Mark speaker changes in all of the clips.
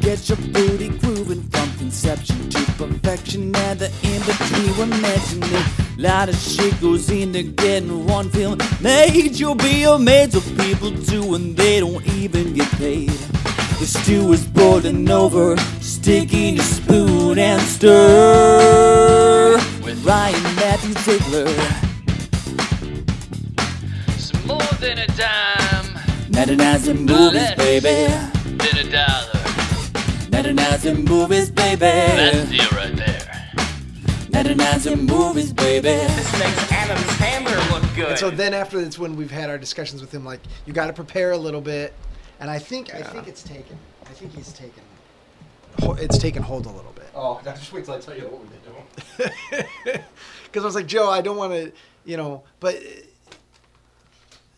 Speaker 1: Get your booty grooving from conception to perfection and the in between we're mentioning. Lot of shit goes into getting one film made. You'll be amazed what people do and they don't even get paid. The stew is boiling over, sticking a spoon and stir. With Ryan Matthews Ziegler.
Speaker 2: It's more than a dime,
Speaker 1: Modernizing movies,
Speaker 2: Less.
Speaker 1: baby.
Speaker 2: than a dollar.
Speaker 1: Modernizing movies,
Speaker 2: That's
Speaker 1: baby.
Speaker 2: deal right there.
Speaker 1: Modernizing movies, baby.
Speaker 3: makes Adam Sandler look good.
Speaker 4: So then after it's when we've had our discussions with him, like you got to prepare a little bit, and I think I think it's taken. I think he's taken. ho- It's taken hold a little bit.
Speaker 5: Oh, that's just wait till I tell you what we've been doing.
Speaker 4: Because I was like, Joe, I don't want to, you know, but uh,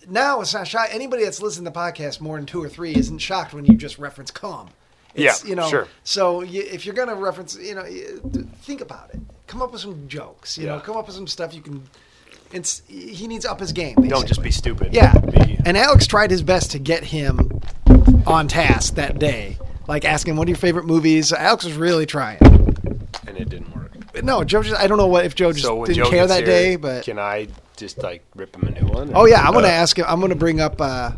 Speaker 4: now it's not shock. Anybody that's listened to the podcast more than two or three isn't shocked when you just reference calm. It's,
Speaker 6: Yeah,
Speaker 4: you know,
Speaker 6: sure.
Speaker 4: So you, if you're gonna reference, you know, you- th- think about it. Come up with some jokes. You know,
Speaker 6: Yeah.
Speaker 4: come up with some stuff you can. It's he needs up his game.
Speaker 6: Don't just
Speaker 4: basically.
Speaker 6: be stupid.
Speaker 4: Yeah.
Speaker 6: Be-
Speaker 4: And Alex tried his best to get him on task that day. Like asking, what are your favorite movies? Alex was really trying.
Speaker 6: and it didn't work.
Speaker 4: But no, Joe just, I don't know what if Joe just
Speaker 6: so when
Speaker 4: didn't
Speaker 6: Joe
Speaker 4: care
Speaker 6: gets
Speaker 4: that
Speaker 6: here,
Speaker 4: day, but.
Speaker 6: can I just like rip him a new one?
Speaker 4: Oh, yeah, I'm going to
Speaker 6: Uh,
Speaker 4: ask him. I'm going to bring up. Uh,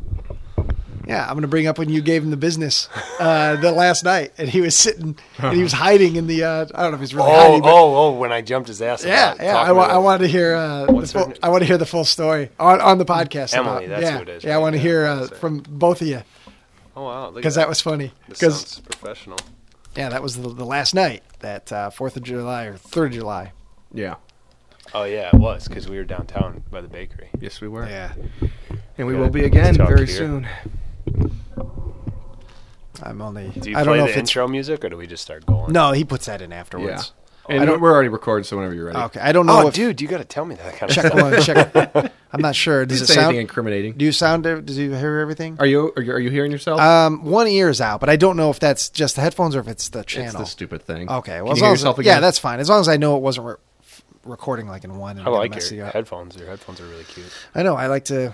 Speaker 4: yeah, I'm going to bring up when you gave him the business uh, the last night, and he was sitting and he was hiding in the. Uh, I don't know if he's really
Speaker 6: Oh,
Speaker 4: hiding. but-
Speaker 6: oh, oh! When I jumped his ass.
Speaker 4: yeah,
Speaker 6: about
Speaker 4: yeah.
Speaker 6: talking
Speaker 4: I, wa-
Speaker 6: to
Speaker 4: I want to hear. Uh, the
Speaker 6: What's her
Speaker 4: full,
Speaker 6: name?
Speaker 4: I want to hear the full story on, on the podcast.
Speaker 6: Emily,
Speaker 4: about-
Speaker 6: that's
Speaker 4: yeah,
Speaker 6: who it is,
Speaker 4: Yeah, I
Speaker 6: right?
Speaker 4: want to
Speaker 6: Yeah,
Speaker 4: hear uh,
Speaker 6: that's it.
Speaker 4: from both of you
Speaker 6: Oh wow! look at
Speaker 4: because that was funny.
Speaker 6: This
Speaker 4: 'Cause-
Speaker 6: sounds professional.
Speaker 4: Yeah, that was the, the last night, that uh, 4th of July or 3rd of July.
Speaker 5: Yeah.
Speaker 6: Oh yeah, it was because we were downtown by the bakery.
Speaker 5: Yes, we were.
Speaker 4: Yeah.
Speaker 5: And we
Speaker 6: Gotta
Speaker 5: will be again
Speaker 6: talk
Speaker 5: very
Speaker 6: here.
Speaker 5: soon.
Speaker 4: I'm only.
Speaker 6: Do you
Speaker 4: I don't
Speaker 6: play
Speaker 4: know
Speaker 6: the
Speaker 4: if it's.
Speaker 6: intro music or do we just start going?
Speaker 4: No, he puts that in
Speaker 5: Yeah.
Speaker 4: afterwards.
Speaker 5: And
Speaker 4: I don't-
Speaker 5: we're already recorded, so whenever you're ready.
Speaker 4: Okay. I don't know
Speaker 6: Oh,
Speaker 4: if.
Speaker 6: dude, you got to tell me that kind of
Speaker 4: Check
Speaker 6: stuff.
Speaker 4: one, check. I'm not sure. Does
Speaker 5: Didn't
Speaker 4: it
Speaker 5: say
Speaker 4: sound.
Speaker 5: anything incriminating.
Speaker 4: do you sound. Do you hear everything?
Speaker 5: Are you are you, are you hearing yourself?
Speaker 4: Um, one ear is out, but I don't know if that's just the headphones or if it's the
Speaker 5: it's
Speaker 4: channel.
Speaker 5: the stupid thing.
Speaker 4: okay. Well,
Speaker 5: Can
Speaker 4: as
Speaker 5: you
Speaker 4: long
Speaker 5: hear
Speaker 4: as,
Speaker 5: yourself
Speaker 4: yeah,
Speaker 5: again?
Speaker 4: that's fine. As long as I know it wasn't re- f- recording like in one. And
Speaker 6: I
Speaker 4: gonna
Speaker 6: like
Speaker 4: mess you
Speaker 6: your
Speaker 4: up.
Speaker 6: headphones. Your headphones are really cute.
Speaker 4: I know. I like to.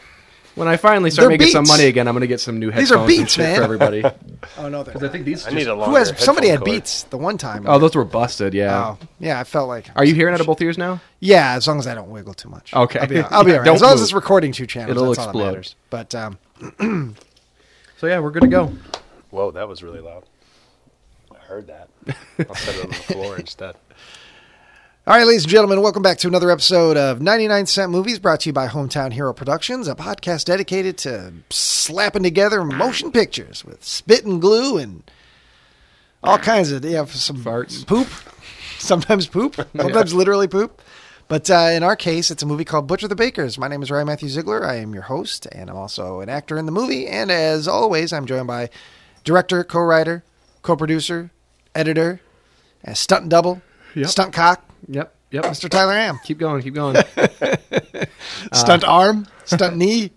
Speaker 5: When I finally start
Speaker 4: They're
Speaker 5: making some
Speaker 4: Beats.
Speaker 5: money again, I'm going to get some new headphones
Speaker 4: These are
Speaker 5: and
Speaker 4: Beats,
Speaker 5: shit
Speaker 4: man.
Speaker 5: for everybody.
Speaker 4: Oh no, they're
Speaker 5: I think these.
Speaker 6: I need a
Speaker 4: Who
Speaker 6: longer.
Speaker 4: has somebody had
Speaker 6: headphone cord.
Speaker 4: beats the one time?
Speaker 5: Oh, those were busted. Yeah.
Speaker 4: Oh, yeah, I felt like.
Speaker 5: Are you hearing out of both ears now?
Speaker 4: Yeah, as long as I don't wiggle too much.
Speaker 5: Okay.
Speaker 4: I'll be, I'll be all right.
Speaker 5: Don't
Speaker 4: as long as
Speaker 5: move.
Speaker 4: it's recording two channels,
Speaker 5: It'll
Speaker 4: that's all
Speaker 5: explode.
Speaker 4: that matters. But um,
Speaker 5: So yeah, we're good to go.
Speaker 6: Whoa, that was really loud. I heard that. I'll set it on the floor instead.
Speaker 4: all right, ladies and gentlemen, welcome back to another episode of 99 Cent Movies brought to you by Hometown Hero Productions, a podcast dedicated to slapping together motion pictures with spit and glue and all kinds of, yeah, some
Speaker 5: Farts.
Speaker 4: poop, sometimes poop, sometimes literally poop. But uh, in our case, it's a movie called Butcher the Bakers. My name is Ryan Matthew Ziegler. I am your host, and I'm also an actor in the movie. And as always, I'm joined by director, co-writer, co-producer, editor, and stunt double,
Speaker 5: Yep.
Speaker 4: stunt cock,
Speaker 5: Yep. Yep.
Speaker 4: Mr. Tyler Am,
Speaker 5: Keep going. Keep going. Uh,
Speaker 4: stunt arm, stunt knee,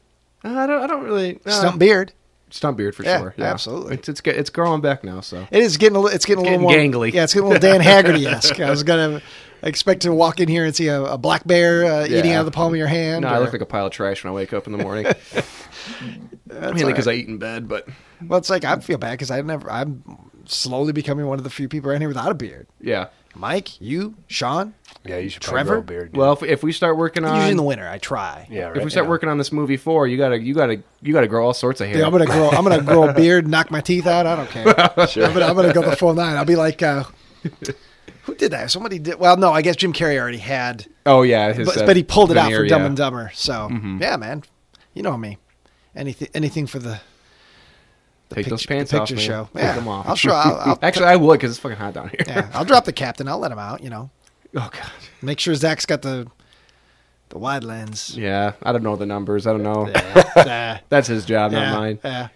Speaker 5: I don't. I don't really. Uh,
Speaker 4: stunt beard.
Speaker 5: Stump beard for
Speaker 4: Yeah,
Speaker 5: sure.
Speaker 4: absolutely.
Speaker 5: It's, it's get- it's growing back now. So
Speaker 4: It is getting a little. It's getting a
Speaker 5: It's
Speaker 4: little
Speaker 5: getting
Speaker 4: more
Speaker 5: gangly.
Speaker 4: Yeah, it's getting a little Dan Haggerty esque. I was gonna I expect to walk in here and see a, a black bear uh, eating
Speaker 5: Yeah.
Speaker 4: out of the palm of your hand.
Speaker 5: no, I
Speaker 4: or-
Speaker 5: look like a pile of trash when I wake up in the morning. Mainly because I eat in bed, but
Speaker 4: Well, it's like I feel bad because I never. I'm slowly becoming one of the few people around here without a beard.
Speaker 5: yeah.
Speaker 4: Mike, you, Sean.
Speaker 6: Yeah, you should
Speaker 4: Trevor?
Speaker 6: probably grow a beard. dude.
Speaker 5: Well, if, if we start working on
Speaker 4: Usually in the winter, I try.
Speaker 6: yeah, right,
Speaker 5: if we start
Speaker 6: yeah.
Speaker 5: working on this movie four, you gotta you gotta you gotta grow all sorts of hair.
Speaker 4: Dude, I'm gonna grow. I'm gonna grow a beard, knock my teeth out. I don't care. I'm, gonna, I'm gonna go the full nine. I'll be like, uh, who did that? Somebody did. Well, no, I guess Jim Carrey already had,
Speaker 5: oh yeah, his,
Speaker 4: but,
Speaker 5: uh,
Speaker 4: but he pulled it out for
Speaker 5: veneer,
Speaker 4: Dumb
Speaker 5: yeah. Mm-hmm.
Speaker 4: and Dumber. So yeah, man, you know me. Anything, anything for the, the
Speaker 5: Take
Speaker 4: pict-
Speaker 5: those pants
Speaker 4: the
Speaker 5: off,
Speaker 4: picture
Speaker 5: man.
Speaker 4: show.
Speaker 5: Take
Speaker 4: yeah,
Speaker 5: them off.
Speaker 4: I'll show. I'll, I'll,
Speaker 5: Actually, I would because it's fucking hot down here.
Speaker 4: yeah, I'll drop the captain. I'll let him out. You know,
Speaker 5: Oh god.
Speaker 4: make sure Zach's got the the wide lens.
Speaker 5: Yeah, I don't know the numbers. I don't know.
Speaker 4: Yeah.
Speaker 5: That's his job, not mine.
Speaker 4: Yeah.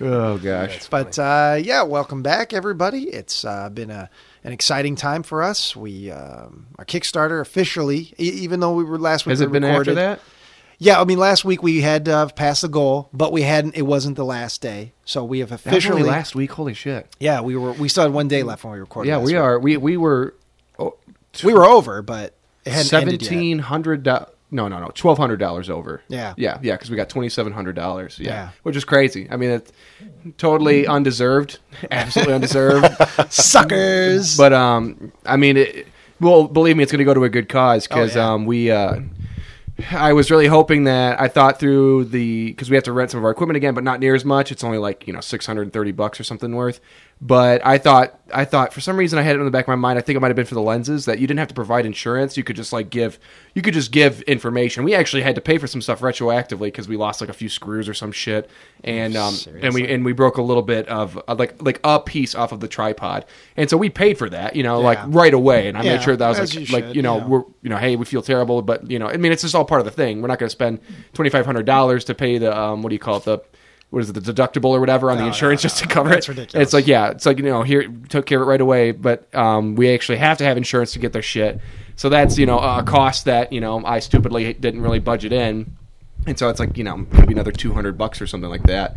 Speaker 5: Oh gosh.
Speaker 4: But uh, yeah, welcome back, everybody. It's uh, been a an exciting time for us. We um, our Kickstarter officially, e- even though we were last week.
Speaker 5: Has
Speaker 4: we
Speaker 5: it been
Speaker 4: recorded,
Speaker 5: after that?
Speaker 4: Yeah, I mean, last week we had uh, passed the goal, but we hadn't. It wasn't the last day, so we have
Speaker 5: That was only
Speaker 4: officially.
Speaker 5: last week. Holy shit.
Speaker 4: yeah, we were. We still had one day left when we recorded.
Speaker 5: Yeah,
Speaker 4: last
Speaker 5: we
Speaker 4: week.
Speaker 5: are. We we were. Oh,
Speaker 4: We were over, but it hadn't ended yet.
Speaker 5: Seventeen hundred No, no, no. Twelve hundred dollars over.
Speaker 4: Yeah.
Speaker 5: yeah, yeah. Because we got twenty seven hundred dollars. Yeah.
Speaker 4: Yeah.
Speaker 5: which is crazy. I mean, it's totally undeserved. Absolutely undeserved.
Speaker 4: Suckers.
Speaker 5: But um, I mean, it, well, believe me, it's going to go to a good cause because
Speaker 4: Oh, yeah.
Speaker 5: um, we. Uh, I was really hoping that I thought through the because we have to rent some of our equipment again, but not near as much. It's only like you know six hundred and thirty bucks or something worth. But I thought I thought for some reason I had it in the back of my mind. I think it might have been for the lenses that you didn't have to provide insurance. You could just like give you could just give information. We actually had to pay for some stuff retroactively because we lost like a few screws or some shit, and um and we and we broke a little bit of uh, like like a piece off of the tripod, and so we paid for that you know like
Speaker 4: Yeah.
Speaker 5: right away. And I
Speaker 4: Yeah,
Speaker 5: made sure that I was
Speaker 4: as
Speaker 5: like
Speaker 4: you
Speaker 5: like
Speaker 4: should,
Speaker 5: you know
Speaker 4: yeah.
Speaker 5: we're you know, hey, we feel terrible, but you know, I mean, it's just all part of the thing. We're not going to spend twenty five hundred dollars to pay the um, what do you call it the what is it the deductible or whatever on the
Speaker 4: no,
Speaker 5: insurance
Speaker 4: no,
Speaker 5: just to cover
Speaker 4: Oh, That's
Speaker 5: it.
Speaker 4: ridiculous.
Speaker 5: It's like yeah, it's like you know, here took care of it right away, but um, we actually have to have insurance to get their shit. So that's you know a cost that you know I stupidly didn't really budget in. And so it's like you know maybe another two hundred bucks or something like that.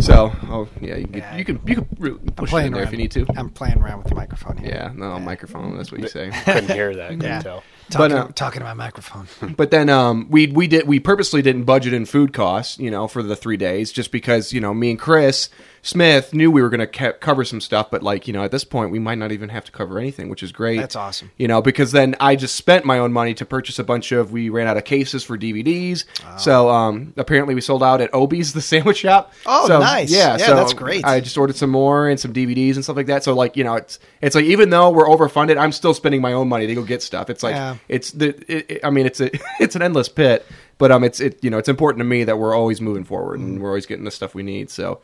Speaker 5: So oh yeah, you could you could, you could really push it in there if you need to.
Speaker 4: I'm playing around with the microphone here.
Speaker 5: yeah, no microphone. That's what you say.
Speaker 6: Couldn't hear that. Couldn't
Speaker 4: Yeah.
Speaker 6: tell.
Speaker 4: Talking,
Speaker 5: But, uh,
Speaker 4: talking to my microphone.
Speaker 5: But then um, we we did we purposely didn't budget in food costs, you know, for the three days, just because you know me and Chris Smith knew we were going to ca- cover some stuff, but like you know at this point we might not even have to cover anything, which is great.
Speaker 4: That's awesome.
Speaker 5: you know, because then I just spent my own money to purchase a bunch of. We ran out of cases for DVDs, so um, apparently we sold out at Obie's, the sandwich shop.
Speaker 4: Oh,
Speaker 5: So,
Speaker 4: nice.
Speaker 5: Yeah,
Speaker 4: Yeah,
Speaker 5: so
Speaker 4: that's great.
Speaker 5: I just ordered some more and some DVDs and stuff like that. So like you know it's it's like even though we're overfunded, I'm still spending my own money to go get stuff. It's like
Speaker 4: Yeah.
Speaker 5: it's the it, it- I mean it's a it's an endless pit, but um it's it you know it's important to me that we're always moving forward
Speaker 4: Mm.
Speaker 5: and we're always getting the stuff we need. So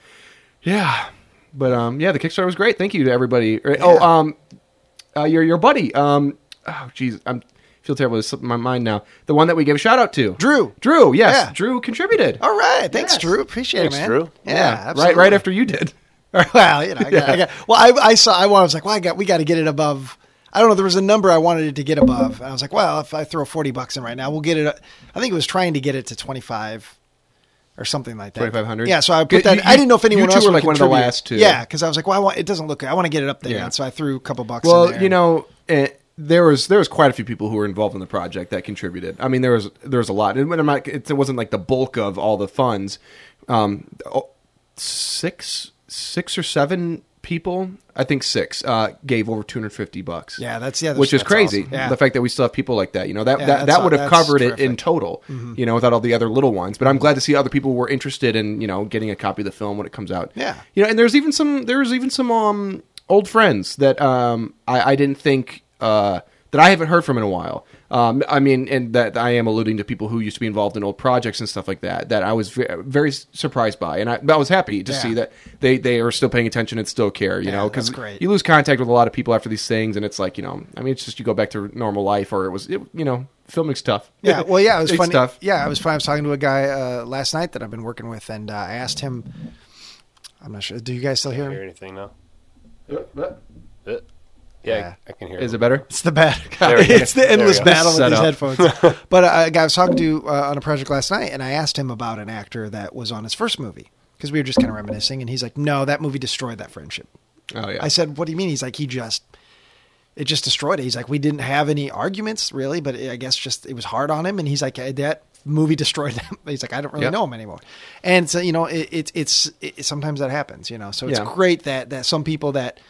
Speaker 5: yeah, but um yeah, the Kickstarter was great. Thank you to everybody. Or- Oh um, uh, your your buddy um oh jeez I'm. I Feel terrible. It's slipping my mind now. The one that we gave a shout out to,
Speaker 4: Drew.
Speaker 5: Drew, yes,
Speaker 4: Yeah.
Speaker 5: Drew contributed.
Speaker 4: All right. Thanks,
Speaker 5: Yes.
Speaker 4: Drew. Appreciate
Speaker 6: Thanks,
Speaker 4: it, man.
Speaker 6: Drew.
Speaker 4: Yeah.
Speaker 5: right,
Speaker 4: absolutely.
Speaker 5: right after you did.
Speaker 4: well, you know, I got, I got, well, I, I saw, I was like, well, I got, we got to get it above. I don't know. There was a number I wanted it to get above. And I was like, well, if I throw 40 bucks in right now, we'll get it. I think it was trying to get it to 25 or something like that.
Speaker 5: 2500?
Speaker 4: Yeah. So I
Speaker 5: You-
Speaker 4: put that,
Speaker 5: you-
Speaker 4: I didn't know if anyone
Speaker 5: you two
Speaker 4: else
Speaker 5: were,
Speaker 4: would
Speaker 5: like, one of the
Speaker 4: contribute.
Speaker 5: last two.
Speaker 4: Yeah. Cause I was like, well, I want, it doesn't look good. I want to get it up there.
Speaker 5: Yeah.
Speaker 4: And so I threw a couple bucks. in
Speaker 5: Well,
Speaker 4: there.
Speaker 5: you know, eh, there was there was quite a few people who were involved in the project that contributed. I mean, there was there was a lot. And when I'm not, it wasn't like the bulk of all the funds. Um, oh, six six or seven people, I think six, uh, gave over 250 bucks.
Speaker 4: Yeah, that's- yeah, that's-
Speaker 5: which is
Speaker 4: that's
Speaker 5: crazy.
Speaker 4: awesome. Yeah.
Speaker 5: The fact that we still have people like that, you know, that
Speaker 4: Yeah,
Speaker 5: that,
Speaker 4: that's-
Speaker 5: that would have
Speaker 4: that's
Speaker 5: covered it in
Speaker 4: terrific. Mm-hmm.
Speaker 5: total, you know, without all the other little ones. But I'm glad to see other people were interested in you know getting a copy of the film when it comes out.
Speaker 4: Yeah.
Speaker 5: you know, and there's even some there's even some um old friends that um I, I didn't think uh that I haven't heard from in a while. Um, I mean, and that I am alluding to people who used to be involved in old projects and stuff like that. That I was ve- very surprised by, and I, but I was happy to
Speaker 4: Yeah.
Speaker 5: see that they they are still paying attention and still care. You
Speaker 4: Yeah,
Speaker 5: know,
Speaker 4: that's
Speaker 5: because
Speaker 4: great.
Speaker 5: you lose contact with a lot of people after these things, and it's like you know, I mean, it's just you go back to normal life, or it was it, you know, filming's tough.
Speaker 4: yeah well yeah it was
Speaker 5: It's
Speaker 4: funny
Speaker 5: tough.
Speaker 4: yeah it was funny i was talking to a guy uh, last night that i've been working with and uh, i asked him i'm not sure do you guys still hear
Speaker 6: Can't hear
Speaker 4: me
Speaker 6: anything now? Uh, Yeah,
Speaker 4: Yeah.
Speaker 6: I, I can hear.
Speaker 5: Is it better?
Speaker 4: it's the bad
Speaker 6: There we go.
Speaker 4: it's the
Speaker 6: There we
Speaker 4: endless
Speaker 6: go.
Speaker 4: battle with
Speaker 5: Set
Speaker 4: these
Speaker 5: up.
Speaker 4: headphones but uh, a guy i was talking to uh, on a project last night and i asked him about an actor that was on his first movie because we were just kind of reminiscing and he's like no that movie destroyed that friendship
Speaker 5: Oh yeah.
Speaker 4: I said, "What do you mean?" He's like, "He just it just destroyed it." He's like, "We didn't have any arguments really, but I guess just it was hard on him." And he's like, "Eh, "That movie destroyed him." He's like, "I don't really
Speaker 5: Yep.
Speaker 4: know him anymore." And so you know, it, it, it's it, sometimes that happens, you know. So it's
Speaker 5: Yeah.
Speaker 4: great that that some people that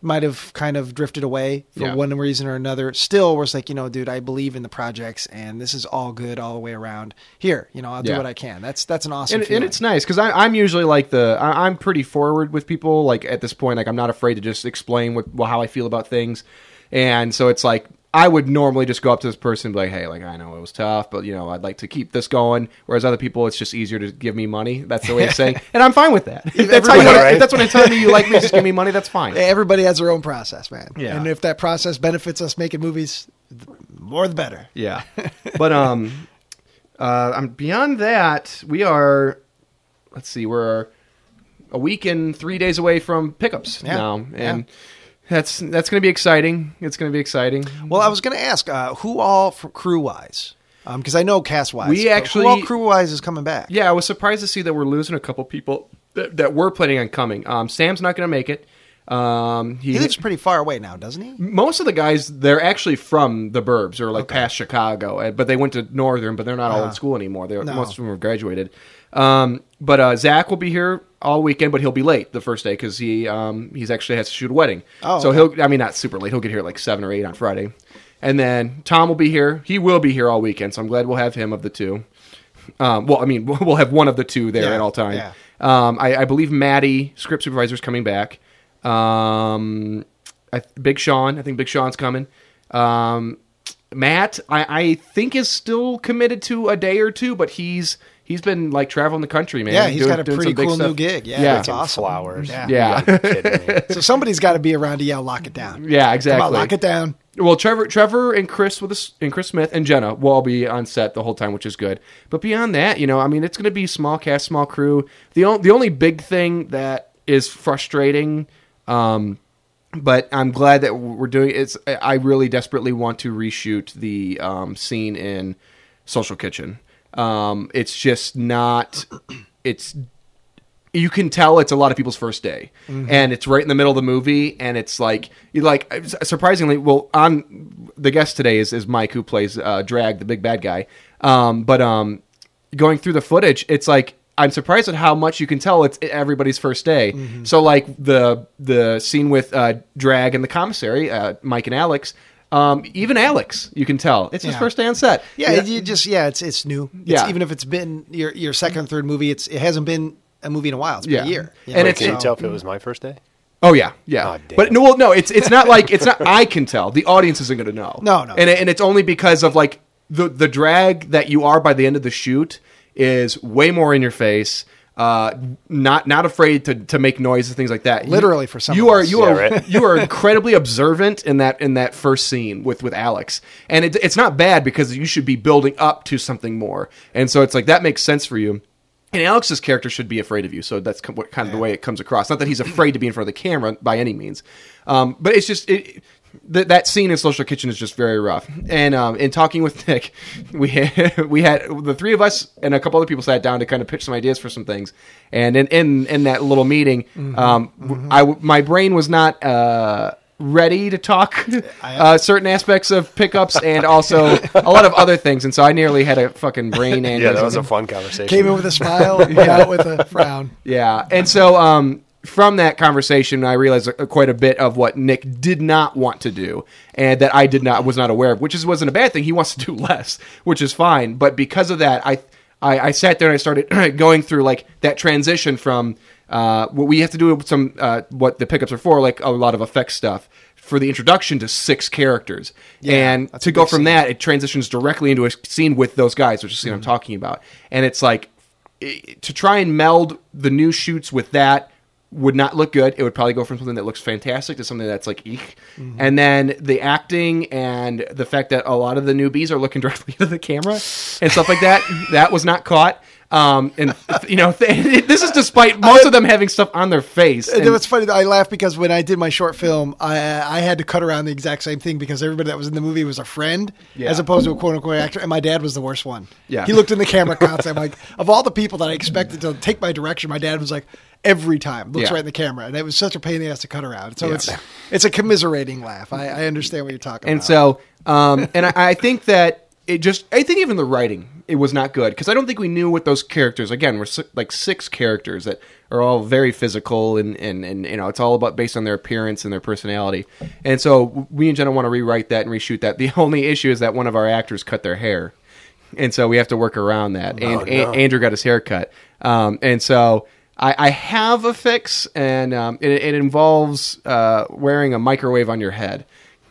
Speaker 4: might have kind of drifted away for
Speaker 5: Yeah.
Speaker 4: one reason or another still was like you know dude i believe in the projects and this is all good all the way around here you know i'll do
Speaker 5: Yeah.
Speaker 4: what i can that's that's an awesome
Speaker 5: and, and
Speaker 4: feeling.
Speaker 5: it's nice because I'm usually like the I, I'm pretty forward with people. Like at this point, like I'm not afraid to just explain what well, how I feel about things, and so it's like I would normally just go up to this person and be like, "Hey, like I know it was tough, but you know I'd like to keep this going." Whereas other people, it's just easier to give me money. That's the way of saying, and I'm fine with that. If that's, how you
Speaker 6: Everybody,
Speaker 5: wanna-
Speaker 6: right?
Speaker 5: if that's what I tell you. You like me, just give me money. That's fine.
Speaker 4: Everybody has their own process, man.
Speaker 5: Yeah.
Speaker 4: And if that process benefits us making movies, the more the better.
Speaker 5: Yeah. But um uh I'm beyond that, we are let's see, we're a week and 3 days away from pickups
Speaker 4: Yeah.
Speaker 5: now and
Speaker 4: Yeah.
Speaker 5: that's that's going to be exciting. It's going to be exciting.
Speaker 4: Well, I was going to ask uh, who all crew wise, because I know cast wise.
Speaker 5: We actually-
Speaker 4: who all crew wise is coming back.
Speaker 5: Yeah, I was surprised to see that we're losing a couple people that, that were planning on coming. Um Sam's not going to make it. Um,
Speaker 4: He lives pretty far away now, doesn't he?
Speaker 5: most of the guys they're actually from the burbs or like past chicago eh, but they went to northern but they're not all in school anymore they're,
Speaker 4: Uh-huh. No.
Speaker 5: most of them have graduated um, but uh, zach will be here all weekend but he'll be late the first day because he um, he's actually has to shoot a wedding
Speaker 4: Oh,
Speaker 5: so
Speaker 4: okay.
Speaker 5: he'll i mean not super late he'll get here at like 7 or 8 on friday and then tom will be here he will be here all weekend so i'm glad we'll have him of the two um, well, I mean, we'll have one of the two there
Speaker 4: Yeah,
Speaker 5: at all time.
Speaker 4: yeah.
Speaker 5: Um, I, I believe Maddie, script supervisor, is coming back. Um, I, Big Sean, I think Big Sean's coming. Um, Matt, I, I think is still committed to a day or two, but he's he's been like traveling the country, man.
Speaker 4: Yeah, he's
Speaker 5: doing-
Speaker 4: got a
Speaker 5: doing some
Speaker 4: pretty
Speaker 5: big
Speaker 4: cool new
Speaker 5: stuff.
Speaker 4: gig. Yeah,
Speaker 5: Yeah.
Speaker 4: that's awesome.
Speaker 6: Flowers.
Speaker 4: Yeah.
Speaker 5: Yeah,
Speaker 6: You gotta be kidding me.
Speaker 4: So somebody's got to be around to yell, "Lock it down."
Speaker 5: yeah,
Speaker 4: Come
Speaker 5: exactly.
Speaker 4: on, lock it down.
Speaker 5: Well, Trevor, Trevor, and Chris with us, and Chris Smith and Jenna will all be on set the whole time, which is good. But beyond that, you know, I mean, it's going to be small cast, small crew. The on, the only big thing that is frustrating, um, but I'm glad that we're doing it's. I- I really desperately want to reshoot the um, scene in Social Kitchen. Um, it's just not. It's you can tell it's a lot of people's first day
Speaker 4: Mm-hmm.
Speaker 5: and it's right in the middle of the movie and it's like you like surprisingly well on the guest today is, is mike who plays uh, drag the big bad guy um, but um, going through the footage it's like i'm surprised at how much you can tell it's everybody's first day
Speaker 4: Mm-hmm.
Speaker 5: so like the the scene with uh, drag in the commissary uh, mike and alex um, even alex you can tell it's his
Speaker 4: Yeah.
Speaker 5: first day on set
Speaker 4: Yeah, you just yeah, it's it's new. It's,
Speaker 5: Yeah.
Speaker 4: even if it's been your your second, third movie, it's it hasn't been a movie in a while. It's been
Speaker 5: Yeah.
Speaker 4: a year. you know,
Speaker 5: And
Speaker 6: Wait,
Speaker 5: it's-
Speaker 6: can you
Speaker 4: so-
Speaker 6: tell if it was my first day?
Speaker 5: Oh yeah, yeah.
Speaker 6: Aw, damn.
Speaker 5: but no, well, no, it's it's not like it's not. I can tell the audience isn't going to know.
Speaker 4: No, no.
Speaker 5: and and it's only because of like the the drag that you are by the end of the shoot is way more in your face. Uh, not not afraid to, to make noise and things like that. You-
Speaker 4: Literally for some
Speaker 5: you
Speaker 4: of
Speaker 5: are
Speaker 4: us.
Speaker 5: you are
Speaker 6: Yeah, right.
Speaker 5: you are incredibly observant in that in that first scene with with Alex, and it, it's not bad because you should be building up to something more, and so it's like that makes sense for you. And Alex's character should be afraid of you, so that's com- what, kind of the way it comes across. Not that he's afraid to be in front of the camera by any means, um, but it's just it, th- that scene in Social Kitchen is just very rough. And um, in talking with Nick, we had, we had the three of us and a couple other people sat down to kind of pitch some ideas for some things. And in in, in that little meeting,
Speaker 6: Mm-hmm.
Speaker 5: um, w- I w- my brain was not. Uh, ready to talk uh, certain aspects of pickups and also a lot of other things and so i nearly had a fucking brain aneurysm
Speaker 6: Yeah, that was a fun conversation.
Speaker 4: came in with a smile, and went out with a frown.
Speaker 5: yeah, and so um, from that conversation, I realized uh, quite a bit of what Nick did not want to do, and that I did not was not aware of, which is wasn't a bad thing. He wants to do less, which is fine. But because of that, I I, I sat there and I started going through like that transition from uh, what we have to do with some uh, what the pickups are for, like a lot of effects stuff. For the introduction to six characters, and to go from that, it transitions directly into a scene with those guys, which is the scene I'm talking about, and it's like it- to try and meld the new shoots with that would not look good. It would probably go from something that looks fantastic to something that's like eek. And then the acting and the fact that a lot of the newbies are looking directly into the camera and stuff like that, that was not caught. Um, and you know, th- this is despite most of them having stuff on their face.
Speaker 4: And
Speaker 5: and-
Speaker 4: it's funny. I laugh because when I did my short film, I I had to cut around the exact same thing because everybody that was in the movie was a friend,
Speaker 5: Yeah.
Speaker 4: as opposed to a quote unquote actor. And my dad was the worst one.
Speaker 5: Yeah.
Speaker 4: he looked in the camera constantly. I'm like, of all the people that I expected to take my direction, my dad was like every time looks
Speaker 5: Yeah.
Speaker 4: right in the camera, and it was such a pain in the ass to cut around. So
Speaker 5: Yeah.
Speaker 4: it's it's a commiserating laugh. I, I understand what you're talking
Speaker 5: and
Speaker 4: about.
Speaker 5: so um, and I, I think that it just i think even the writing it was not good because i don't think we knew what those characters again were si- like six characters that are all very physical and, and and you know it's all about based on their appearance and their personality and so we and jenna want to rewrite that and reshoot that the only issue is that one of our actors cut their hair and so we have to work around
Speaker 4: Oh,
Speaker 5: that and, and andrew got his hair cut um, and so I, I have a fix and um, it, it involves uh, wearing a microwave on your head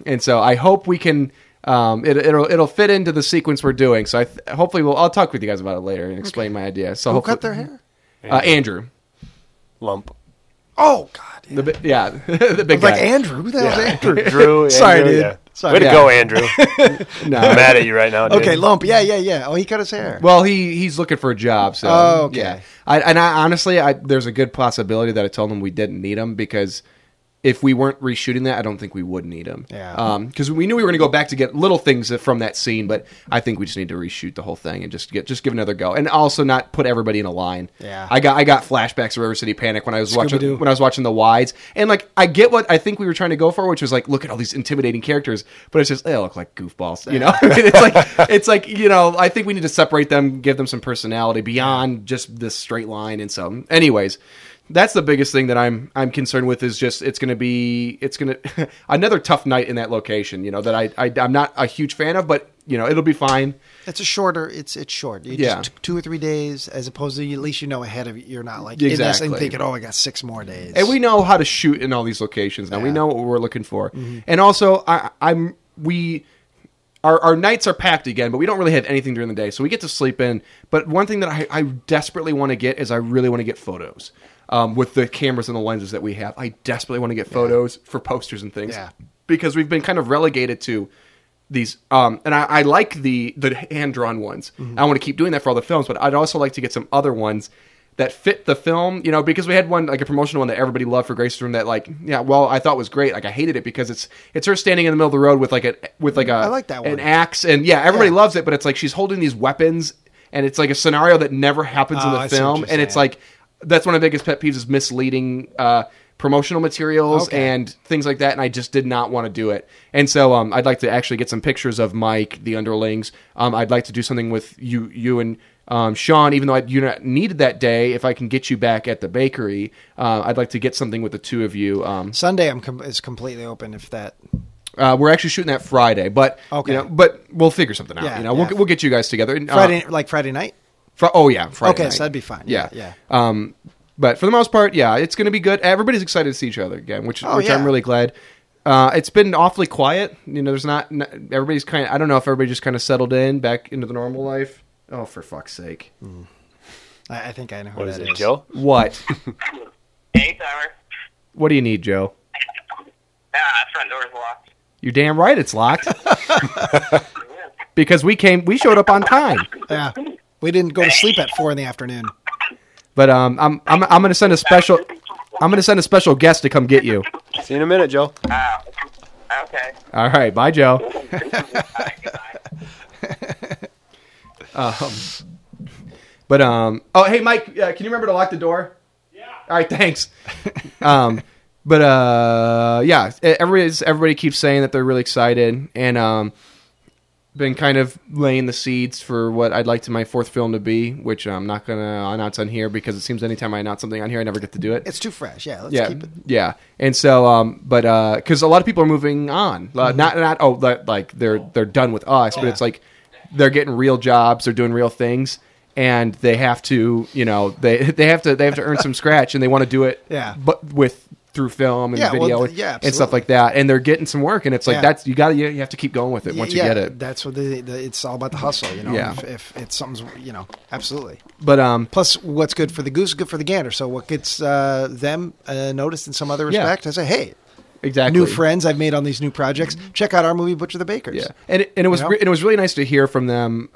Speaker 5: and so I hope we can. Um, it, it'll it'll fit into the sequence we're doing. So I th- hopefully we'll I'll talk with you guys about it later and explain my idea. So
Speaker 4: who
Speaker 5: hopefully,
Speaker 4: cut their hair?
Speaker 5: Uh, Andrew,
Speaker 6: lump.
Speaker 4: Oh God!
Speaker 5: the bi- yeah, the big
Speaker 4: Like
Speaker 5: guy.
Speaker 4: Andrew, who the hell's Andrew?
Speaker 6: Drew.
Speaker 4: Sorry,
Speaker 6: Andrew,
Speaker 4: dude.
Speaker 6: yeah.
Speaker 4: Sorry.
Speaker 6: Way to
Speaker 5: Yeah.
Speaker 6: go, Andrew.
Speaker 5: No.
Speaker 6: I'm mad at you right now, dude.
Speaker 4: Okay, lump. Yeah, yeah, yeah. Oh, he cut his hair.
Speaker 5: Well, he he's looking for a job. So
Speaker 4: Oh, okay.
Speaker 5: yeah. I, and I honestly, I there's a good possibility that I told him we didn't need him because if we weren't reshooting that, I don't think we would need them.
Speaker 4: Yeah.
Speaker 5: Because we knew we were going to go back to get little things from that scene, but I think we just need to reshoot the whole thing and just get just give another go, and also not put everybody in a line.
Speaker 4: Yeah.
Speaker 5: I got I got flashbacks of River City Panic when I was
Speaker 4: Scooby-Doo.
Speaker 5: watching when I was watching the wides, and like I get what I think we were trying to go for, which was like look at all these intimidating characters, but it's just they look like goofballs, you know. it's like it's like you know I think we need to separate them, give them some personality beyond just this straight line and some. Anyways, that's the biggest thing that I'm I'm concerned with is just it's going to be it's going to another tough night in that location, you know that I, I I'm not a huge fan of, but you know it'll be fine.
Speaker 4: It's a shorter. It's it's short. You
Speaker 5: Yeah.
Speaker 4: just t- two or three days, as opposed to at least you know ahead of you're not like in this and
Speaker 5: Exactly.
Speaker 4: thinking, oh, I got six more days.
Speaker 5: and we know how to shoot in all these locations now. We
Speaker 4: Yeah.
Speaker 5: know what we're looking for, and also I, I'm we our our nights are packed again, but we don't really have anything during the day, so we get to sleep in. But one thing that I, I desperately want to get is I really want to get photos um, with the cameras and the lenses that we have. I desperately want to get photos for posters and things
Speaker 4: Yeah.
Speaker 5: because we've been kind of relegated to these um and I, I like the the hand drawn ones. I want to keep doing that for all the films, but I'd also like to get some other ones that fit the film, you know, because we had one like a promotional one that everybody loved for Grace's Room that like yeah, well I thought was great. Like I hated it because it's it's her standing in the middle of the road with like a with like a
Speaker 4: I like that one.
Speaker 5: an axe and yeah, everybody
Speaker 4: Yeah.
Speaker 5: loves it, but it's like she's holding these weapons and it's like a scenario that never happens in
Speaker 4: Oh,
Speaker 5: the
Speaker 4: I see what
Speaker 5: film
Speaker 4: you're
Speaker 5: and it's
Speaker 4: saying.
Speaker 5: like that's one of the biggest pet peeves is misleading uh, promotional materials
Speaker 4: Okay.
Speaker 5: and things like that. And I just did not want to do it. And so um, I'd like to actually get some pictures of Mike, the underlings. Um, I'd like to do something with you, you and um, Sean. Even though I, you not needed that day, if I can get you back at the bakery, uh, I'd like to get something with the two of you. Um,
Speaker 4: Sunday I'm com- is completely open. If that,
Speaker 5: uh, we're actually shooting that Friday, but
Speaker 4: Okay.
Speaker 5: you know, but we'll figure something out.
Speaker 4: Yeah,
Speaker 5: you know,
Speaker 4: yeah.
Speaker 5: we'll, we'll get you guys together And, uh,
Speaker 4: Friday, like Friday night.
Speaker 5: Fri- oh yeah, Friday.
Speaker 4: Okay,
Speaker 5: night.
Speaker 4: so that'd be fine.
Speaker 5: Yeah,
Speaker 4: Yeah,
Speaker 5: Um, but for the most part, yeah, it's going to be good. Everybody's excited to see each other again, which
Speaker 4: Oh,
Speaker 5: which
Speaker 4: yeah.
Speaker 5: I'm really glad. Uh, it's been awfully quiet. You know, there's not, n everybody's kind. of... I don't know if everybody just kind of settled in back into the normal life. Oh, for fuck's sake!
Speaker 4: I, I think I know who
Speaker 6: What
Speaker 4: that
Speaker 6: is
Speaker 4: is.
Speaker 6: it, Joe?
Speaker 5: What?
Speaker 3: Hey, Summer.
Speaker 5: what do you need, Joe?
Speaker 3: Ah, front door's locked.
Speaker 5: You're damn right, it's locked. because we came, we showed up on time.
Speaker 4: Yeah, we didn't go to sleep at four in the afternoon.
Speaker 5: But um, I'm I'm I'm gonna send a special. I'm gonna send a special guest to come get you.
Speaker 6: See you in a minute, Joe.
Speaker 3: Oh. Okay.
Speaker 5: All right, bye, Joe. Um, But um, oh hey Mike, uh, can you remember to lock the door? Yeah. All right, thanks. um, but uh, yeah, everybody's everybody keeps saying that they're really excited and um, been kind of laying the seeds for what I'd like to my fourth film to be, which I'm not gonna announce on here because it seems anytime I announce something on here, I never get to do it.
Speaker 4: It's too fresh. Yeah, let's
Speaker 5: yeah,
Speaker 4: keep it.
Speaker 5: yeah, and so, um, but because a lot of people are moving on, uh, not not oh, li- like they're they're done with us, but
Speaker 4: Mm-hmm. Yeah.
Speaker 5: it's like they're getting real jobs, they're doing real things, and they have to, you know, they they have to they have to earn some scratch, and they want to do it,
Speaker 4: Yeah.
Speaker 5: but with through film and
Speaker 4: Yeah, well,
Speaker 5: video,
Speaker 4: th- yeah,
Speaker 5: and stuff
Speaker 4: absolutely.
Speaker 5: like that, and they're getting some work, and it's like
Speaker 4: Yeah.
Speaker 5: that's you got to you have to keep going with it once you
Speaker 4: yeah,
Speaker 5: get it.
Speaker 4: That's what the, the it's all about the hustle. You know,
Speaker 5: Yeah.
Speaker 4: if, if it's something's you know absolutely.
Speaker 5: But um,
Speaker 4: Plus, what's good for the goose is good for the gander. So, what gets uh, them uh, noticed in some other
Speaker 5: Yeah.
Speaker 4: respect? I say, hey,
Speaker 5: exactly,
Speaker 4: new friends I've made on these new projects. Check out our movie Butcher the Bakers.
Speaker 5: Yeah, and it, and it was
Speaker 4: You know?
Speaker 5: re- and it was really nice to hear from them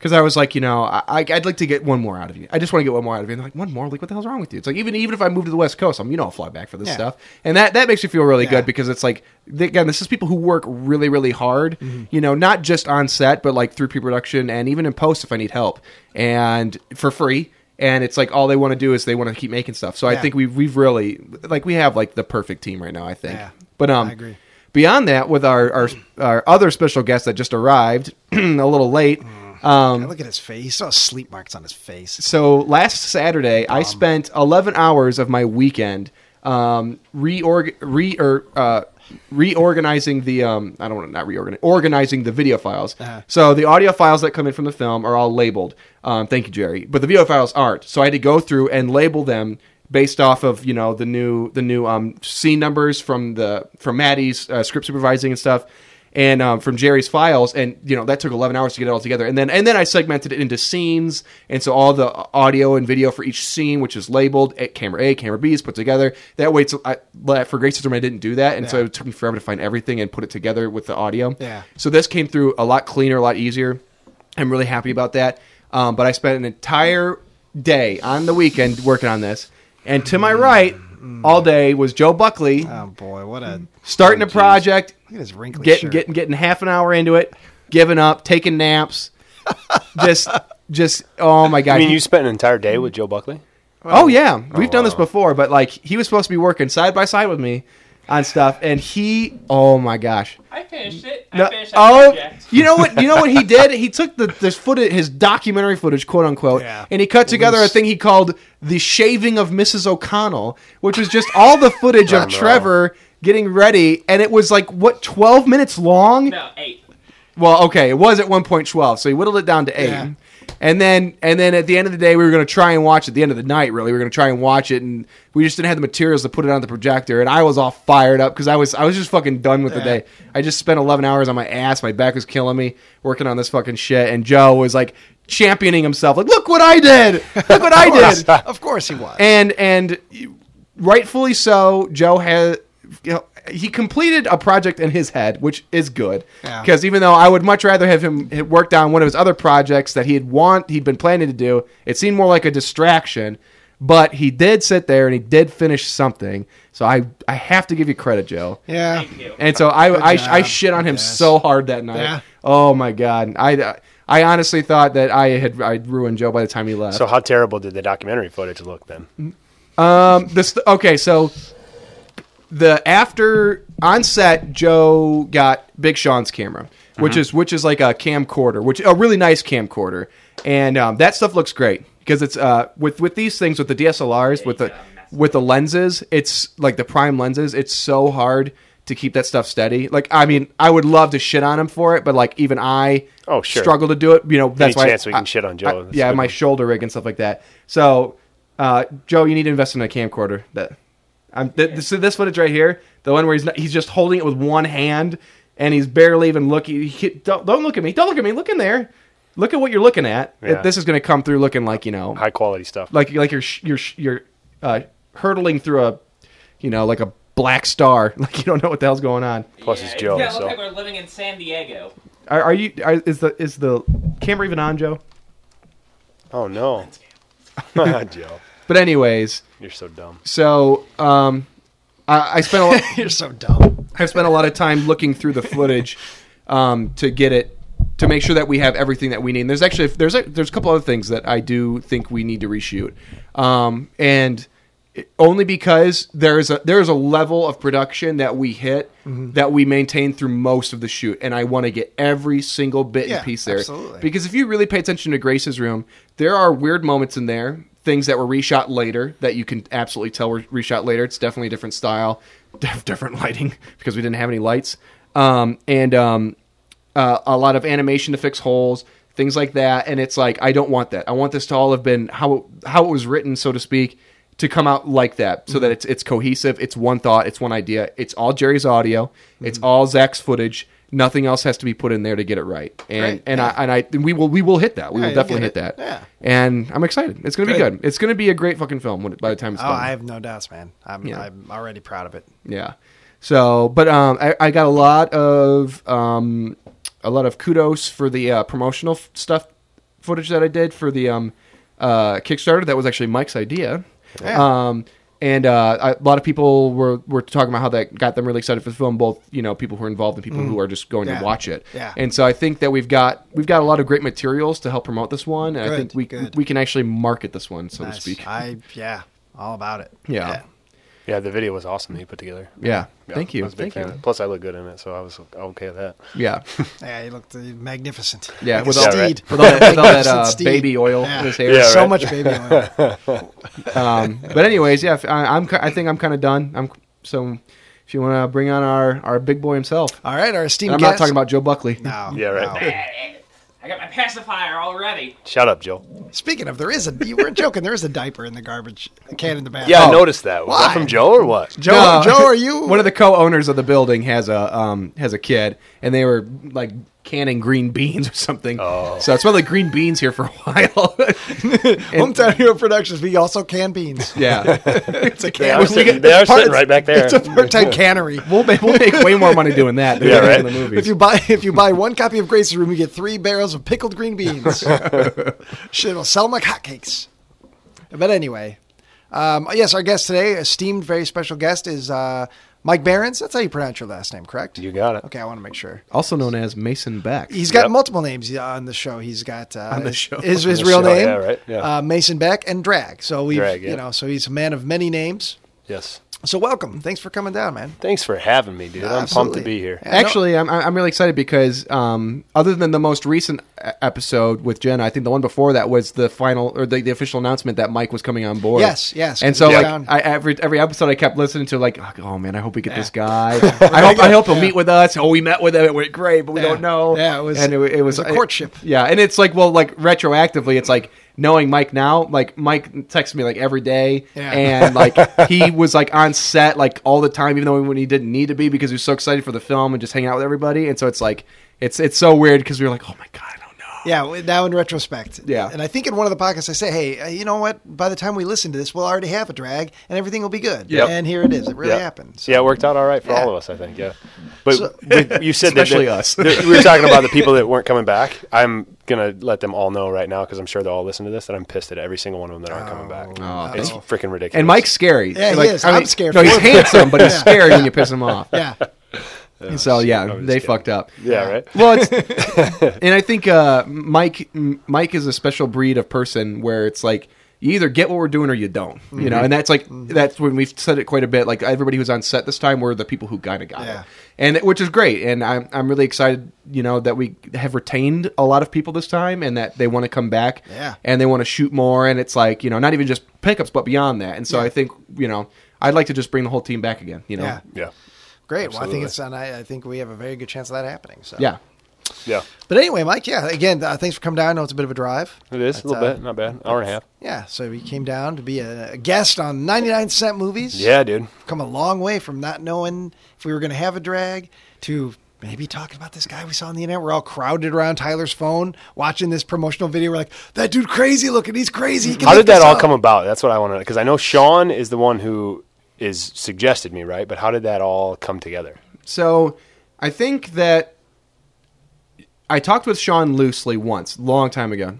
Speaker 5: because I was like, you know, I, I- I'd like to get one more out of you. I just want to get one more out of you. And they're like, one more? Like, what the hell's wrong with you? It's like even even if I move to the West Coast, I'm you know I'll fly back for this
Speaker 4: Yeah.
Speaker 5: stuff, and that that makes you feel really
Speaker 4: Yeah.
Speaker 5: good because it's like they- again, this is people who work really really hard,
Speaker 4: Mm-hmm.
Speaker 5: you know, not just on set but like through pre-production and even in post if I need help and for free. And it's like all they want to do is they want to keep making stuff. So I
Speaker 4: Yeah.
Speaker 5: think we we've really like we have like the perfect team right now. I think.
Speaker 4: Yeah.
Speaker 5: But um,
Speaker 4: I agree.
Speaker 5: Beyond that, with our our, our other special guest that just arrived a little late. uh,
Speaker 4: God,
Speaker 5: Um,
Speaker 4: look at his face. He saw sleep marks on his face.
Speaker 5: So last Saturday,
Speaker 4: Um.
Speaker 5: I spent 11 hours of my weekend um, reorg re or uh, reorganizing the um, I don't want to not reorganize organizing the video files.
Speaker 4: Uh-huh.
Speaker 5: So the audio files that come in from the film are all labeled. Um, thank you, Jerry. But the video files aren't. So I had to go through and label them based off of you know the new the new um, scene numbers from the from Maddie's uh, script supervising and stuff. And um, from Jerry's files, and you know that took eleven hours to get it all together, and then and then I segmented it into scenes, and so all the audio and video for each scene, which is labeled at camera A, camera B, is put together. That way, it's, I, for Grace's Room, I didn't do that, and so
Speaker 4: Yeah.
Speaker 5: it took me forever to find everything and put it together with the audio.
Speaker 4: Yeah.
Speaker 5: So this came through a lot cleaner, a lot easier. I'm really happy about that. Um, but I spent an entire day on the weekend working on this, and to my right all day was Joe Buckley
Speaker 4: Oh boy, what a
Speaker 5: starting a project,
Speaker 4: look at his wrinkly
Speaker 5: getting
Speaker 4: shirt.
Speaker 5: getting getting half an hour into it, giving up, taking naps, just just oh my god.
Speaker 6: I mean,
Speaker 5: He-
Speaker 6: you spent an entire day with Joe Buckley.
Speaker 5: oh yeah, we've done this
Speaker 6: wow.
Speaker 5: before, but like he was supposed to be working side by side with me on stuff, and he oh my gosh.
Speaker 7: I finished it.
Speaker 5: No-
Speaker 7: I finished that
Speaker 5: oh,
Speaker 7: project.
Speaker 5: you know what? You know what he did? He took the this footage, his documentary footage, quote unquote,
Speaker 4: Yeah.
Speaker 5: and he cut together a
Speaker 4: Loose.
Speaker 5: thing he called "The Shaving of Mrs. O'Connell," which was just all the footage of
Speaker 6: Time roll.
Speaker 5: Trevor getting ready, and it was like what twelve minutes long.
Speaker 7: No, eight.
Speaker 5: Well, okay, it was at one point twelve, so he whittled it down to eight.
Speaker 4: Yeah.
Speaker 5: And then, and then at the end of the day, we were going to try and watch it. At the end of the night, really, we were going to try and watch it, and we just didn't have the materials to put it on the projector. And I was all fired up because I was, I was just fucking done with the
Speaker 4: Yeah.
Speaker 5: day. I just spent eleven hours on my ass. My back was killing me working on this fucking shit. And Joe was like championing himself, like, "Look what I did! Look what I did!"
Speaker 4: Of course he was.
Speaker 5: ah. and and rightfully so joe has you know, he completed a project in his head which is good
Speaker 4: Yeah.
Speaker 5: because even though i would much rather have him had worked on one of his other projects that he had want he'd been planning to do it seemed more like a distraction but he did sit there and he did finish something so i i have to give you credit joe
Speaker 4: yeah.
Speaker 7: Thank you.
Speaker 5: and so I, I, I
Speaker 4: job.
Speaker 5: shit on him
Speaker 4: Yes.
Speaker 5: so hard that night.
Speaker 4: Yeah.
Speaker 5: Oh my god! I, I honestly thought that I had I ruined Joe by the time he left.
Speaker 6: So how terrible did the documentary footage look then?
Speaker 5: this okay so the after on set joe got big sean's camera which
Speaker 6: Mm-hmm.
Speaker 5: is which is like a camcorder which a really nice camcorder and um, that stuff looks great because it's uh with with these things with the dslrs with
Speaker 6: uh,
Speaker 5: the with the lenses it's like the prime lenses it's so hard to keep that stuff steady like i mean i would love to shit on him for it but like even i
Speaker 6: Oh, sure.
Speaker 5: struggle to do it you know that's why
Speaker 6: chance we can
Speaker 5: I-
Speaker 6: shit on Joe,
Speaker 5: I-
Speaker 6: that's
Speaker 5: yeah
Speaker 6: good
Speaker 5: my
Speaker 6: one.
Speaker 5: shoulder rig and stuff like that so uh, joe you need to invest in a camcorder that I'm, th- this, this footage right here, the one where he's not, he's just holding it with one hand and he's barely even looking. He, can't- don't, don't look at me. Don't look at me. Look in there. Look at what you're looking at.
Speaker 6: Yeah.
Speaker 5: It- This is going to come through looking like you know,
Speaker 6: High quality stuff.
Speaker 5: like like you're sh- you're sh- you're uh, hurtling through a, you know, like a black star. Like you don't know what the hell's going on.
Speaker 6: Plus
Speaker 7: yeah,
Speaker 6: it's Joe,
Speaker 7: Yeah,
Speaker 6: so
Speaker 7: look like we're living in San Diego.
Speaker 5: Are, are you? Are, is the is the camera even on, Joe?
Speaker 6: oh no, Joe,
Speaker 5: But anyways,
Speaker 6: you're so dumb.
Speaker 5: so um, I, I spent a lot.
Speaker 4: You're so dumb.
Speaker 5: I've spent a lot of time looking through the footage um, to get it to make sure that we have everything that we need. And there's actually there's a, there's a couple other things that I do think we need to reshoot, um, and it- only because there's a there's a level of production that we hit
Speaker 4: Mm-hmm.
Speaker 5: that we maintain through most of the shoot, and I want to get every single bit
Speaker 4: Yeah,
Speaker 5: and piece there
Speaker 4: absolutely.
Speaker 5: because if you really pay attention to Grace's room, there are weird moments in there, things that were reshot later that you can absolutely tell were reshot later. It's definitely a different style, def- different lighting because we didn't have any lights, um, and um, uh, a lot of animation to fix holes, things like that. And it's like I don't want that. I want this to all have been how how it was written, so to speak, to come out like that, so
Speaker 4: Mm-hmm.
Speaker 5: that it's it's cohesive. It's one thought. It's one idea. It's all Jerry's audio.
Speaker 4: Mm-hmm.
Speaker 5: It's all Zach's footage. Nothing else has to be put in there to get it right. And
Speaker 4: Great.
Speaker 5: and I and I and we will we will hit that. We will
Speaker 4: you'll
Speaker 5: definitely hit
Speaker 4: get
Speaker 5: that.
Speaker 4: it. Yeah.
Speaker 5: And I'm excited. It's gonna be
Speaker 4: Good.
Speaker 5: good. It's gonna be a great fucking film when, by the time it's
Speaker 4: Oh,
Speaker 5: done.
Speaker 4: I have no doubts, man. I'm
Speaker 5: Yeah.
Speaker 4: I'm already proud of it.
Speaker 5: Yeah. So, but um, I, I got a lot of um, a lot of kudos for the uh, promotional f- stuff footage that I did for the um, uh, Kickstarter. That was actually Mike's idea.
Speaker 4: Yeah.
Speaker 5: Um, and uh, I- a lot of people were, were talking about how that got them really excited for the film. Both you know people who are involved and people who are just going
Speaker 4: Mm. Yeah.
Speaker 5: to watch it.
Speaker 4: Yeah.
Speaker 5: And so I think that we've got we've got a lot of great materials to help promote this one, and I
Speaker 4: Good,
Speaker 5: think we
Speaker 4: good.
Speaker 5: we can actually market this one, so to
Speaker 4: Nice.
Speaker 5: speak.
Speaker 4: I yeah, all about it.
Speaker 5: Yeah.
Speaker 6: Yeah, the video was awesome that you put together.
Speaker 5: yeah.
Speaker 6: Yeah,
Speaker 5: Thank
Speaker 6: I
Speaker 5: you.
Speaker 6: was a big
Speaker 5: Thank
Speaker 6: fan.
Speaker 5: you.
Speaker 6: Plus, I look good in it, so I was okay with that.
Speaker 5: Yeah.
Speaker 4: Yeah, he looked uh, magnificent.
Speaker 5: Yeah,
Speaker 4: like
Speaker 5: with
Speaker 4: a
Speaker 5: all-
Speaker 4: steed.
Speaker 6: right.
Speaker 5: with all that, with all that uh,
Speaker 4: Magnificent steed.
Speaker 5: baby oil
Speaker 4: Yeah.
Speaker 5: in his hair.
Speaker 6: Yeah,
Speaker 4: so
Speaker 6: right.
Speaker 4: much baby oil.
Speaker 5: Um, but anyways, yeah, I, I'm. ki- I think I'm kind of done. I'm so. If you want to bring on our, our big boy himself,
Speaker 4: All right, our esteemed
Speaker 5: and I'm not
Speaker 4: guest.
Speaker 5: talking about Joe Buckley.
Speaker 4: No.
Speaker 6: Yeah, right.
Speaker 7: I got my pacifier already.
Speaker 6: Shut up, Joe.
Speaker 4: no. Speaking of, there is a you weren't joking. There is a diaper in the garbage can in the bathroom.
Speaker 6: Yeah,
Speaker 5: Oh.
Speaker 6: I noticed that. Was
Speaker 4: Why?
Speaker 6: that from Joe or what?
Speaker 4: Joe,
Speaker 5: No.
Speaker 4: Joe, are you
Speaker 5: One of the co-owners of the building has a um, has a kid, and they were like canning green beans or something.
Speaker 6: Oh.
Speaker 5: So it smelled like green beans here for a while. And-
Speaker 4: hometown hero productions? We also can beans.
Speaker 5: yeah, it's a
Speaker 6: They are sitting, they are sitting right back there.
Speaker 4: It's a part-time cannery.
Speaker 5: We'll make, we'll make way more money doing that than
Speaker 6: Yeah,
Speaker 5: we did
Speaker 6: right.
Speaker 5: in the movies.
Speaker 4: If you buy if you buy one copy of Grace's Room, you get three barrels of pickled green beans. Shit, it'll sell 'em like hotcakes. But anyway, Um, yes, our guest today, esteemed, very special guest, is uh, Mike Barons. That's how you pronounce your last name, correct?
Speaker 6: You got it.
Speaker 4: Okay, I want to make sure.
Speaker 5: also known as Mason Beck.
Speaker 4: He's got
Speaker 6: Yep.
Speaker 4: multiple names uh, on the show. He's got uh,
Speaker 5: On the show.
Speaker 4: his, his
Speaker 6: the
Speaker 4: real
Speaker 6: show,
Speaker 4: name,
Speaker 6: yeah, right, yeah.
Speaker 4: uh, Mason Beck, and Drag. So we, have
Speaker 6: Drag, yeah.
Speaker 4: you know, so he's a man of many names.
Speaker 6: Yes.
Speaker 4: So welcome, thanks for coming down, man.
Speaker 6: Thanks for having me, dude. I'm pumped
Speaker 4: Absolutely.
Speaker 6: to be here.
Speaker 4: Yeah, no-
Speaker 5: Actually, I'm, I'm really excited because um, other than the most recent e- episode with Jenna, I think the one before that was the final or the, the official announcement that Mike was coming on board.
Speaker 4: Yes, yes,
Speaker 5: And so
Speaker 4: yeah.
Speaker 5: like I, every every episode, I kept listening to like, oh man, I hope we get this guy. I hope I hope he'll meet with us. Oh, we met with him. It went great, but we
Speaker 4: Yeah.
Speaker 5: don't know.
Speaker 4: Yeah, it was-
Speaker 5: and it,
Speaker 4: it was a courtship.
Speaker 5: yeah, and it's like well, like retroactively, it's like. Knowing Mike now, like Mike texts me like every day,
Speaker 4: Yeah.
Speaker 5: and like he was like on set like all the time, even though when he didn't need to be because he was so excited for the film and just hanging out with everybody. And so it's like it's it's so weird because we were like, oh my god, I don't know.
Speaker 4: Yeah, w- now in retrospect.
Speaker 5: Yeah.
Speaker 4: And I think in one of the podcasts I say, hey, uh, you know what? By the time we listen to this, we'll already have a drag and everything will be good.
Speaker 6: Yep.
Speaker 4: And here it is. It really
Speaker 6: Yeah.
Speaker 4: happened. So,
Speaker 6: Yeah, it worked out all right for
Speaker 4: Yeah.
Speaker 6: all of us, I think. Yeah, but
Speaker 4: So-
Speaker 6: we- you said
Speaker 5: Especially
Speaker 6: that, that-
Speaker 5: us.
Speaker 6: that we were talking about the people that weren't coming back. I'm gonna let them all know right now because I'm sure they'll all listen to this that I'm pissed at every single one of them that aren't coming back.
Speaker 5: Oh,
Speaker 6: it's freaking ridiculous.
Speaker 5: And Mike's scary.
Speaker 4: Yeah, he
Speaker 5: like,
Speaker 4: is.
Speaker 5: I
Speaker 4: I'm scared
Speaker 5: No,
Speaker 4: for
Speaker 5: he's
Speaker 4: him.
Speaker 5: handsome, but he's scary when you piss him off.
Speaker 4: Yeah.
Speaker 5: And so yeah,
Speaker 6: I'm just
Speaker 5: they
Speaker 6: kidding.
Speaker 5: fucked up.
Speaker 6: yeah, right.
Speaker 5: Well, it's, and I think uh, Mike M- Mike is a special breed of person where it's like you either get what we're doing or you don't, you
Speaker 4: Mm-hmm.
Speaker 5: know. And that's like that's when we've said it quite a bit. Like everybody who's on set this time were the people who kind of got
Speaker 4: Yeah.
Speaker 5: it, and it- which is great. And I'm I'm really excited, you know, that we have retained a lot of people this time and that they want to come back,
Speaker 4: Yeah.
Speaker 5: and they want to shoot more. And it's like you know, not even just pickups, but beyond that. And so I think you know. I'd like to just bring the whole team back again, you know.
Speaker 4: Yeah.
Speaker 6: Yeah,
Speaker 4: Great. Well, I think
Speaker 6: Absolutely.
Speaker 4: it's and I, I think we have a very good chance of that happening. So
Speaker 5: Yeah.
Speaker 6: yeah.
Speaker 4: But anyway, Mike, yeah, again, uh, thanks for coming down. I know it's a bit of a drive.
Speaker 6: It is a
Speaker 4: But,
Speaker 6: little
Speaker 4: uh,
Speaker 6: bit, not bad. Hour and a half.
Speaker 4: Yeah, so you came down to be a, a guest on 99 Cent Movies.
Speaker 6: Yeah, dude.
Speaker 4: Come a long way from not knowing if we were going to have a drag to maybe talking about this guy we saw on the internet. We're all crowded around Tyler's phone watching this promotional video. We're like, that dude crazy looking. He's crazy. He can
Speaker 6: How
Speaker 4: make
Speaker 6: did that
Speaker 4: this
Speaker 6: all
Speaker 4: up."
Speaker 6: come about? That's what I want to know because I know Sean is the one who is suggested me, right? But how did that all come together?
Speaker 5: So I think that I talked with Sean loosely once, long time ago,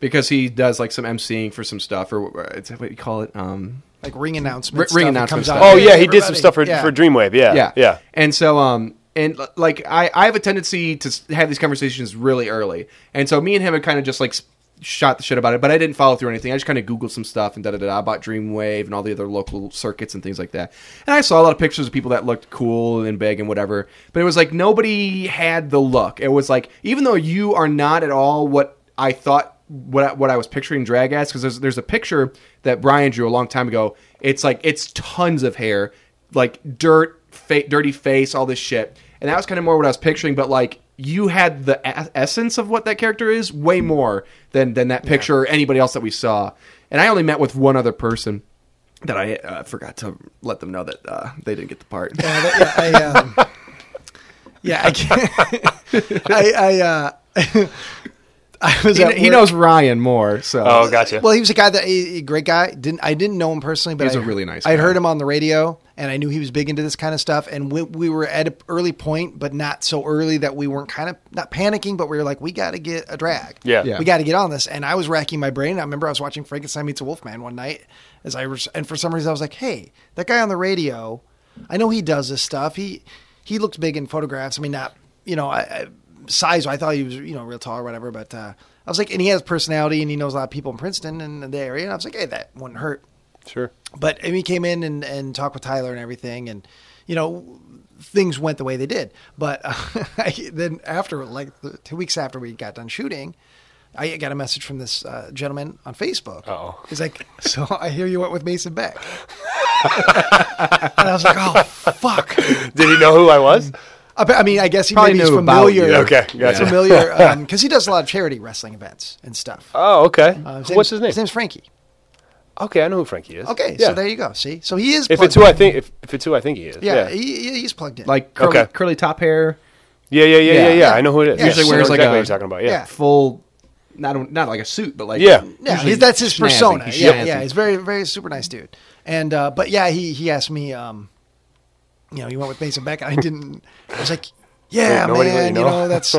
Speaker 5: because he does like some emceeing for some stuff, or uh, it's what do you call it? Um,
Speaker 4: Like ring announcement.
Speaker 5: Ring
Speaker 4: stuff that
Speaker 5: announcement
Speaker 4: comes
Speaker 5: stuff.
Speaker 4: out.
Speaker 6: Oh
Speaker 4: Hey,
Speaker 6: yeah, he did some
Speaker 4: everybody.
Speaker 6: stuff for,
Speaker 4: Yeah.
Speaker 6: for Dreamwave.
Speaker 5: yeah,
Speaker 6: Yeah, yeah, yeah.
Speaker 5: And so, um, and l- like I, I have a tendency to s- have these conversations really early, and so me and him had kind of just like s- shot the shit about it, but I didn't follow through or anything. I just kind of googled some stuff and da da da about Dreamwave and all the other local circuits and things like that. And I saw a lot of pictures of people that looked cool and big and whatever, but it was like nobody had the look. It was like even though you are not at all what I thought what I, what I was picturing drag as because there's there's a picture that Brian drew a long time ago. It's like it's tons of hair, like dirt, fa- dirty face, all this shit, and that was kind of more what I was picturing. But like you had the a- essence of what that character is way more than than that picture or anybody else that we saw. And I only met with one other person that I uh, forgot to let them know that uh, they didn't get the part.
Speaker 4: Yeah, that- yeah, I, um, yeah, I, can't- I, I, uh, I was.
Speaker 5: he,
Speaker 4: at
Speaker 5: he
Speaker 4: work-
Speaker 5: knows Ryan more, so
Speaker 6: Oh, gotcha.
Speaker 4: Well, he was a guy that a, a great guy. Didn't I didn't know him personally, but
Speaker 5: He's
Speaker 4: I,
Speaker 5: a really nice
Speaker 4: I'd
Speaker 5: guy.
Speaker 4: heard him on the radio, and I knew he was big into this kind of stuff. And we, we were at an early point, but not so early that we weren't kind of not panicking, but we were like, we got to get a drag.
Speaker 6: Yeah. Yeah.
Speaker 4: we got to get on this. And I was racking my brain. I remember I was watching Frankenstein meets a Wolfman one night, as I was, and for some reason I was like, hey, that guy on the radio, I know he does this stuff. He he looked big in photographs. I mean, not you know, I, I size. I thought he was you know real tall or whatever, but uh, I was like, and he has personality, and he knows a lot of people in Princeton and the area. And I was like, hey, that wouldn't hurt
Speaker 6: sure.
Speaker 4: but and we came in and, and talked with Tyler and everything, and you know things went the way they did. But uh, I, then after like the, two weeks after we got done shooting, I got a message from this uh, gentleman on Facebook.
Speaker 6: Uh-oh.
Speaker 4: he's like, "So I hear you went with Mason Beck," and I was like, "Oh fuck!"
Speaker 6: Did he know who I was?
Speaker 4: I, bet- I mean, I guess he
Speaker 5: Probably
Speaker 4: maybe is
Speaker 5: knew about
Speaker 4: familiar.
Speaker 5: you.
Speaker 6: Okay,
Speaker 4: He's
Speaker 6: gotcha.
Speaker 4: familiar because he does a lot of charity wrestling events and stuff.
Speaker 6: Oh, okay.
Speaker 4: Uh,
Speaker 6: What's his name?
Speaker 4: His name's Frankie.
Speaker 6: Okay, I know who Frankie is.
Speaker 4: Okay,
Speaker 6: yeah.
Speaker 4: so there you go. See, so he is.
Speaker 6: if
Speaker 4: plugged
Speaker 6: it's who I
Speaker 4: in.
Speaker 6: think, if, if it's who I think he is,
Speaker 4: yeah,
Speaker 6: yeah, yeah,
Speaker 4: he- he's plugged in.
Speaker 5: like curly,
Speaker 6: Okay.
Speaker 5: curly top hair,
Speaker 6: yeah, yeah, yeah,
Speaker 5: Yeah.
Speaker 6: yeah, I know who it is.
Speaker 4: Yeah. Usually
Speaker 6: Yes, I
Speaker 5: wears
Speaker 6: know
Speaker 5: like
Speaker 6: exactly
Speaker 5: a-
Speaker 6: what you're talking about. Yeah,
Speaker 4: yeah.
Speaker 5: full, not a- not like a suit, but like
Speaker 6: Yeah.
Speaker 4: Yeah,
Speaker 5: usually
Speaker 4: he- that's his
Speaker 5: snazzy.
Speaker 4: persona.
Speaker 5: He's
Speaker 4: Yeah,
Speaker 5: snazzy.
Speaker 4: yeah, he's very, very super nice dude. And uh, but yeah, he he asked me, um, you know, you went with Mason Beck, and I didn't. I was like, yeah,
Speaker 6: Wait, nobody let
Speaker 4: man,
Speaker 6: you
Speaker 4: you
Speaker 6: know?
Speaker 4: know, that's.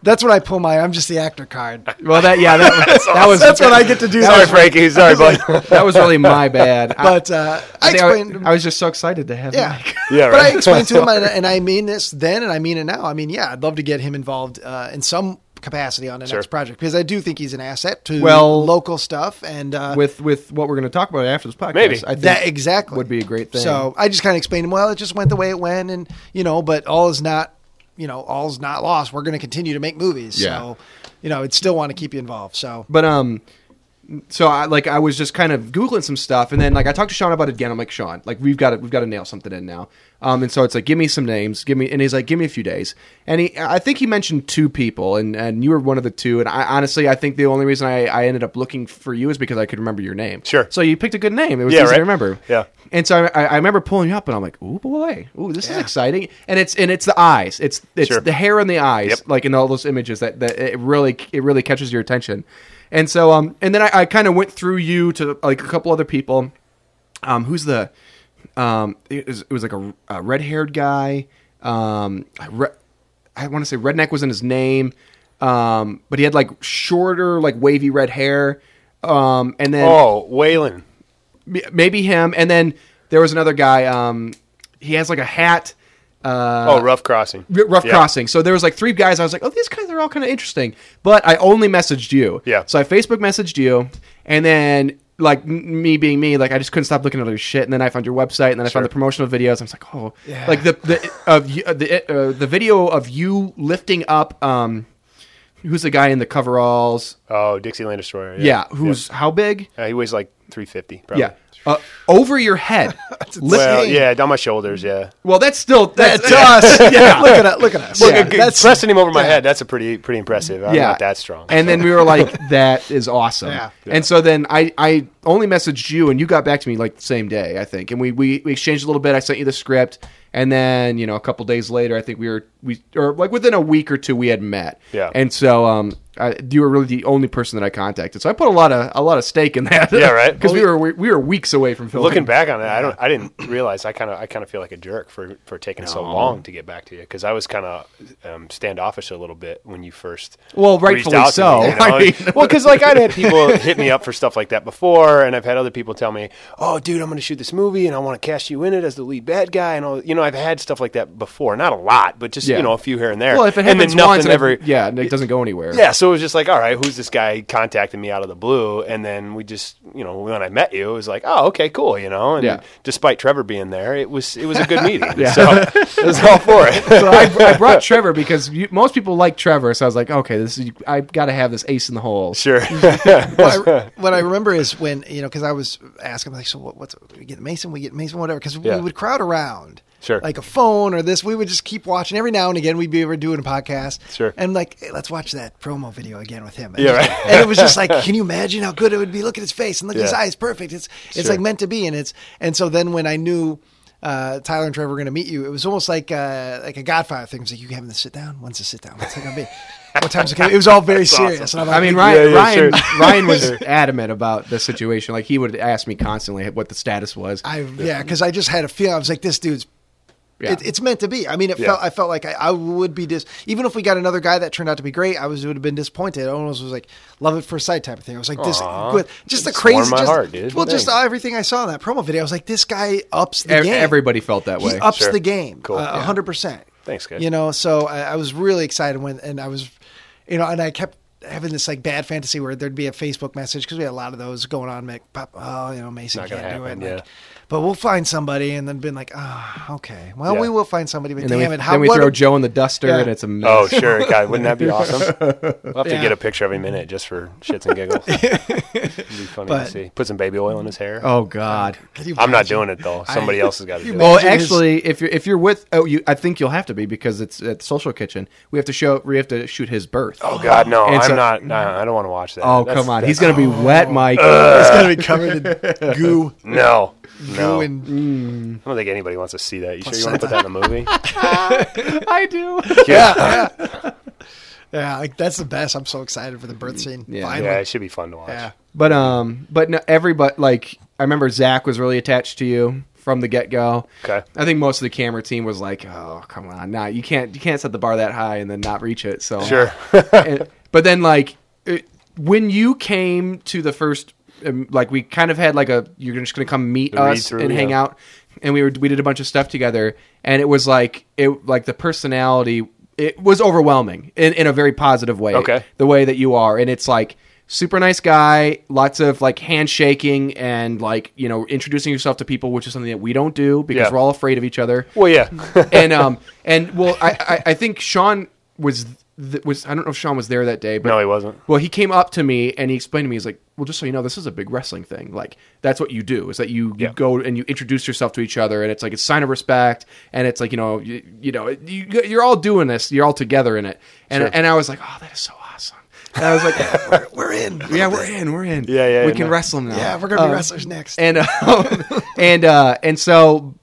Speaker 4: That's when I pull my I'm just the actor card.
Speaker 5: Well, that yeah, that, that was
Speaker 4: That's when I get to do
Speaker 6: Sorry,
Speaker 4: that.
Speaker 6: Frankie. Sorry, bud.
Speaker 5: that was really my bad. I-
Speaker 4: But uh, I
Speaker 5: I, think I-
Speaker 4: explained.
Speaker 5: I was just so excited to have.
Speaker 4: yeah.
Speaker 5: Mike.
Speaker 6: yeah, right.
Speaker 4: But I explained to him, and, and I mean this then, and I mean it now. I mean, yeah, I'd love to get him involved uh, in some capacity on the
Speaker 6: Sure.
Speaker 4: next project because I do think he's an asset to
Speaker 5: Well-
Speaker 4: local stuff and uh,
Speaker 5: with with what we're going to talk about after this podcast.
Speaker 6: Maybe.
Speaker 5: I think
Speaker 4: that exactly
Speaker 5: would be a great thing.
Speaker 4: So I just kind of explained to him, well, it just went the way it went, and you know, but all is not, you know, all's not lost. We're going to continue to make movies,
Speaker 5: Yeah.
Speaker 4: so you know, I'd still want to keep you involved. So
Speaker 5: But um, so I like I was just kind of googling some stuff, and then like I talked to Sean about it again. I'm like Sean, like we've got to we've got to nail something in now. Um, and so it's like give me some names, give me, and he's like give me a few days. And he, I think he mentioned two people, and and you were one of the two. And I honestly, I think the only reason I I ended up looking for you is because I could remember your name.
Speaker 6: Sure.
Speaker 5: So you picked a good name. It was
Speaker 6: Yeah,
Speaker 5: easy
Speaker 6: right?
Speaker 5: to remember.
Speaker 6: Yeah.
Speaker 5: And so I, I remember pulling you up, and I'm like, "Ooh boy, ooh this is exciting!" And it's and it's the eyes, it's it's
Speaker 6: Sure.
Speaker 5: the hair in the eyes,
Speaker 6: Yep.
Speaker 5: like in all those images that, that it really it really catches your attention. And so um and then I, I kind of went through you to like a couple other people. Um, who's the um it was, it was like a, a red haired guy. Um, I re- I want to say redneck wasn't his name. Um, but he had like shorter, like wavy red hair. Um, and then
Speaker 6: oh, Waylon.
Speaker 5: M- maybe him and then there was another guy um he has like a hat uh
Speaker 6: oh, Rough Crossing.
Speaker 5: R- rough
Speaker 6: Yeah.
Speaker 5: crossing so there was like three guys i was like oh these guys are all kind of interesting but i only messaged you
Speaker 6: Yeah.
Speaker 5: so i facebook messaged you and then like m- me being me like i just couldn't stop looking at other shit and then i found your website and then i found the promotional videos i was like oh like the the of you, the uh, the video of you lifting up um who's the guy in the coveralls
Speaker 6: Oh, Dixieland Destroyer.
Speaker 5: yeah, who's how big
Speaker 6: Uh, he weighs like 350, probably.
Speaker 5: yeah uh, over your head
Speaker 6: Well,
Speaker 4: Lifting.
Speaker 6: yeah, down my shoulders, yeah.
Speaker 5: Well, that's still that's,
Speaker 4: That's us.
Speaker 5: yeah.
Speaker 4: look at us, look at us.
Speaker 5: Look,
Speaker 4: Yeah,
Speaker 5: a-
Speaker 4: that's
Speaker 6: Pressing him over my head, that's a pretty pretty impressive. I'm
Speaker 5: yeah,
Speaker 6: not that strong.
Speaker 5: And then we were like, "That is awesome."
Speaker 4: Yeah.
Speaker 5: And so then I I only messaged you, and you got back to me like the same day, I think. And we we, we exchanged a little bit. I sent you the script, and then you know a couple days later, I think we were we or like within a week or two we had met.
Speaker 6: Yeah.
Speaker 5: And so um, I, you were really the only person that I contacted. So I put a lot of a lot of stake in that.
Speaker 6: Yeah, right.
Speaker 5: Because we were we, we were weeks away from filming.
Speaker 6: Looking back on it, I don't. I didn't realize. I kind of. I kind of feel like a jerk for for taking so long to get back to you because I was kind of um, standoffish a little bit when you first.
Speaker 5: Well,
Speaker 6: reached
Speaker 5: rightfully
Speaker 6: out to
Speaker 5: so.
Speaker 6: me, you know?
Speaker 5: I mean-
Speaker 6: well, because like I'd had people hit me up for stuff like that before, and I've had other people tell me, "Oh, dude, I'm going to shoot this movie, and I want to cast you in it as the lead bad guy." And all you know, I've had stuff like that before. Not a lot, but just
Speaker 5: Yeah.
Speaker 6: you know, a few here and there.
Speaker 5: well, if it
Speaker 6: and
Speaker 5: happens
Speaker 6: then nothing
Speaker 5: once, and it-
Speaker 6: ever.
Speaker 5: yeah, and it doesn't go anywhere.
Speaker 6: Yeah, so it was just like, all right, who's this guy contacting me out of the blue? And then we just, you know, when I met you, it was like, oh, okay, cool, you know. And
Speaker 5: Yeah.
Speaker 6: despite Trevor being there, it was it was a good meeting. So it was all for it.
Speaker 5: so I, I brought Trevor because you, most people like Trevor, so I was like, okay, this is, I got to have this ace in the hole.
Speaker 6: sure.
Speaker 4: what, I, what I remember is when you know because I was asking like, so what, what's we get Mason, we get Mason, whatever, because
Speaker 6: Yeah.
Speaker 4: we would crowd around.
Speaker 6: Sure.
Speaker 4: Like a phone or this, we would just keep watching. Every now and again, we'd be over doing a podcast.
Speaker 6: Sure.
Speaker 4: And like, hey, let's watch that promo video again with him. And
Speaker 6: Yeah, right.
Speaker 4: And it was just like, can you imagine how good it would be? Look at his face and look at his
Speaker 6: Yeah.
Speaker 4: eyes, perfect. It's it's
Speaker 6: Sure.
Speaker 4: like meant to be. And it's and so then when I knew uh, Tyler and Trevor were going to meet you, it was almost like uh, like a Godfather thing. It was like you having to sit down. When's the sit down? What's it going to be? What time's it going to be? It was all very serious. And I'm
Speaker 5: I
Speaker 4: like,
Speaker 5: mean, Ryan
Speaker 6: yeah,
Speaker 5: Ryan,
Speaker 6: sure.
Speaker 5: Ryan was adamant about the situation. Like he would ask me constantly what the status was. E-,
Speaker 4: I yeah, because I just had a feeling. I was like, this dude's.
Speaker 5: Yeah.
Speaker 4: It, it's meant to be. I mean, it
Speaker 6: Yeah.
Speaker 4: felt. I felt like I, I would be dis. Even if we got another guy that turned out to be great, I was would have been disappointed. I almost was like love at first sight type of thing. I was like this, good. just the
Speaker 6: Just
Speaker 4: crazy.
Speaker 6: warmed my
Speaker 4: just,
Speaker 6: heart, dude.
Speaker 4: Well, just
Speaker 6: Thanks.
Speaker 4: everything I saw in that promo video, I was like, this guy ups
Speaker 5: E-
Speaker 4: the game.
Speaker 5: Everybody felt that
Speaker 4: he
Speaker 5: way.
Speaker 4: ups
Speaker 6: Sure.
Speaker 4: the game.
Speaker 6: Cool.
Speaker 4: Cool,
Speaker 6: Yeah.
Speaker 4: hundred percent.
Speaker 6: Thanks, guys.
Speaker 4: You know, so I, I was really excited when, and I was, you know, and I kept having this like bad fantasy where there'd be a Facebook message because we had a lot of those going on. Like, pop, oh, you know, Mason
Speaker 6: Not
Speaker 4: can't
Speaker 6: gonna
Speaker 4: do it.
Speaker 6: happen,
Speaker 4: like,
Speaker 6: yeah.
Speaker 4: But we'll find somebody, and then been like, ah, okay, well,
Speaker 6: Yeah.
Speaker 4: we will find somebody. But
Speaker 5: and then
Speaker 4: damn
Speaker 5: we,
Speaker 4: it, how
Speaker 5: then we
Speaker 4: what
Speaker 5: throw
Speaker 4: a-
Speaker 5: Joe in the duster,
Speaker 4: Yeah.
Speaker 5: and it's a mess.
Speaker 6: oh, sure. God, wouldn't that be awesome? We'll have to
Speaker 4: Yeah.
Speaker 6: get a picture every minute just for shits and giggles. It'd be funny
Speaker 4: But-
Speaker 6: to see. Put some baby oil in his hair.
Speaker 5: Oh, God.
Speaker 4: Can you
Speaker 6: I'm not
Speaker 4: imagine?
Speaker 6: doing it though. Somebody else has got to do it.
Speaker 5: Well,
Speaker 4: Imagine his-
Speaker 5: actually, if you're if you're with oh, you I think you'll have to be because it's at the social kitchen. We have to show we have to shoot his birth.
Speaker 6: Oh God, no!
Speaker 5: It's
Speaker 6: I'm
Speaker 5: a-
Speaker 6: not. Nah, I don't want to watch that.
Speaker 5: Oh,
Speaker 6: That's- Oh.
Speaker 5: come on,
Speaker 6: that's-
Speaker 5: he's gonna be wet, Mike.
Speaker 4: It's gonna be covered in goo,
Speaker 6: no,
Speaker 4: goo,
Speaker 6: no. I
Speaker 4: and
Speaker 6: don't think anybody wants to see that. You sure you want to put that in a movie?
Speaker 5: I do.
Speaker 4: yeah, yeah. Yeah, like that's the best. I'm so excited for the birth scene.
Speaker 5: Yeah.
Speaker 4: Finally.
Speaker 6: Yeah, it should be fun to watch.
Speaker 4: yeah.
Speaker 5: But um, but no, everybody like I remember Zach was really attached to you. from the get go.
Speaker 6: Okay.
Speaker 5: I think most of the camera team was like, "Oh, come on, nah, you can't you can't set the bar that high and then not reach it." So
Speaker 6: Sure.
Speaker 5: And- but then like it, when you came to the first, um, like we kind of had like a you're just gonna come meet
Speaker 6: The
Speaker 5: us
Speaker 6: read-through,
Speaker 5: and hang
Speaker 6: yeah.
Speaker 5: out, and we were we did a bunch of stuff together, and it was like it like the personality it was overwhelming in in a very positive way.
Speaker 6: Okay.
Speaker 5: the way that you are, and it's like. Super nice guy, lots of like handshaking and like, you know, introducing yourself to people, which is something that we don't do because
Speaker 6: Yeah.
Speaker 5: we're all afraid of each other
Speaker 6: Well, yeah.
Speaker 5: and um and well I I, I think Sean was th- was I don't know if Sean was there that day but
Speaker 6: No, he wasn't.
Speaker 5: well he came up to me and he explained to me he's like well just so you know this is a big wrestling thing like that's what you do is that you, you
Speaker 6: Yeah.
Speaker 5: go and you introduce yourself to each other and it's like it's sign of respect and it's like you know you, you know you, you're all doing this you're all together in it and
Speaker 6: Sure.
Speaker 5: and I was like oh that is so awesome and I was like yeah, we're, we're in yeah we're in we're in
Speaker 6: Yeah, yeah,
Speaker 5: we
Speaker 6: yeah,
Speaker 5: can
Speaker 6: no.
Speaker 5: wrestle now
Speaker 4: Yeah, we're gonna be wrestlers next.
Speaker 5: and um, and uh, and so,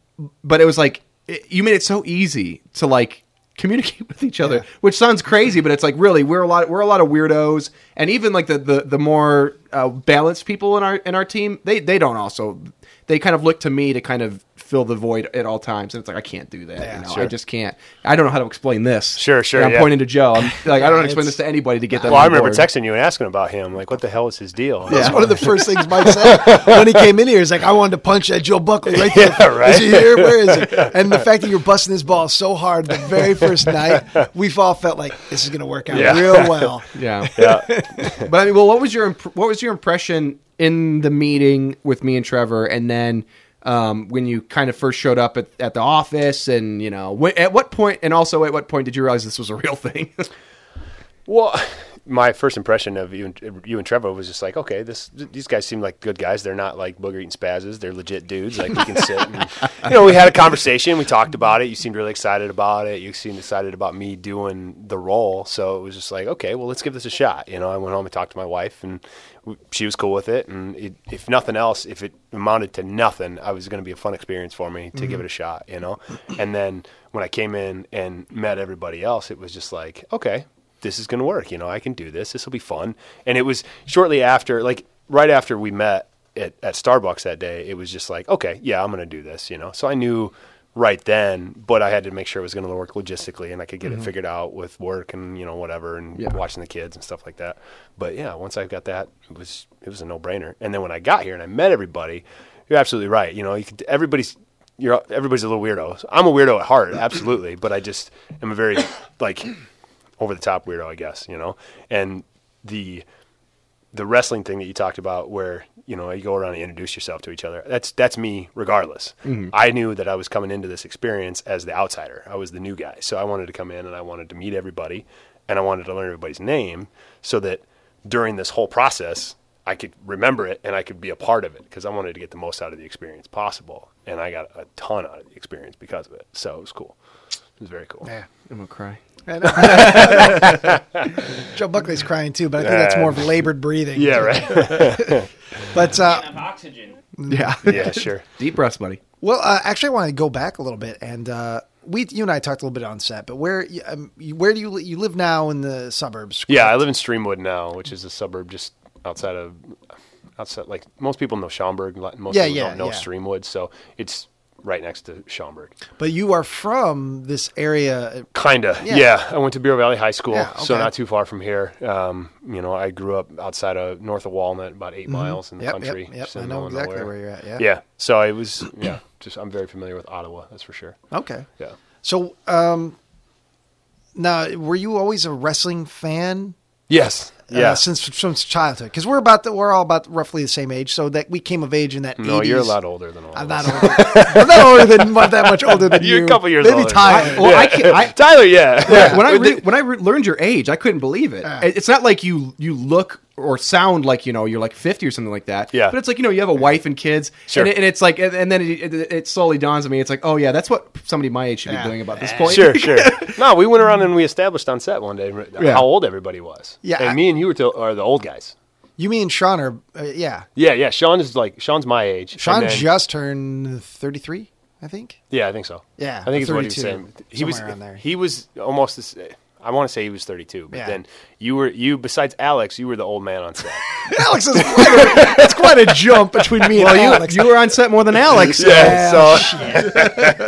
Speaker 5: but it was like it, you made it so easy to like communicate with each other, which sounds crazy, but it's like really we're a lot we're a lot of weirdos, and even like the the, the more uh, balanced people in our in our team, they they don't also they kind of look to me to kind of fill the void at all times, and it's like I can't do that. you know? I
Speaker 6: sure.
Speaker 5: just can't. I don't know how to explain this.
Speaker 6: Sure, sure,
Speaker 5: And I'm
Speaker 6: yeah.
Speaker 5: pointing to Joe. I'm like I don't explain
Speaker 4: it's-
Speaker 5: this to anybody to get them.
Speaker 6: Well, I
Speaker 5: on
Speaker 6: remember
Speaker 5: board.
Speaker 6: texting you and asking about him. Like, what the hell is his deal?
Speaker 4: That's one of the first things Mike said when he came in here. He's like, I wanted to punch that Joe Buckley right there.
Speaker 6: Yeah, right.
Speaker 4: Is he here? Where is he? And the fact that you're busting his ball so hard the very first night, we've all felt like this is going to work out
Speaker 6: Yeah.
Speaker 4: real well.
Speaker 5: Yeah.
Speaker 6: Yeah.
Speaker 5: But I mean, well, what was your imp- what was your impression in the meeting with me and Trevor, and then um, when you kind of first showed up at, at the office, and you know, wh- at what point, and also at what point did you realize this was a real thing?
Speaker 6: Well, my first impression of you and you and Trevor was just like, okay, this these guys seem like good guys. They're not like booger eating spazzes. They're legit dudes. Like we can sit. And, you know, we had a conversation. We talked about it. You seemed really excited about it. You seemed excited about me doing the role. So it was just like, okay, well, let's give this a shot. You know, I went home and talked to my wife, and w- she was cool with it. And it, if nothing else, if it amounted to nothing, I was going to be a fun experience for me to give it a shot. You know, and then when I came in and met everybody else, it was just like, okay this is going to work. You know, I can do this. This will be fun. And it was shortly after, like right after we met at, at Starbucks that day, it was just like, okay, yeah, I'm going to do this, you know? So I knew right then, but I had to make sure it was going to work logistically and I could get it figured out with work and, you know, whatever and
Speaker 5: Yeah.
Speaker 6: watching the kids and stuff like that. But yeah, once I got that, it was, it was a no brainer. And then when I got here and I met everybody, you're absolutely right. You know, you could, everybody's, you're, everybody's a little weirdo. I'm a weirdo at heart, absolutely, but I just am a very like over the top weirdo, I guess, you know. And the the wrestling thing that you talked about where, you know, you go around and introduce yourself to each other. That's that's me regardless. I knew that I was coming into this experience as the outsider. I was the new guy. So I wanted to come in and I wanted to meet everybody and I wanted to learn everybody's name so that during this whole process I could remember it and I could be a part of it because I wanted to get the most out of the experience possible. And I got a ton out of the experience because of it. So it was cool. It was very cool.
Speaker 5: I'm gonna cry.
Speaker 4: Joe Buckley's crying too, but I think that's more of labored breathing.
Speaker 6: Yeah, right.
Speaker 4: But uh,
Speaker 7: Enough oxygen.
Speaker 5: Yeah,
Speaker 6: yeah, sure.
Speaker 5: deep breaths, buddy.
Speaker 4: Well, uh, actually, I want to go back a little bit, and uh, we, you and I talked a little bit on set. But where, you- um, you- where do you li- you live now in the suburbs?
Speaker 6: Yeah, I live in Streamwood now, which is a suburb just outside of outside. Like most people know Schaumburg, like, most
Speaker 4: Yeah,
Speaker 6: people
Speaker 4: yeah,
Speaker 6: don't know
Speaker 4: yeah.
Speaker 6: Streamwood, so it's right next to Schaumburg.
Speaker 4: But you are from this area.
Speaker 6: Kinda, yeah. I went to Bureau Valley High School,
Speaker 4: Yeah,
Speaker 6: so
Speaker 4: okay.
Speaker 6: not too far from here. Um, you know, I grew up outside of north of Walnut, about 8 miles in the
Speaker 4: Mm-hmm. Yep, yep,
Speaker 6: country.
Speaker 4: yep.
Speaker 6: just in
Speaker 4: I
Speaker 6: the
Speaker 4: know
Speaker 6: middle of
Speaker 4: exactly
Speaker 6: nowhere.
Speaker 4: where you're at. Yeah.
Speaker 6: Yeah, so I was. Yeah, just I'm very familiar with Ottawa. That's for sure.
Speaker 4: uh, Okay.
Speaker 6: Yeah.
Speaker 4: So, um, now were you always a wrestling fan?
Speaker 6: Yes. Yeah.
Speaker 4: Uh, since since childhood, because we're about the, we're all about roughly the same age, so that we came of age in that.
Speaker 6: no,
Speaker 4: 80s.
Speaker 6: you're a lot older than all.
Speaker 4: I'm
Speaker 6: of
Speaker 4: not
Speaker 6: us.
Speaker 4: older. I'm not older than that much older than
Speaker 6: You're a
Speaker 4: you.
Speaker 6: couple years
Speaker 4: Maybe
Speaker 6: older.
Speaker 4: Tyler.
Speaker 5: Well, I, can, I
Speaker 6: Tyler, yeah.
Speaker 5: when I re- when I re- learned your age, I couldn't believe it. It- It's not like you you look or sound like you know you're like fifty or something like that.
Speaker 6: Yeah.
Speaker 5: but it's like you know you have a wife and kids,
Speaker 6: Sure.
Speaker 5: and, it, and it's like and, and then it, it, it slowly dawns on me. It's like oh yeah, that's what somebody my age should be doing about this point.
Speaker 6: Sure, sure. No, we went around and we established on set one day uh, how old everybody was.
Speaker 4: Yeah,
Speaker 6: and
Speaker 4: I-
Speaker 6: me and you were to, are the old guys.
Speaker 4: you mean Sean or uh, yeah?
Speaker 6: Yeah, yeah. Sean is like Sean's my age. and
Speaker 4: Sean
Speaker 6: then-
Speaker 4: just turned 33, I think.
Speaker 6: Yeah, I think so.
Speaker 4: Yeah,
Speaker 6: I think it's what he was
Speaker 4: 32,
Speaker 6: saying. He was
Speaker 4: somewhere around there.
Speaker 6: he was almost. This, I want to say he was 32, but
Speaker 4: Yeah.
Speaker 6: then you were you besides Alex, you were the old man on set.
Speaker 4: Alex is quite a, it's quite a jump between me and Alex.
Speaker 5: you were on set more than Alex.
Speaker 6: yeah, so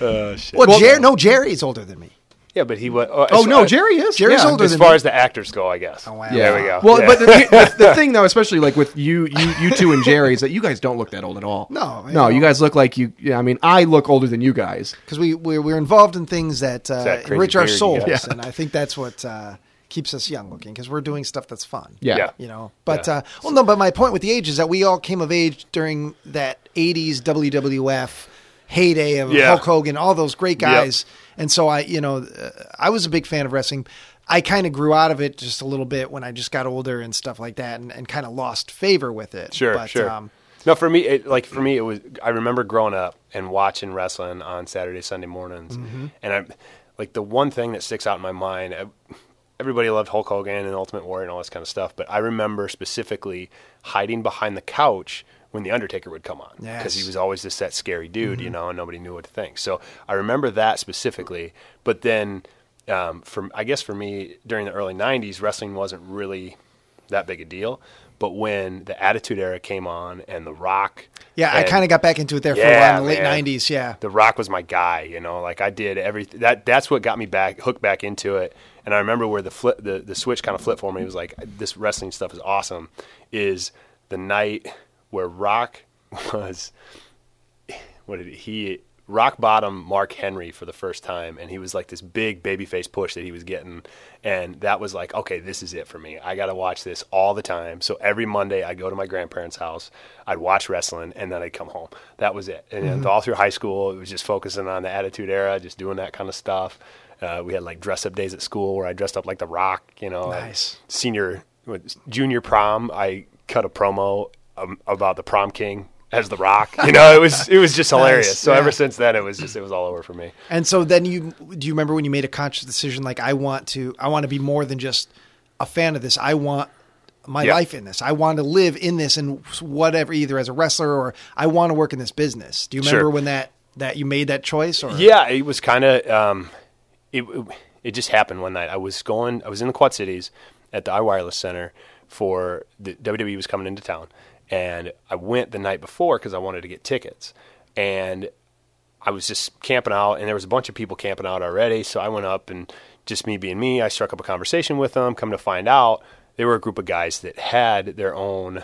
Speaker 4: well, Jer- no, Jerry's older than me.
Speaker 6: yeah, but he was. Oh,
Speaker 5: Oh
Speaker 6: as-
Speaker 5: no, Jerry is.
Speaker 4: Jerry's
Speaker 5: yeah.
Speaker 4: older
Speaker 6: As
Speaker 4: than
Speaker 6: far
Speaker 4: me.
Speaker 6: as the actors go, I guess.
Speaker 4: Oh, wow.
Speaker 5: Yeah.
Speaker 6: There we go.
Speaker 5: Well,
Speaker 6: Yeah.
Speaker 5: but the, the, the thing though, especially like with you, you, you two and Jerry, is that you guys don't look that old at all.
Speaker 4: No, I
Speaker 5: no, you
Speaker 4: don't.
Speaker 5: guys look like you. Yeah, I mean, I look older than you guys.
Speaker 4: because we we're, we're involved in things that, uh,
Speaker 6: that crazy
Speaker 4: enrich our
Speaker 6: beard you
Speaker 4: souls,
Speaker 6: got.
Speaker 4: and I think that's what uh, keeps us young looking because we're doing stuff that's fun.
Speaker 5: Yeah.
Speaker 6: Yeah.
Speaker 4: you know. But uh, well, no. But my point with the age is that we all came of age during that '80s WWF heyday of
Speaker 6: Yeah.
Speaker 4: Hulk Hogan, all those great guys. And so I, you know, uh, I was a big fan of wrestling. I kind of grew out of it just a little bit when I just got older and stuff like that, and, and kind of lost favor with it.
Speaker 6: Sure,
Speaker 4: but, um,
Speaker 6: sure. no, for me, it, like for me, it was. I remember growing up and watching wrestling on Saturday, Sunday mornings,
Speaker 4: Mm-hmm.
Speaker 6: and I, like the one thing that sticks out in my mind. I, everybody loved Hulk Hogan and Ultimate Warrior and all this kind of stuff, but I remember specifically hiding behind the couch when the Undertaker would come on because he
Speaker 4: Yes.
Speaker 6: was always just that scary dude, you know, and nobody knew what to think. So I remember that specifically, but then. Um, from I guess for me during the early '90s, wrestling wasn't really that big a deal. But when the Attitude Era came on and The Rock,
Speaker 4: yeah, I
Speaker 6: and
Speaker 4: kind of got back into it there for a
Speaker 6: Yeah,
Speaker 4: while in the late
Speaker 6: man.
Speaker 4: '90s. Yeah,
Speaker 6: The Rock was my guy, you know, like I did everything. That that's what got me back hooked back into it. And I remember where the flip, the, the switch kind of flipped for me. It was like this wrestling stuff is awesome. Is the night where Rock was what did he, he rock bottom Mark Henry for the first time, and he was like this big babyface push that he was getting, and that was like, okay, this is it for me. I got to watch this all the time. So every Monday, I'd go to my grandparents' house, I'd watch wrestling, and then I'd come home. That was it. And then all through high school, it was just focusing on the Attitude Era, just doing that kind of stuff. Uh, we had like dress up days at school where I dressed up like The Rock, you know. and
Speaker 4: Nice.
Speaker 6: Senior, what, junior prom, I cut a promo um, about the prom king as The Rock. You know, it was it was just hilarious. so
Speaker 4: yeah.
Speaker 6: ever since then, it was just it was all over for me.
Speaker 4: And so then you do you remember when you made a conscious decision like I want to I want to be more than just a fan of this. I want my
Speaker 6: Yeah.
Speaker 4: life in this. I want to live in this and whatever either as a wrestler or I want to work in this business. Do you remember
Speaker 6: Sure.
Speaker 4: when that that you made that choice or
Speaker 6: Yeah, it was kind of um, it it just happened one night. I was going, I was in the Quad Cities at the iWireless Center for the WWE was coming into town, and I went the night before because I wanted to get tickets, and I was just camping out, and there was a bunch of people camping out already. So I went up and just me being me, I struck up a conversation with them. Come to find out, they were a group of guys that had their own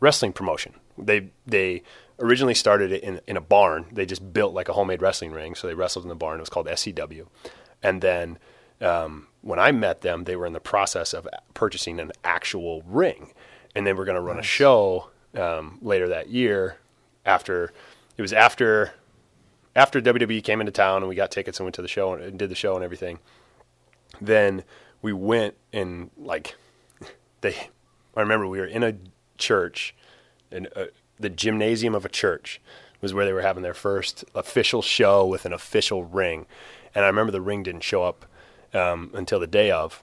Speaker 6: wrestling promotion. They they originally started it in in a barn. They just built like a homemade wrestling ring, so they wrestled in the barn. It was called SCW, and then um, when I met them, they were in the process of purchasing an actual ring, and they were going to run a show um, later that year. After it was after after WWE came into town and we got tickets and went to the show and, and did the show and everything, then we went and like they. I remember we were in a church, and uh, the gymnasium of a church was where they were having their first official show with an official ring, and I remember the ring didn't show up um, until the day of,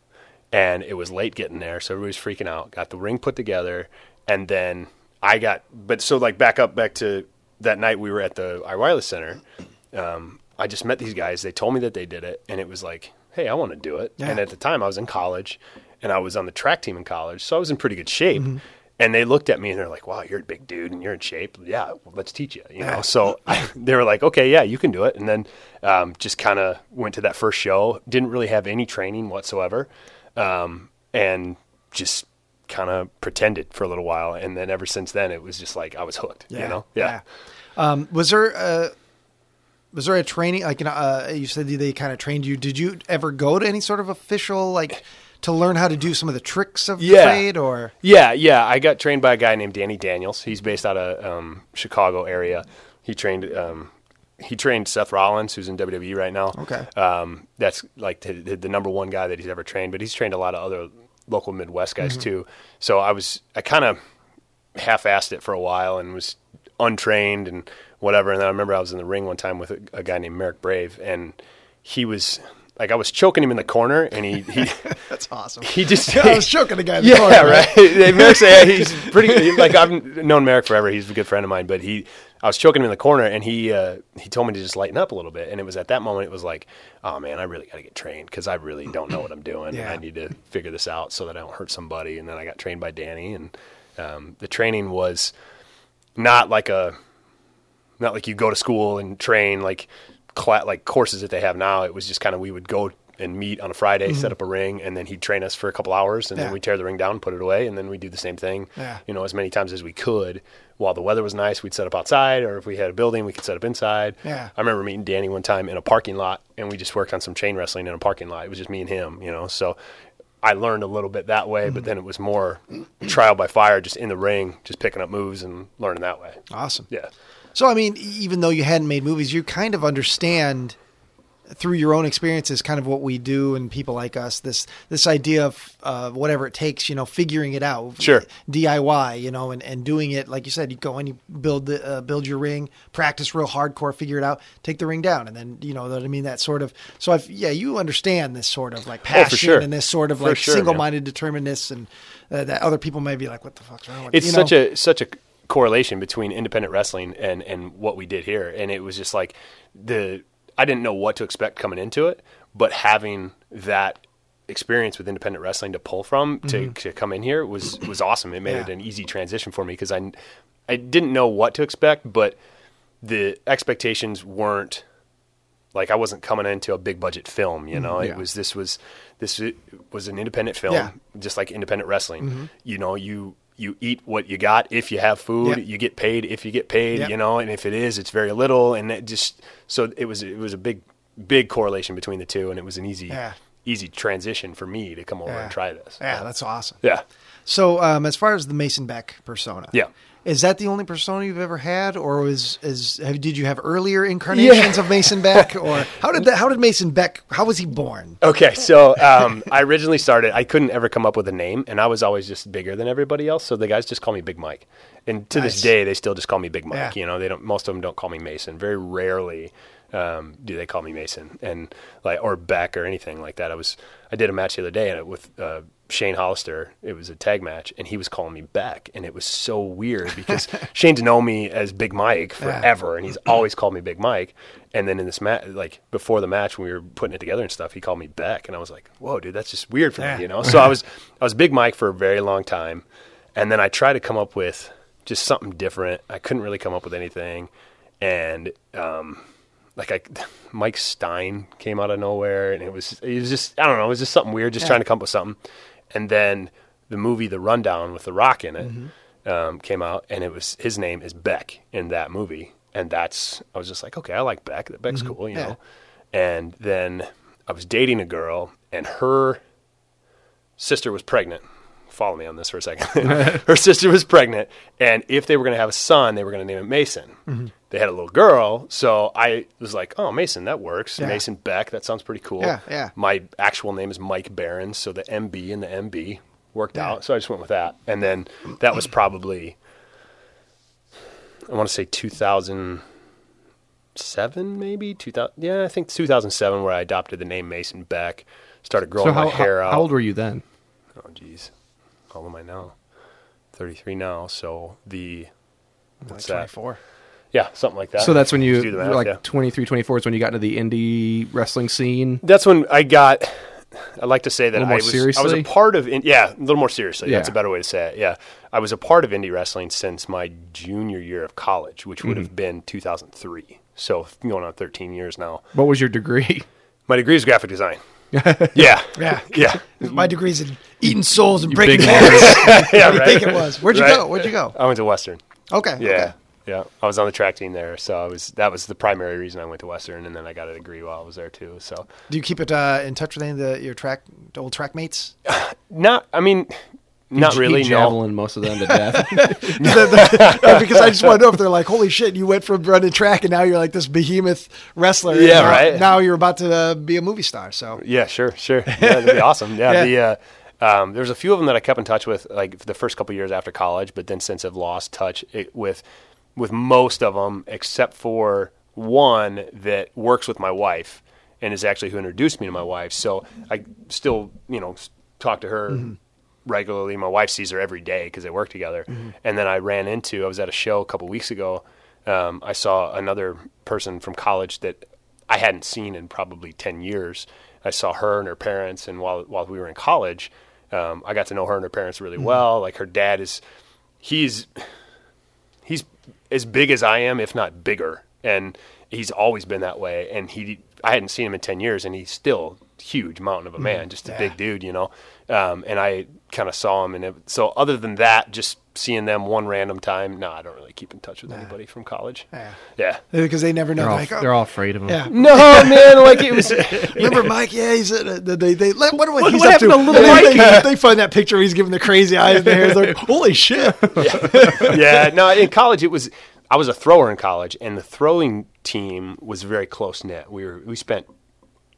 Speaker 6: and it was late getting there, so everybody was freaking out. Got the ring put together, and then I got but so like back up back to that night we were at the iWireless Center. Um, I just met these guys. They told me that they did it, and it was like, hey, I want to do it. And at the time, I was in college, and I was on the track team in college, so I was in pretty good shape. And they looked at me and they're like, "Wow, you're a big dude and you're in shape. Yeah, well, let's teach you." You know, so I, they were like, "Okay, yeah, you can do it." And then um, just kind of went to that first show. Didn't really have any training whatsoever, um, and just kind of pretended for a little while. And then ever since then, it was just like I was hooked. You know, yeah.
Speaker 4: Um was there uh was there a training like you know uh, you said they kind of trained you did you ever go to any sort of official like to learn how to do some of the tricks of the
Speaker 6: Yeah.
Speaker 4: trade or
Speaker 6: Yeah, yeah. I got trained by a guy named Danny Daniels. He's based out of um, Chicago area. He trained um, he trained Seth Rollins, who's in WWE right now.
Speaker 4: Okay.
Speaker 6: Um, that's like the, the the number one guy that he's ever trained, but he's trained a lot of other local Midwest guys
Speaker 4: Mm-hmm.
Speaker 6: too. So I was I kind of half-assed it for a while and was untrained and whatever. And then I remember I was in the ring one time with a, a guy named Merrick Brave, and he was like I was choking him in the corner, and he he,
Speaker 4: that's awesome
Speaker 6: he just
Speaker 4: I was choking the guy in the
Speaker 6: yeah,
Speaker 4: corner,
Speaker 6: right. Merrick's yeah, he's pretty. Like I've known Merrick forever. He's a good friend of mine, but he, I was choking him in the corner, and he uh, he told me to just lighten up a little bit. And it was at that moment it was like, oh man, I really got to get trained because I really don't know what I'm doing.
Speaker 4: Yeah.
Speaker 6: I need to figure this out so that I don't hurt somebody. And then I got trained by Danny, and um, the training was not like a not like you go to school and train like cla- like courses that they have now. It was just kind of we would go and meet on a Friday, set up a ring, and then he'd train us for a couple hours,
Speaker 4: Mm-hmm.
Speaker 6: and
Speaker 4: Yeah.
Speaker 6: then we tear the ring down, put it away, and then we do the same thing.
Speaker 4: Yeah.
Speaker 6: You know, as many times as we could. While the weather was nice, we'd set up outside, or if we had a building, we could set up inside.
Speaker 4: Yeah.
Speaker 6: I remember meeting Danny one time in a parking lot, and we just worked on some chain wrestling in a parking lot. It was just me and him, you know. So I learned a little bit that way, but then it was more trial by fire, just in the ring, just picking up moves and learning that way.
Speaker 4: Awesome.
Speaker 6: Yeah.
Speaker 4: So I mean, e- even though you hadn't made movies, you kind of understand through your own experiences, kind of what we do and people like us. This this idea of uh, whatever it takes, you know, figuring it out.
Speaker 6: Sure.
Speaker 4: DIY, you know, and, and doing it like you said, you go and you build the uh, build your ring, practice real hardcore, figure it out, take the ring down, and then you know what I mean. That sort of so I've yeah, you understand this sort of like
Speaker 6: Oh, for
Speaker 4: passion
Speaker 6: sure.
Speaker 4: and this sort of
Speaker 6: For
Speaker 4: like
Speaker 6: sure, man.
Speaker 4: single minded deterministness and uh, that other people may be like, what the fuck's wrong with
Speaker 6: it's
Speaker 4: you know?
Speaker 6: such a such a correlation between independent wrestling and and what we did here and it was just like the i didn't know what to expect coming into it but having that experience with independent wrestling to pull from to, to come in here was was awesome it made
Speaker 4: Mm-hmm. Yeah.
Speaker 6: it an easy transition for me because i i didn't know what to expect but the expectations weren't like I wasn't coming into a big budget film,
Speaker 4: Mm-hmm.
Speaker 6: you know.
Speaker 5: yeah.
Speaker 6: It was this was this i- was an independent film,
Speaker 4: Yeah. Mm-hmm.
Speaker 6: just like independent wrestling. You know, you you eat what you got if you have food,
Speaker 4: Yep.
Speaker 6: you get paid if you get paid,
Speaker 4: Yep.
Speaker 6: you know, and if it is, it's very little and it just so it was it was a big big correlation between the two and it was an easy
Speaker 4: Yeah.
Speaker 6: easy transition for me to come over
Speaker 4: Yeah.
Speaker 6: and try this.
Speaker 4: yeah, that's awesome.
Speaker 6: Yeah.
Speaker 4: So, um, as far as the Mason Beck persona,
Speaker 6: Yeah.
Speaker 4: is that the only persona you've ever had, or is is have, did you have earlier incarnations of Mason Beck, or how did that, how did Mason Beck how was he born?
Speaker 6: Okay, so um, I originally started. I couldn't ever come up with a name, and I was always just bigger than everybody else. So the guys just call me Big Mike, and to
Speaker 4: Nice.
Speaker 6: this day they still just call me Big Mike.
Speaker 4: Yeah.
Speaker 6: You know, they don't. Most of them don't call me Mason. Very rarely um, do they call me Mason, and like or Beck or anything like that. I was I did a match the other day and it, with uh, Shane Hollister. It was a tag match, and he was calling me Beck, and it was so weird because Shane's known me as Big Mike forever, and he's always called me Big Mike. And then in this match, like before the match, when we were putting it together and stuff, he called me Beck, and I was like, "Whoa, dude, that's just weird for
Speaker 4: Yeah.
Speaker 6: me," you know. So I was I was Big Mike for a very long time, and then I tried to come up with just something different. I couldn't really come up with anything, and um, like I, Mike Stein came out of nowhere, and it was it was just I don't know, it was just something weird, just trying to come up with something. And then the movie The Rundown with The Rock in it um, came out, and it was his name is Beck in that movie, and that's I was just like, okay, I like Beck. That Beck's cool, you
Speaker 4: Yeah.
Speaker 6: know. And then I was dating a girl, and her sister was pregnant. Follow me on this for a second. her sister was pregnant, and if they were going to have a son, they were going to name it Mason.
Speaker 5: Mm-hmm.
Speaker 6: They had a little girl, so I was like, "Oh, Mason, that works.
Speaker 4: Yeah.
Speaker 6: Mason Beck, that sounds pretty cool."
Speaker 4: Yeah, yeah.
Speaker 6: My actual name is Mike Barron, so the MB and the MB worked
Speaker 4: Yeah.
Speaker 6: out. So I just went with that, and then that was probably I want to say 2007, maybe 2000. Yeah, I think 2007, where I adopted the name Mason Beck. Started growing
Speaker 5: So how,
Speaker 6: my hair
Speaker 5: how,
Speaker 6: out.
Speaker 5: how old were you then?
Speaker 6: Oh, geez. How old am I now? 33 now. So the. What's that?
Speaker 4: four.
Speaker 6: Yeah, something like that.
Speaker 5: So that's when you,
Speaker 6: Just do the
Speaker 5: you
Speaker 6: math,
Speaker 5: were like
Speaker 6: yeah.
Speaker 5: 23, 24 is when you got into the indie wrestling scene.
Speaker 6: That's when I got. I like to say that
Speaker 5: A
Speaker 6: I
Speaker 5: little more
Speaker 6: was, I was
Speaker 5: seriously?
Speaker 6: a part of. In, yeah, a little more seriously. That's
Speaker 5: Yeah.
Speaker 6: a better way to say it. Yeah. I was a part of indie wrestling since my junior year of college, which
Speaker 5: Mm-hmm.
Speaker 6: would have been 2003. So going on 13 years now.
Speaker 5: What was your degree?
Speaker 6: My degree is graphic design. yeah.
Speaker 4: Yeah.
Speaker 6: Yeah.
Speaker 4: My degrees in eating souls and breaking
Speaker 5: big
Speaker 4: hearts.
Speaker 6: yeah
Speaker 4: I think it was. Where'd you
Speaker 6: Right.
Speaker 4: go? Where'd you go?
Speaker 6: I went to Western.
Speaker 4: Okay.
Speaker 6: Yeah.
Speaker 4: Okay.
Speaker 6: Yeah. I was on the track team there, so I was that was the primary reason I went to Western and then I got a degree while I was there too. So
Speaker 4: Do you keep it uh, in touch with any of the, your track the old track mates?
Speaker 6: not I mean not
Speaker 5: He
Speaker 6: really no.
Speaker 5: javelin most of them to death.
Speaker 4: because I just want to know if they're like, holy shit, you went from running track and now you're like this behemoth wrestler. and
Speaker 6: Yeah,
Speaker 4: now,
Speaker 6: right.
Speaker 4: Now you're about to uh, be a movie star. So
Speaker 6: Yeah, sure, sure. Yeah, that'd be awesome. Yeah, the uh, um, there's a few of them that I kept in touch with like the first couple years after college, but then since I've lost touch it, with with most of them except for one that works with my wife and is actually who introduced me to my wife. So I still, you know, s- talk to her regularly. My wife sees her every day because they work together. And then I ran into, I was at a show a couple weeks ago, um, I saw another person from college that I hadn't seen in probably ten years. I saw her and her parents, and while while we were in college, um, I got to know her and her parents really well. Like her dad is, he's he's as big as I am, if not bigger, and he's always been that way. And he, I hadn't seen him in ten years, and he's still huge mountain of a man, just a big dude, you know. Um, and I kind of saw him, and it, so other than that, just seeing them one random time. No, I don't really keep in touch with anybody from college. Yeah,
Speaker 4: because they never know.
Speaker 5: They're all,
Speaker 4: like, oh,
Speaker 5: they're all afraid of him.
Speaker 4: yeah.
Speaker 6: No, man, like it was.
Speaker 4: Remember Mike? Yeah, he's uh, they they, they what, what, he's
Speaker 5: what
Speaker 4: up to?
Speaker 5: happened to little
Speaker 4: And they, they, they find that picture. He's giving the crazy eye in the hair. It's like, holy shit!
Speaker 6: yeah, no, in college it was I was a thrower in college and the throwing team was very close knit. We were we spent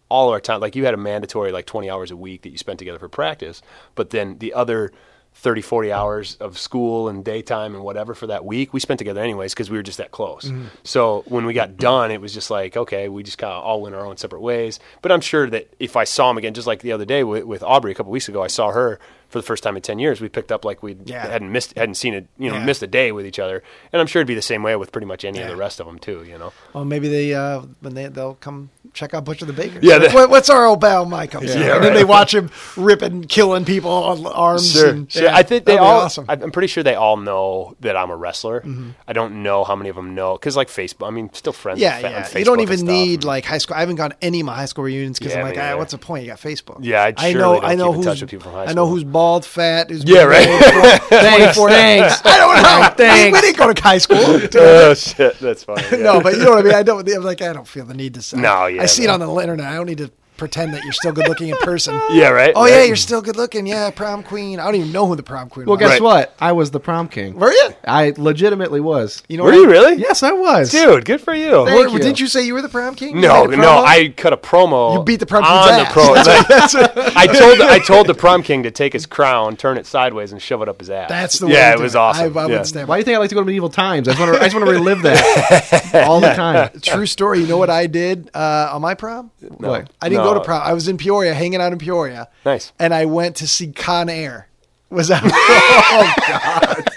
Speaker 6: all our time like you had a mandatory like 20 hours a week that you spent together for practice, but then the other 30 40 hours of school and daytime and whatever for that week we spent together anyways because we were just that close
Speaker 4: Mm-hmm.
Speaker 6: so when we got done it was just like okay we just kind of all went our own separate ways but i'm sure that if i saw him again just like the other day with, with aubrey a couple weeks ago i saw her for the first time in 10 years we picked up like we
Speaker 4: Yeah.
Speaker 6: hadn't missed hadn't seen it you know
Speaker 4: Yeah.
Speaker 6: missed a day with each other and i'm sure it'd be the same way with pretty much any of
Speaker 4: Yeah.
Speaker 6: the rest of them too you know
Speaker 4: Well, maybe they uh, when they they'll come check out Butcher the Baker.
Speaker 6: Yeah,
Speaker 4: Like,
Speaker 6: they-
Speaker 4: what, what's our old pal Mike up to?
Speaker 6: Yeah,
Speaker 4: and then they watch him ripping, killing people on arms. and,
Speaker 6: Sure.
Speaker 4: yeah,
Speaker 6: I think they
Speaker 4: that'd be
Speaker 6: all.
Speaker 4: awesome. Mm-hmm.
Speaker 6: I'm pretty sure they all know that I'm a wrestler. I don't know how many of them know because, like Facebook, I mean, still friends.
Speaker 4: yeah,
Speaker 6: with fa- on
Speaker 4: yeah.
Speaker 6: Facebook
Speaker 4: You don't
Speaker 6: and
Speaker 4: even
Speaker 6: stuff.
Speaker 4: need like high school. I haven't gone any of my high school reunions because
Speaker 6: Yeah,
Speaker 4: I'm like,
Speaker 6: me
Speaker 4: ah,
Speaker 6: neither.
Speaker 4: what's the point? You got Facebook.
Speaker 6: Yeah, I surely
Speaker 4: know.
Speaker 6: don't
Speaker 4: I know
Speaker 6: keep in
Speaker 4: who's
Speaker 6: touch with people from high
Speaker 4: I know
Speaker 6: school.
Speaker 4: who's bald, fat, who's
Speaker 6: Yeah, right.
Speaker 5: Thanks, thanks.
Speaker 4: I don't know.
Speaker 5: Thanks.
Speaker 4: We, we didn't go to high school.
Speaker 6: oh shit, that's funny.
Speaker 4: no, but you know what I mean. I don't. I'm like, I don't feel the need to. Say.
Speaker 6: No, yeah,
Speaker 4: I see it
Speaker 6: no.
Speaker 4: on the internet. I don't need to pretend that you're still good looking in person.
Speaker 6: Yeah, right.
Speaker 4: Oh
Speaker 6: right.
Speaker 4: yeah, you're still good looking. Yeah, prom queen. I don't even know who the prom queen
Speaker 5: Well,
Speaker 4: was.
Speaker 5: guess
Speaker 6: Right.
Speaker 5: what? I was the prom king.
Speaker 4: Were you?
Speaker 5: I legitimately was.
Speaker 4: You know,
Speaker 6: Were
Speaker 4: what?
Speaker 6: you really?
Speaker 5: Yes, I was.
Speaker 6: dude. Good for you.
Speaker 5: Thank
Speaker 4: Were-
Speaker 5: you.
Speaker 4: Didn't you say you were the prom king? You
Speaker 6: No,
Speaker 4: made a
Speaker 6: no,
Speaker 4: promo?
Speaker 6: I cut a promo.
Speaker 4: You beat the prom
Speaker 6: on
Speaker 4: king's
Speaker 6: the pro.
Speaker 4: ass.
Speaker 6: I told I told the prom king to take his crown, turn it sideways, and shove it up his ass.
Speaker 4: That's the way.
Speaker 6: yeah.
Speaker 4: to
Speaker 6: It
Speaker 4: do
Speaker 6: was awesome.
Speaker 4: I, I
Speaker 6: yeah.
Speaker 4: would stand.
Speaker 5: Why do you think I like to go to medieval times? I just want to, I just want to relive that all the time.
Speaker 4: True story. You know what I did uh, on my prom?
Speaker 5: What?
Speaker 4: I didn't
Speaker 6: No.
Speaker 4: go to prom. I was in Peoria, hanging out in Peoria.
Speaker 6: Nice.
Speaker 4: And I went to see Con Air. Was that? oh God.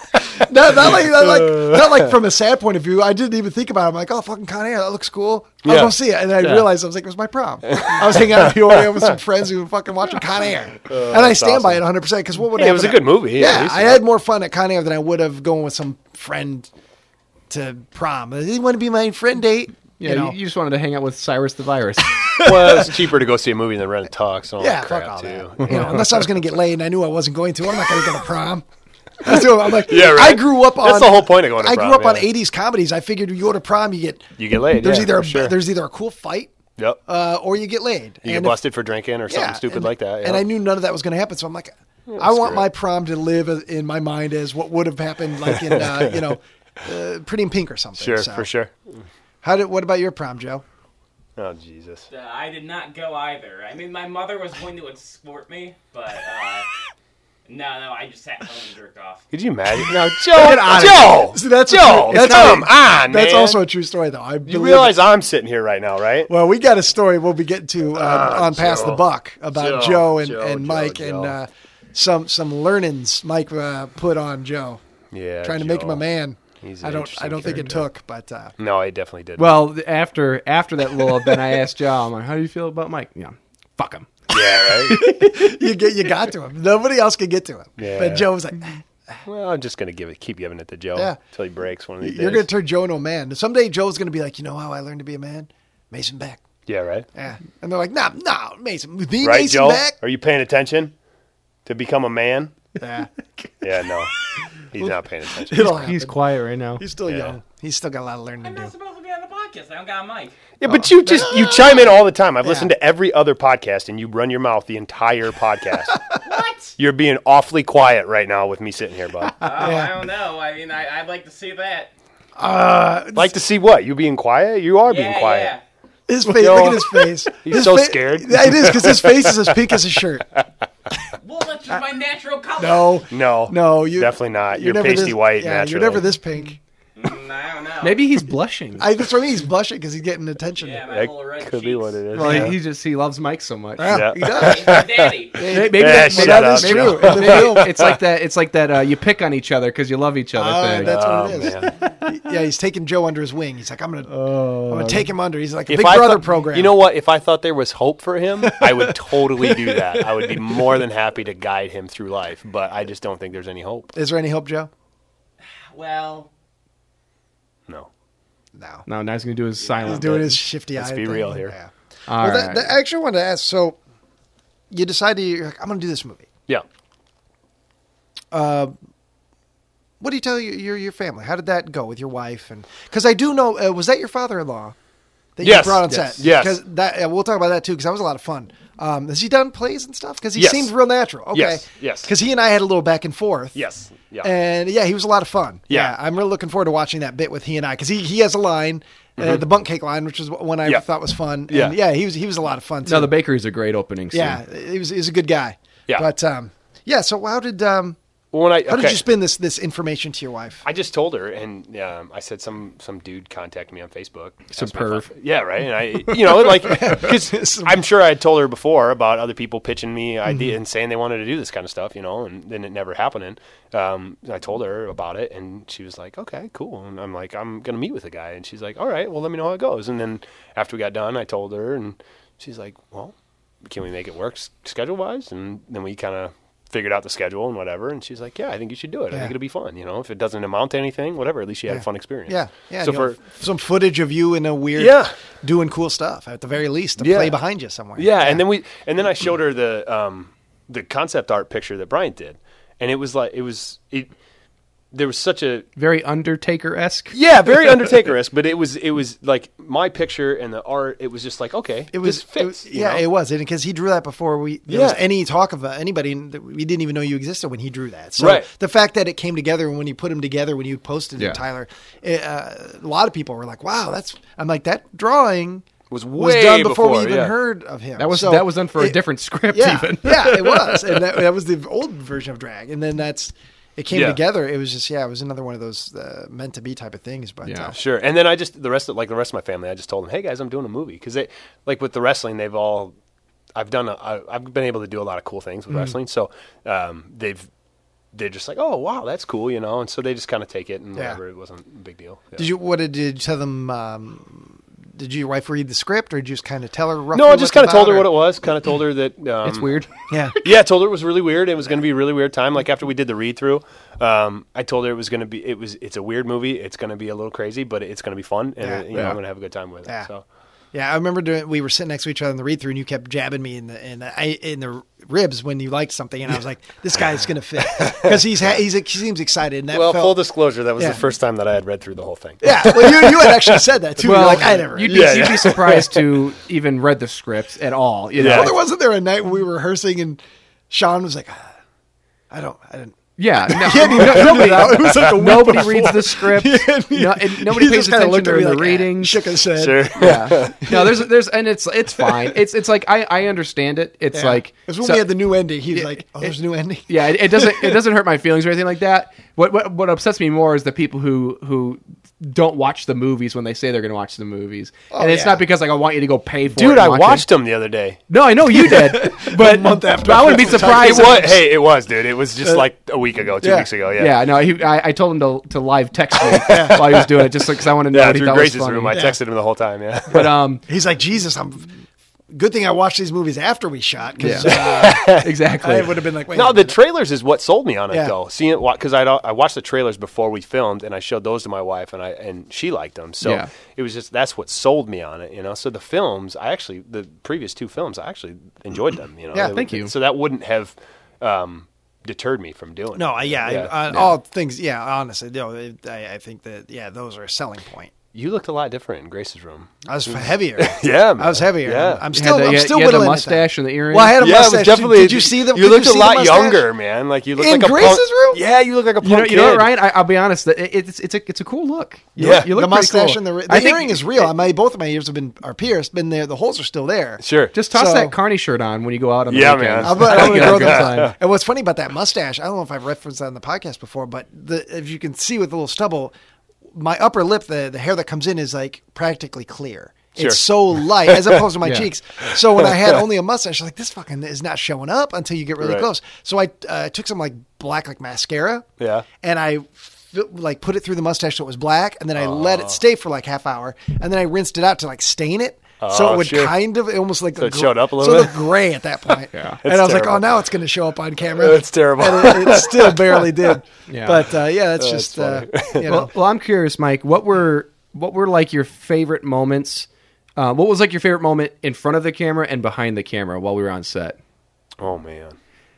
Speaker 4: No, not like, not like, not like from a sad point of view. I didn't even think about it. I'm like, oh, fucking Con Air, that looks cool. I'll
Speaker 6: Yeah.
Speaker 4: go see it. And then I realized, I was like, it was my prom. I was hanging out in Peoria with some friends who were fucking watching Con Air.
Speaker 6: Oh,
Speaker 4: and I stand by it 100% because what would
Speaker 6: Hey, it was a
Speaker 4: happen-
Speaker 6: good movie. at
Speaker 4: yeah,
Speaker 6: least.
Speaker 4: I had more fun at Con Air than I would have going with some friend to prom. They didn't want to be my friend date.
Speaker 5: Yeah,
Speaker 4: you
Speaker 5: you,
Speaker 4: know.
Speaker 5: you just wanted to hang out with Cyrus the Virus.
Speaker 6: well, it's cheaper to go see a movie than rent a tux. And all
Speaker 4: yeah,
Speaker 6: that
Speaker 4: fuck
Speaker 6: crap
Speaker 4: all
Speaker 6: too.
Speaker 4: that. You know, unless I was going to get laid and I knew I wasn't going to, I'm not going to go to prom. That's what I'm like,
Speaker 6: Yeah, right.
Speaker 4: I grew up on.
Speaker 6: That's the whole point of going to
Speaker 4: I
Speaker 6: prom,
Speaker 4: grew up on
Speaker 6: yeah.
Speaker 4: '80s comedies. I figured you go to prom, you get
Speaker 6: You get laid.
Speaker 4: there's
Speaker 6: yeah,
Speaker 4: either
Speaker 6: for
Speaker 4: a,
Speaker 6: sure.
Speaker 4: there's either a cool fight
Speaker 6: yep.
Speaker 4: uh, or you get laid. And
Speaker 6: you get
Speaker 4: if-
Speaker 6: busted for drinking or something stupid
Speaker 4: and-
Speaker 6: like that.
Speaker 4: And
Speaker 6: yeah.
Speaker 4: I knew none of that was going to happen, so I'm like, I want
Speaker 6: screw
Speaker 4: my
Speaker 6: it.
Speaker 4: prom to live as- in my mind as what would have happened, like in uh, you know, uh, Pretty in Pink or something.
Speaker 6: sure
Speaker 4: So,
Speaker 6: for sure.
Speaker 4: How did? What about your prom, Joe?
Speaker 6: Oh Jesus.
Speaker 7: Uh, I did not go either. I mean, my mother was going to escort me, but uh, no, no, I just sat home and jerked off.
Speaker 6: Could you imagine? No, Joe. Joe.
Speaker 4: See, that's a
Speaker 6: Joe.
Speaker 4: true- that's
Speaker 6: come
Speaker 4: a-
Speaker 6: on,
Speaker 4: That's
Speaker 6: man.
Speaker 4: also a true story, though. I
Speaker 6: You realize I'm sitting here right now, right?
Speaker 4: Well, we got a story we'll be getting to uh, on Pass
Speaker 6: Ah, Joe.
Speaker 4: the Buck about Joe,
Speaker 6: Joe,
Speaker 4: and,
Speaker 6: Joe,
Speaker 4: and
Speaker 6: Joe,
Speaker 4: Mike
Speaker 6: Joe.
Speaker 4: and uh, some some learnings Mike uh, put on Joe,
Speaker 6: yeah.
Speaker 4: trying to
Speaker 6: Joe.
Speaker 4: make him a man.
Speaker 6: He's
Speaker 4: I
Speaker 6: an
Speaker 4: don't I
Speaker 6: interesting
Speaker 4: don't think it took, but uh,
Speaker 6: No, I definitely did.
Speaker 5: well, th- after after that little event, I asked Joe, I'm like, how do you feel about Mike? Yeah, fuck him.
Speaker 6: yeah, right.
Speaker 4: you get you got to him. Nobody else could get to him.
Speaker 6: Yeah.
Speaker 4: But Joe was like, "Ah,
Speaker 6: well, I'm just gonna give it, keep giving it to Joe
Speaker 4: Yeah.
Speaker 6: until he breaks one of these
Speaker 4: "You're
Speaker 6: days.
Speaker 4: going to turn Joe into a man. Someday Joe's going to be like, you know how I learned to be a man, Mason Beck."
Speaker 6: yeah, right.
Speaker 4: Yeah, and they're like, "Nah, nah, Mason, the
Speaker 6: Right,
Speaker 4: Mason
Speaker 6: Joe.
Speaker 4: Beck."
Speaker 6: Are you paying attention to become a man?
Speaker 4: Yeah,
Speaker 6: Yeah, no. He's not paying attention.
Speaker 4: it'll happen.
Speaker 5: He's
Speaker 4: He's,
Speaker 5: quiet right now.
Speaker 4: still
Speaker 6: Yeah.
Speaker 4: young. He's still got a lot of learning
Speaker 7: I'm
Speaker 4: to
Speaker 7: not
Speaker 4: do.
Speaker 7: supposed to be on the podcast. I don't got a mic.
Speaker 6: Yeah, but you just you chime in all the time. I've listened to every other podcast, and you run your mouth the entire podcast.
Speaker 7: What?
Speaker 6: You're being awfully quiet right now with me sitting here, bud.
Speaker 7: Oh, I don't know. I mean, I, I'd like to see that.
Speaker 6: like to see what you being quiet. You are being
Speaker 7: yeah,
Speaker 6: quiet.
Speaker 7: yeah.
Speaker 4: His face.
Speaker 6: Yo.
Speaker 4: Look at his face.
Speaker 6: He's
Speaker 4: His
Speaker 6: so scared.
Speaker 4: It is because his face is as pink as his shirt.
Speaker 7: Well, that's just my natural color.
Speaker 4: No,
Speaker 6: No,
Speaker 4: no, you
Speaker 6: definitely not. You're,
Speaker 4: never
Speaker 6: pasty
Speaker 4: this-
Speaker 6: white
Speaker 4: Yeah,
Speaker 6: naturally.
Speaker 4: you're never this pink.
Speaker 7: Mm, I don't know.
Speaker 5: Maybe he's blushing.
Speaker 4: I, that's what I mean. He's blushing because he's getting attention.
Speaker 7: Yeah, my
Speaker 6: That
Speaker 7: little red
Speaker 6: could be
Speaker 7: cheeks.
Speaker 6: what it is.
Speaker 5: well,
Speaker 4: Yeah.
Speaker 5: he, he just he loves Mike so much.
Speaker 4: Yeah,
Speaker 6: Yeah.
Speaker 4: he does.
Speaker 7: He's my daddy.
Speaker 5: Maybe,
Speaker 6: Eh,
Speaker 5: that-
Speaker 6: shut
Speaker 5: maybe-
Speaker 6: up,
Speaker 5: maybe-
Speaker 6: Joe.
Speaker 4: True. In the film.
Speaker 5: it's like that. It's like that. Uh, you pick on each other because you love each other.
Speaker 4: Oh,
Speaker 5: thing.
Speaker 4: that's
Speaker 6: Oh,
Speaker 4: what it is.
Speaker 6: man. Oh,
Speaker 4: Yeah, he's taking Joe under his wing. He's like, I'm gonna, I'm gonna take him under. He's like a
Speaker 6: If
Speaker 4: Big
Speaker 6: I
Speaker 4: Brother
Speaker 6: thought-
Speaker 4: program.
Speaker 6: You know what? If I thought there was hope for him, I would totally do that. I would be more than happy to guide him through life, but I just don't think there's any hope.
Speaker 4: Is there any hope, Joe?
Speaker 7: Well,
Speaker 6: No.
Speaker 4: No.
Speaker 5: no, now he's gonna do his silent.
Speaker 4: He's doing
Speaker 5: bit.
Speaker 4: his shifty
Speaker 6: Let's
Speaker 4: eye.
Speaker 6: be
Speaker 4: thing.
Speaker 6: real here.
Speaker 4: Yeah.
Speaker 5: All
Speaker 4: well, that,
Speaker 5: right.
Speaker 4: that- I actually wanted to ask. So, you decide to, you're like, I'm gonna do this movie.
Speaker 6: Yeah.
Speaker 4: What do you tell your your, your family? How did that go with your wife? And because I do know, uh, was that your father-in-law that
Speaker 6: Yes,
Speaker 4: you brought on
Speaker 6: yes,
Speaker 4: set?
Speaker 6: yes.
Speaker 4: Because that uh, we'll talk about that too. Because that was a lot of fun. Um, has he done plays and stuff? Because he
Speaker 6: Yes.
Speaker 4: seems real natural. Okay.
Speaker 6: Yes, yes.
Speaker 4: Because he and I had a little back and forth.
Speaker 6: Yes. Yeah.
Speaker 4: And yeah, he was a lot of fun.
Speaker 6: Yeah.
Speaker 4: I'm really looking forward to watching that bit with he and I because he, he has a line, uh, the bunk cake line, which is one I
Speaker 6: Mm-hmm. Yeah.
Speaker 4: thought was fun.
Speaker 6: Yeah.
Speaker 4: And yeah, he was he was a lot of fun too.
Speaker 5: no, the bakery's a great opening. Scene.
Speaker 4: yeah, he was he was a good guy.
Speaker 6: Yeah.
Speaker 4: But um, yeah. So how did um,
Speaker 6: when I,
Speaker 4: how did
Speaker 6: okay.
Speaker 4: you spin this this information to your wife?
Speaker 6: I just told her, and um, I said some some dude contacted me on Facebook.
Speaker 5: Some
Speaker 6: Asked my
Speaker 5: perv.
Speaker 6: fu- Yeah, right. And I, you know, like because I'm sure I had told her before about other people pitching me
Speaker 4: Mm-hmm.
Speaker 6: idea and saying they wanted to do this kind of stuff, you know, and then it never happening. Um, and I told her about it, and she was like, "Okay, cool." And I'm like, "I'm gonna meet with a guy," and she's like, "All right, well, let me know how it goes." And then after we got done, I told her, and she's like, "Well, can we make it work schedule wise? And then we kind of figured out the schedule and whatever. And she's like, yeah, I think you should do it. I
Speaker 4: Yeah.
Speaker 6: think it'll be fun. You know, if it doesn't amount to anything, whatever, at least you had a fun experience.
Speaker 4: Yeah, yeah.
Speaker 6: So
Speaker 4: you know,
Speaker 6: for,
Speaker 4: f- some footage of you in a weird,
Speaker 6: Yeah.
Speaker 4: doing cool stuff at the very least, to
Speaker 6: Yeah.
Speaker 4: play behind you somewhere.
Speaker 6: yeah. And then we, and then I showed her the, um, the concept art picture that Bryant did. And it was like, it was, it, there was such a,
Speaker 5: very Undertaker esque.
Speaker 6: yeah, very Undertaker-esque, but it was, it was like my picture and the art. It was just like, okay,
Speaker 4: It was,
Speaker 6: this fits.
Speaker 4: it was-
Speaker 6: you
Speaker 4: yeah,
Speaker 6: know?
Speaker 4: it was, and because he drew that before we there was
Speaker 6: Yeah.
Speaker 4: any talk of uh, anybody, and th- we didn't even know you existed when he drew that. So
Speaker 6: Right.
Speaker 4: the fact that it came together and when you put them together, when you posted
Speaker 5: Yeah.
Speaker 4: it, Tyler, it, uh, a lot of people were like, "Wow, that's." I'm like, that drawing
Speaker 6: Was way
Speaker 4: done before, we
Speaker 6: before,
Speaker 4: even
Speaker 6: yeah.
Speaker 4: heard of him.
Speaker 5: That was
Speaker 4: So
Speaker 5: that was done for a
Speaker 4: it-
Speaker 5: different script.
Speaker 4: yeah,
Speaker 5: Even
Speaker 4: yeah, it was, and that, that was the old version of drag, and then that's it came
Speaker 6: Yeah.
Speaker 4: together. It was just yeah, it was another one of those uh, meant to be type of things. But
Speaker 5: Yeah.
Speaker 4: uh,
Speaker 6: Sure. And then I just the rest of like the rest of my family, I just told them, hey guys, I'm doing a movie because they like with the wrestling, they've all I've done a, I, I've been able to do a lot of cool things with wrestling, so um, they've they're just like, oh wow, that's cool, you know, and so they just kind of take it and
Speaker 4: Yeah.
Speaker 6: whatever. It wasn't a big deal. Yeah.
Speaker 4: did you what did, did you tell them? Um, did your wife read the script, or did you just kind of tell her? Roughly
Speaker 6: no, I just kind of told her what it
Speaker 4: was.
Speaker 6: was. Kind of told her that um,
Speaker 5: it's weird.
Speaker 4: Yeah,
Speaker 6: yeah, I told her it was really weird. It was going to be a really weird time. Like after we did the read through, um, I told her it was going to be. It was. It's a weird movie. It's going to be a little crazy, but it's going to be fun, and
Speaker 4: Yeah.
Speaker 6: you know,
Speaker 5: Yeah.
Speaker 6: I'm going to have a good time with
Speaker 4: Yeah.
Speaker 6: it. So
Speaker 4: yeah. I remember doing, we were sitting next to each other in the read through, and you kept jabbing me in the in the, I, in the ribs when you liked something, and I was like, "This guy's gonna fit," because he's ha- he's he seems excited. And that
Speaker 6: well,
Speaker 4: felt-
Speaker 6: full disclosure, that was
Speaker 4: Yeah.
Speaker 6: the first time that I had read through the whole thing.
Speaker 4: yeah. Well, you, you had actually said that too. You're like I never.
Speaker 5: You'd,
Speaker 4: read
Speaker 5: be,
Speaker 6: Yeah,
Speaker 5: you'd
Speaker 6: yeah.
Speaker 5: be surprised to even read the script at all. You know?
Speaker 6: Yeah.
Speaker 4: Well, there wasn't there a night when we were rehearsing and Sean was like, "Ah, I don't, I didn't.
Speaker 5: Yeah, no, no- nobody, nobody reads the script. no, and nobody
Speaker 4: He
Speaker 5: pays
Speaker 4: just kinda
Speaker 5: attention
Speaker 4: looked at me
Speaker 5: during the
Speaker 4: like, "Ah,"
Speaker 5: reading.
Speaker 4: shook his head.
Speaker 6: Sure.
Speaker 5: Yeah, no, there's there's and it's it's fine. It's it's like I I understand it. It's
Speaker 4: Yeah.
Speaker 5: like
Speaker 4: it was when
Speaker 5: so-
Speaker 4: we had the new ending. He was like, oh, there's a new ending.
Speaker 5: yeah, it, it doesn't it doesn't hurt my feelings or anything like that. What what what upsets me more is the people who who don't watch the movies when they say they're going to watch the movies, and it's
Speaker 4: Oh, yeah.
Speaker 5: not because like I want you to go pay for it.
Speaker 6: Dude,
Speaker 5: and
Speaker 6: I
Speaker 5: watch
Speaker 6: watched them the other day.
Speaker 5: It. No, I know you did, but
Speaker 4: month after
Speaker 5: but I wouldn't be
Speaker 6: It
Speaker 5: surprised. if-
Speaker 6: was, hey, it was, dude. It was just like a week ago, two
Speaker 4: yeah.
Speaker 6: weeks ago. Yeah,
Speaker 5: Uh, Yeah, no, he, I, I told him to, to live text me while he was doing it, just because I wanted to know
Speaker 6: Yeah,
Speaker 5: what he
Speaker 6: through
Speaker 5: thought was
Speaker 6: Grace's
Speaker 5: funny.
Speaker 6: room, I texted him the whole time. Yeah,
Speaker 5: but um,
Speaker 4: He's like, Jesus, I'm. Good thing I watched these movies after we shot because uh,
Speaker 5: exactly.
Speaker 4: I would have been like, wait.
Speaker 6: no,
Speaker 4: a
Speaker 6: the
Speaker 4: minute.
Speaker 6: trailers is what sold me on it
Speaker 4: Yeah.
Speaker 6: though. Seeing it because I I watched the trailers before we filmed, and I showed those to my wife, and I and she liked them. So
Speaker 5: Yeah.
Speaker 6: it was just that's what sold me on it, you know. So the films, I actually the previous two films, I actually enjoyed them. You know,
Speaker 4: Yeah,
Speaker 6: They-
Speaker 5: thank you.
Speaker 6: So that wouldn't have um, deterred me from doing.
Speaker 4: No, I-
Speaker 6: it.
Speaker 4: uh, yeah,
Speaker 6: Yeah.
Speaker 4: I, on all things, yeah, honestly, no, it- I, I think that, yeah, those are a selling point.
Speaker 6: You looked a lot different in Grace's room.
Speaker 4: I was heavier.
Speaker 6: Yeah, man.
Speaker 4: I was heavier.
Speaker 6: Yeah.
Speaker 4: I'm
Speaker 5: You had
Speaker 4: still,
Speaker 5: the-
Speaker 4: Mm. I'm
Speaker 5: you had-
Speaker 4: still
Speaker 5: you had the
Speaker 4: whittling at that.
Speaker 5: mustache and the earring.
Speaker 4: Well, I had a
Speaker 6: yeah, it
Speaker 4: mustache.
Speaker 6: was definitely.
Speaker 4: Did you see the?
Speaker 6: You
Speaker 4: did
Speaker 6: looked
Speaker 4: see
Speaker 6: a
Speaker 4: the
Speaker 6: lot
Speaker 4: mustache?
Speaker 6: younger, man. Like you look
Speaker 4: In
Speaker 6: like a
Speaker 4: Grace's
Speaker 6: punk-
Speaker 4: room?
Speaker 6: Yeah, you look like a punk
Speaker 5: You know, you know
Speaker 6: kid.
Speaker 5: what, Ryan? I, I'll be honest. That it, it's it's a it's a cool look. You
Speaker 6: Yeah.
Speaker 5: look, you look
Speaker 4: the
Speaker 5: pretty
Speaker 4: mustache
Speaker 5: cool.
Speaker 4: and the, the
Speaker 5: I think-
Speaker 4: earring is real. My both of my ears have been are pierced, been there. The holes are still there.
Speaker 6: Sure.
Speaker 5: Just toss
Speaker 4: So-
Speaker 5: that Carney shirt on when you go out on the
Speaker 6: Yeah,
Speaker 5: weekends.
Speaker 6: man.
Speaker 4: I'm, I'm
Speaker 5: think
Speaker 4: gonna
Speaker 5: you'll
Speaker 4: grow
Speaker 5: have a good
Speaker 4: those
Speaker 5: time.
Speaker 4: out. And what's funny about that mustache? I don't know if I've referenced that on the podcast before, but the, if you can see with the little stubble, my upper lip, the the hair that comes in is like practically clear.
Speaker 6: Sure.
Speaker 4: It's so light as opposed to my
Speaker 5: Yeah.
Speaker 4: cheeks. So when I had only a mustache, I was like this fucking is not showing up until you get really
Speaker 6: Right.
Speaker 4: close. So I uh, took some like black like mascara.
Speaker 6: Yeah.
Speaker 4: And I fi- like put it through the mustache so it was black, and then I let
Speaker 6: Oh.
Speaker 4: it stay for like half hour, and then I rinsed it out to like stain it. So
Speaker 6: Oh,
Speaker 4: it would
Speaker 6: sure.
Speaker 4: kind of it almost like
Speaker 6: So it showed up a little
Speaker 4: so it
Speaker 6: bit?
Speaker 4: looked gray at that point.
Speaker 5: Yeah.
Speaker 4: and
Speaker 6: It's
Speaker 4: I was like,
Speaker 6: terrible.
Speaker 4: oh, now it's going to show up on camera.
Speaker 6: That's terrible.
Speaker 4: And it, it still barely did.
Speaker 5: Yeah.
Speaker 4: But uh, yeah, that's,
Speaker 6: That's
Speaker 4: just uh, you know.
Speaker 5: Well, well, I'm curious, Mike. What were what were like your favorite moments? Uh, what was like your favorite moment in front of the camera and behind the camera while we were on set?
Speaker 6: Oh man.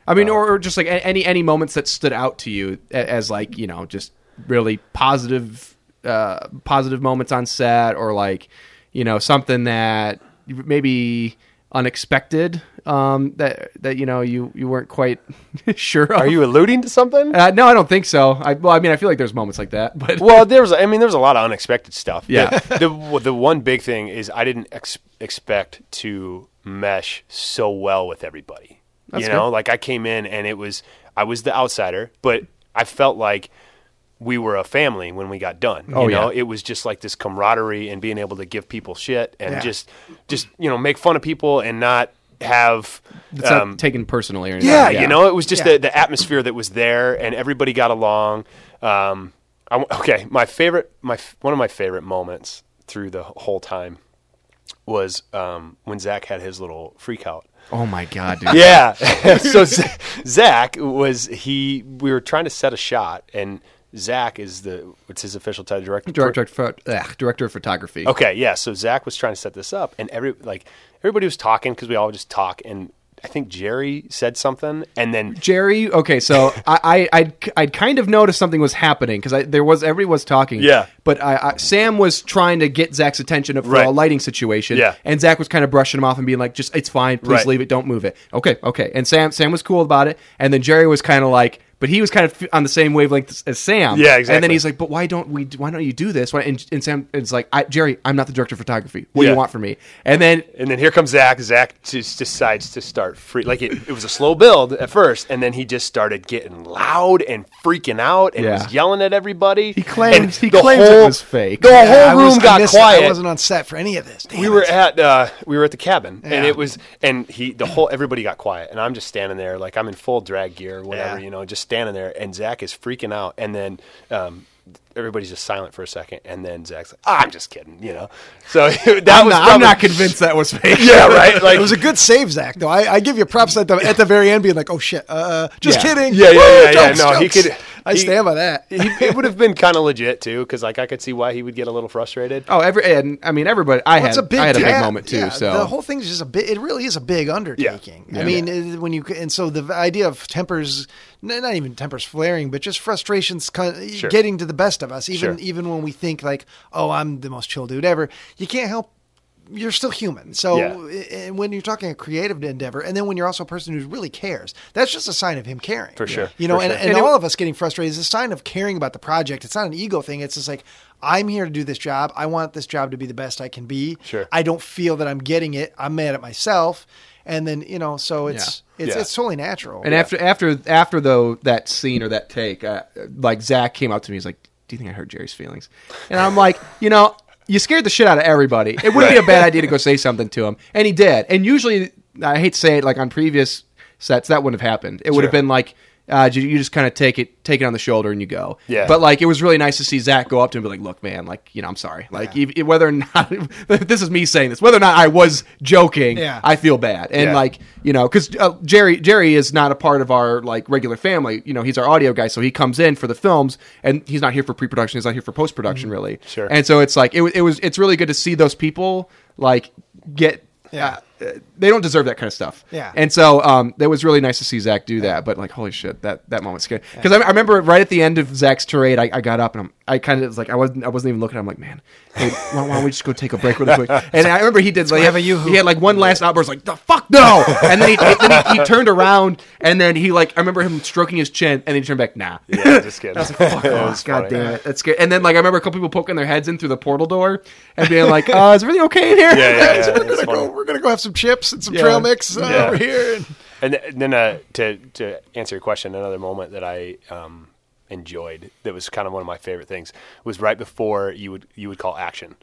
Speaker 5: I
Speaker 6: Oh.
Speaker 5: mean, or, or just like a- any any moments that stood out to you a- as like you know just really positive uh, positive moments on set, or like you know something that maybe unexpected um, that that you know you you weren't quite sure. Of.
Speaker 6: Are you alluding to something?
Speaker 5: Uh, no, I don't think so. I, well, I mean, I feel like there's moments like that, but
Speaker 6: Well, there was. I mean, there was a lot of unexpected stuff.
Speaker 5: Yeah.
Speaker 6: The the, the one big thing is I didn't ex- expect to mesh so well with everybody.
Speaker 5: That's
Speaker 6: you know,
Speaker 5: good.
Speaker 6: like I came in and it was I was the outsider, but I felt like we were a family when we got done.
Speaker 5: Oh,
Speaker 6: you know,
Speaker 5: yeah.
Speaker 6: it was just like this camaraderie and being able to give people shit and
Speaker 4: Yeah.
Speaker 6: just just you know make fun of people and not have
Speaker 5: it's
Speaker 6: um,
Speaker 5: not taken personally or anything.
Speaker 6: yeah, you know, it was just
Speaker 4: Yeah.
Speaker 6: the, the atmosphere that was there, and everybody got along. Um, I w okay, my favorite, my f- one of my favorite moments through the whole time was um, when Zach had his little freak out.
Speaker 5: Oh my god, dude.
Speaker 6: Yeah. so Z- Zach was he. We were trying to set a shot, and Zach is the what's his official title director?
Speaker 5: Director, of pho- ugh, director of photography.
Speaker 6: Okay, yeah. So Zach was trying to set this up, and every like everybody was talking because we all just talk, and I think Jerry said something, and then
Speaker 5: Jerry. Okay, so I, I I'd, I'd kind of noticed something was happening because there was everybody was talking.
Speaker 6: Yeah.
Speaker 5: But I, I Sam was trying to get Zach's attention for
Speaker 6: Right.
Speaker 5: a lighting situation.
Speaker 6: Yeah.
Speaker 5: And Zach was kind of brushing him off and being like, "Just it's fine. Please
Speaker 6: Right.
Speaker 5: leave it. Don't move it." Okay. Okay. And Sam Sam was cool about it. And then Jerry was kind of like. But he was kind of on the same wavelength as Sam.
Speaker 6: Yeah,
Speaker 5: And then
Speaker 6: exactly.
Speaker 5: he's like, "But why don't we? Why don't you do this?" Why, and, and Sam is like, I, "Jerry, I'm not the director of photography. What do
Speaker 6: Yeah.
Speaker 5: you want from me?" And then
Speaker 6: And then here comes Zach. Zach just decides to start free. Like it, it was a slow build at first, and then he just started getting loud and freaking out and
Speaker 5: Yeah.
Speaker 6: was yelling at everybody. He
Speaker 5: claims- he claims it was fake.
Speaker 6: The
Speaker 4: I
Speaker 6: whole
Speaker 4: was-
Speaker 6: room
Speaker 4: I
Speaker 6: got
Speaker 4: missed it. I
Speaker 6: quiet.
Speaker 4: wasn't on set for any of this. Damn
Speaker 6: We were
Speaker 4: it.
Speaker 6: at uh, we were at the cabin,
Speaker 4: Yeah.
Speaker 6: and it was and he the whole everybody got quiet, and I'm just standing there like I'm in full drag gear, or whatever
Speaker 4: Yeah.
Speaker 6: you know, just standing there, and Zach is freaking out, and then. Um, Everybody's just silent for a second, and then Zach's like, "Ah, "I'm just kidding," you know. So that
Speaker 5: I'm,
Speaker 6: was
Speaker 5: not, I'm
Speaker 6: probably-
Speaker 5: not convinced that was fake.
Speaker 6: Yeah, right. Like
Speaker 4: it was a good save, Zach. Though I, I give you props at the at the very end, being like, "Oh shit, uh, just
Speaker 5: Yeah.
Speaker 4: kidding."
Speaker 6: Yeah, yeah,
Speaker 4: Woo,
Speaker 6: yeah, yeah.
Speaker 4: jokes,
Speaker 6: No, he
Speaker 4: jokes.
Speaker 6: could-
Speaker 4: I
Speaker 6: he-
Speaker 4: stand by that.
Speaker 6: he, it would have been kind of legit too, because like I could see why he would get a little frustrated.
Speaker 5: Oh, every and I mean everybody.
Speaker 4: Well,
Speaker 5: I had I had a big
Speaker 4: tab-
Speaker 5: moment too.
Speaker 4: yeah,
Speaker 5: so
Speaker 4: the whole thing's just a bit. It really is a big undertaking. I
Speaker 5: Yeah.
Speaker 4: mean, it- when you and so the idea of tempers, n- not even tempers flaring, but just frustrations co- getting to the best of us. Even
Speaker 6: Sure.
Speaker 4: even when we think like, oh, I'm the most chill dude ever, you can't help. You're still human. So
Speaker 6: Yeah.
Speaker 4: i- and when you're talking a creative endeavor, and then when you're also a person who really cares, that's just a sign of him caring.
Speaker 6: For sure.
Speaker 4: You know,
Speaker 6: For
Speaker 4: and,
Speaker 6: sure.
Speaker 4: and,
Speaker 5: And it-
Speaker 4: all of us getting frustrated is a sign of caring about the project. It's not an ego thing. It's just like, I'm here to do this job. I want this job to be the best I can be.
Speaker 6: Sure.
Speaker 4: I don't feel that I'm getting it. I'm mad at myself. And then, you know, so it's it's
Speaker 6: Oh, Yeah.
Speaker 4: it's totally natural.
Speaker 5: and after after after though that scene or that take, uh, like Zach came up to me. He's like, "Do you think I hurt Jerry's feelings?" And I'm like, you know, you scared the shit out of everybody. It wouldn't be a bad idea to go say something to him, and he did. And usually, I hate to say it, like on previous sets, that wouldn't have happened. It would have
Speaker 6: Sure.
Speaker 5: been like. Uh, you, you just kind of take it, take it on the shoulder, and you go.
Speaker 6: Yeah.
Speaker 5: But like, it was really nice to see Zach go up to him and be like, "Look, man, like, you know, I'm sorry. Like, if- if- whether or not this is me saying this, whether or not I was joking,
Speaker 4: Yeah.
Speaker 5: I feel bad. And
Speaker 6: Yeah.
Speaker 5: like, you know, because uh, Jerry Jerry is not a part of our like regular family. You know, he's our audio guy, so he comes in for the films, and he's not here for pre production. He's not here for post production, really.
Speaker 6: Mm-hmm. Sure.
Speaker 5: And so it's like it, wa- it was. It's really good to see those people like get.
Speaker 4: Yeah.
Speaker 5: uh, uh, they don't deserve that kind of stuff.
Speaker 4: Yeah.
Speaker 5: And so um, that was really nice to see Zach do that. But like, holy shit, that that moment scared. Because I, I remember right at the end of Zach's tirade, I, I got up and I'm, I kind of was like, I wasn't, I wasn't even looking. I'm like, man, hey, why, why don't we just go take a break really quick? And I remember he did. Like,
Speaker 4: have a yoo-hoo.
Speaker 5: He had like one last outburst, like the fuck no. And then he, then he, he turned around and then he like, I remember him stroking his chin and then he turned back, nah.
Speaker 6: Yeah, just kidding.
Speaker 5: Fuck off, god damn it. That's good. And then like I remember a couple people poking their heads in through the portal door and being like, uh, is everything okay in here?
Speaker 6: Yeah, yeah, yeah.
Speaker 4: we're
Speaker 6: it's
Speaker 4: gonna go
Speaker 6: funny.
Speaker 4: oh, we're gonna go have some chips and some
Speaker 5: Yeah.
Speaker 4: trail mix uh,
Speaker 6: Yeah.
Speaker 4: over here. And,
Speaker 6: And th- then uh, to to answer your question, another moment that I um, enjoyed that was kind of one of my favorite things was right before you would you would call action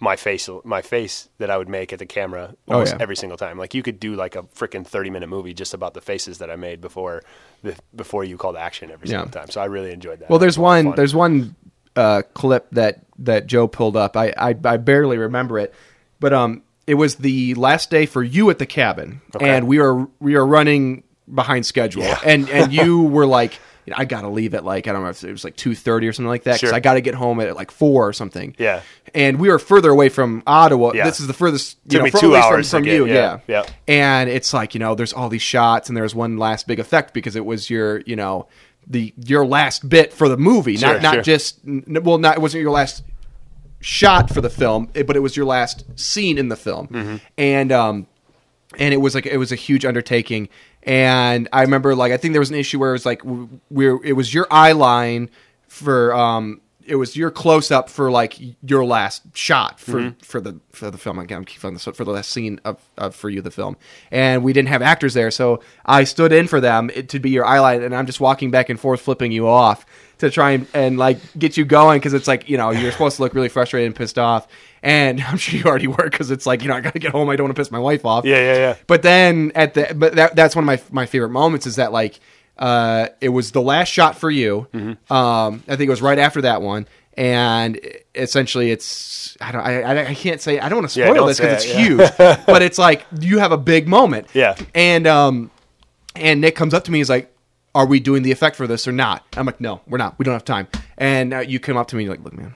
Speaker 6: my face my face that i would make at the camera
Speaker 5: Oh,
Speaker 6: almost
Speaker 5: yeah.
Speaker 6: every single time like you could do like a freaking 30 minute movie just about the faces that i made before the, before you called action every
Speaker 5: Yeah.
Speaker 6: single time so i really enjoyed that
Speaker 5: Well, there's
Speaker 6: That was a lot of
Speaker 5: one.
Speaker 6: fun.
Speaker 5: There's one uh, clip that that Joe pulled up. I, I I barely remember it, but um, it was the last day for you at the cabin,
Speaker 6: Okay.
Speaker 5: and we are we are running behind schedule, and and you were like. you know, I gotta leave at like I don't know if it was like two thirty or something like that because
Speaker 6: Sure.
Speaker 5: I gotta get home at like four or something.
Speaker 6: Yeah.
Speaker 5: and we were further away from Ottawa.
Speaker 6: Yeah.
Speaker 5: This is the furthest. You
Speaker 6: Took
Speaker 5: know,
Speaker 6: me
Speaker 5: fur-
Speaker 6: two
Speaker 5: away from-
Speaker 6: hours to
Speaker 5: from,
Speaker 6: get-
Speaker 5: you.
Speaker 6: yeah, yeah.
Speaker 5: and it's like you know there's all these shots and there's one last big effect because it was your you know the your last bit for the movie
Speaker 6: Sure,
Speaker 5: not not
Speaker 6: sure.
Speaker 5: just n- well not it wasn't your last shot for the film eh, but it was your last scene in the film
Speaker 6: Mm-hmm.
Speaker 5: and um and it was like it was a huge undertaking and i remember like i think there was an issue where it was like w- where it was your eye line for um it was your close up for like your last shot for
Speaker 6: Mm-hmm.
Speaker 5: for the for the film again I'm keep on this for the last scene of, of for you the film and we didn't have actors there so I stood in for them it- to be your eye line and I'm just walking back and forth flipping you off to try and, and like get you going because it's like you know you're supposed to look really frustrated and pissed off and I'm sure you already were because it's like you know I gotta get home I don't want to piss my wife off
Speaker 6: Yeah, yeah, yeah.
Speaker 5: but then at the but that that's one of my my favorite moments is that like uh it was the last shot for you.
Speaker 6: Mm-hmm.
Speaker 5: Um I think it was right after that one and essentially it's I don't I I- I can't say I don't want to
Speaker 6: Yeah,
Speaker 5: spoil
Speaker 6: don't
Speaker 5: this
Speaker 6: say
Speaker 5: cuz it's
Speaker 6: it, yeah.
Speaker 5: huge but it's like you have a big moment.
Speaker 6: Yeah.
Speaker 5: And um and Nick comes up to me he's like are we doing the effect for this or not? I'm like no, we're not. We don't have time. And uh, you come up to me and you're like look man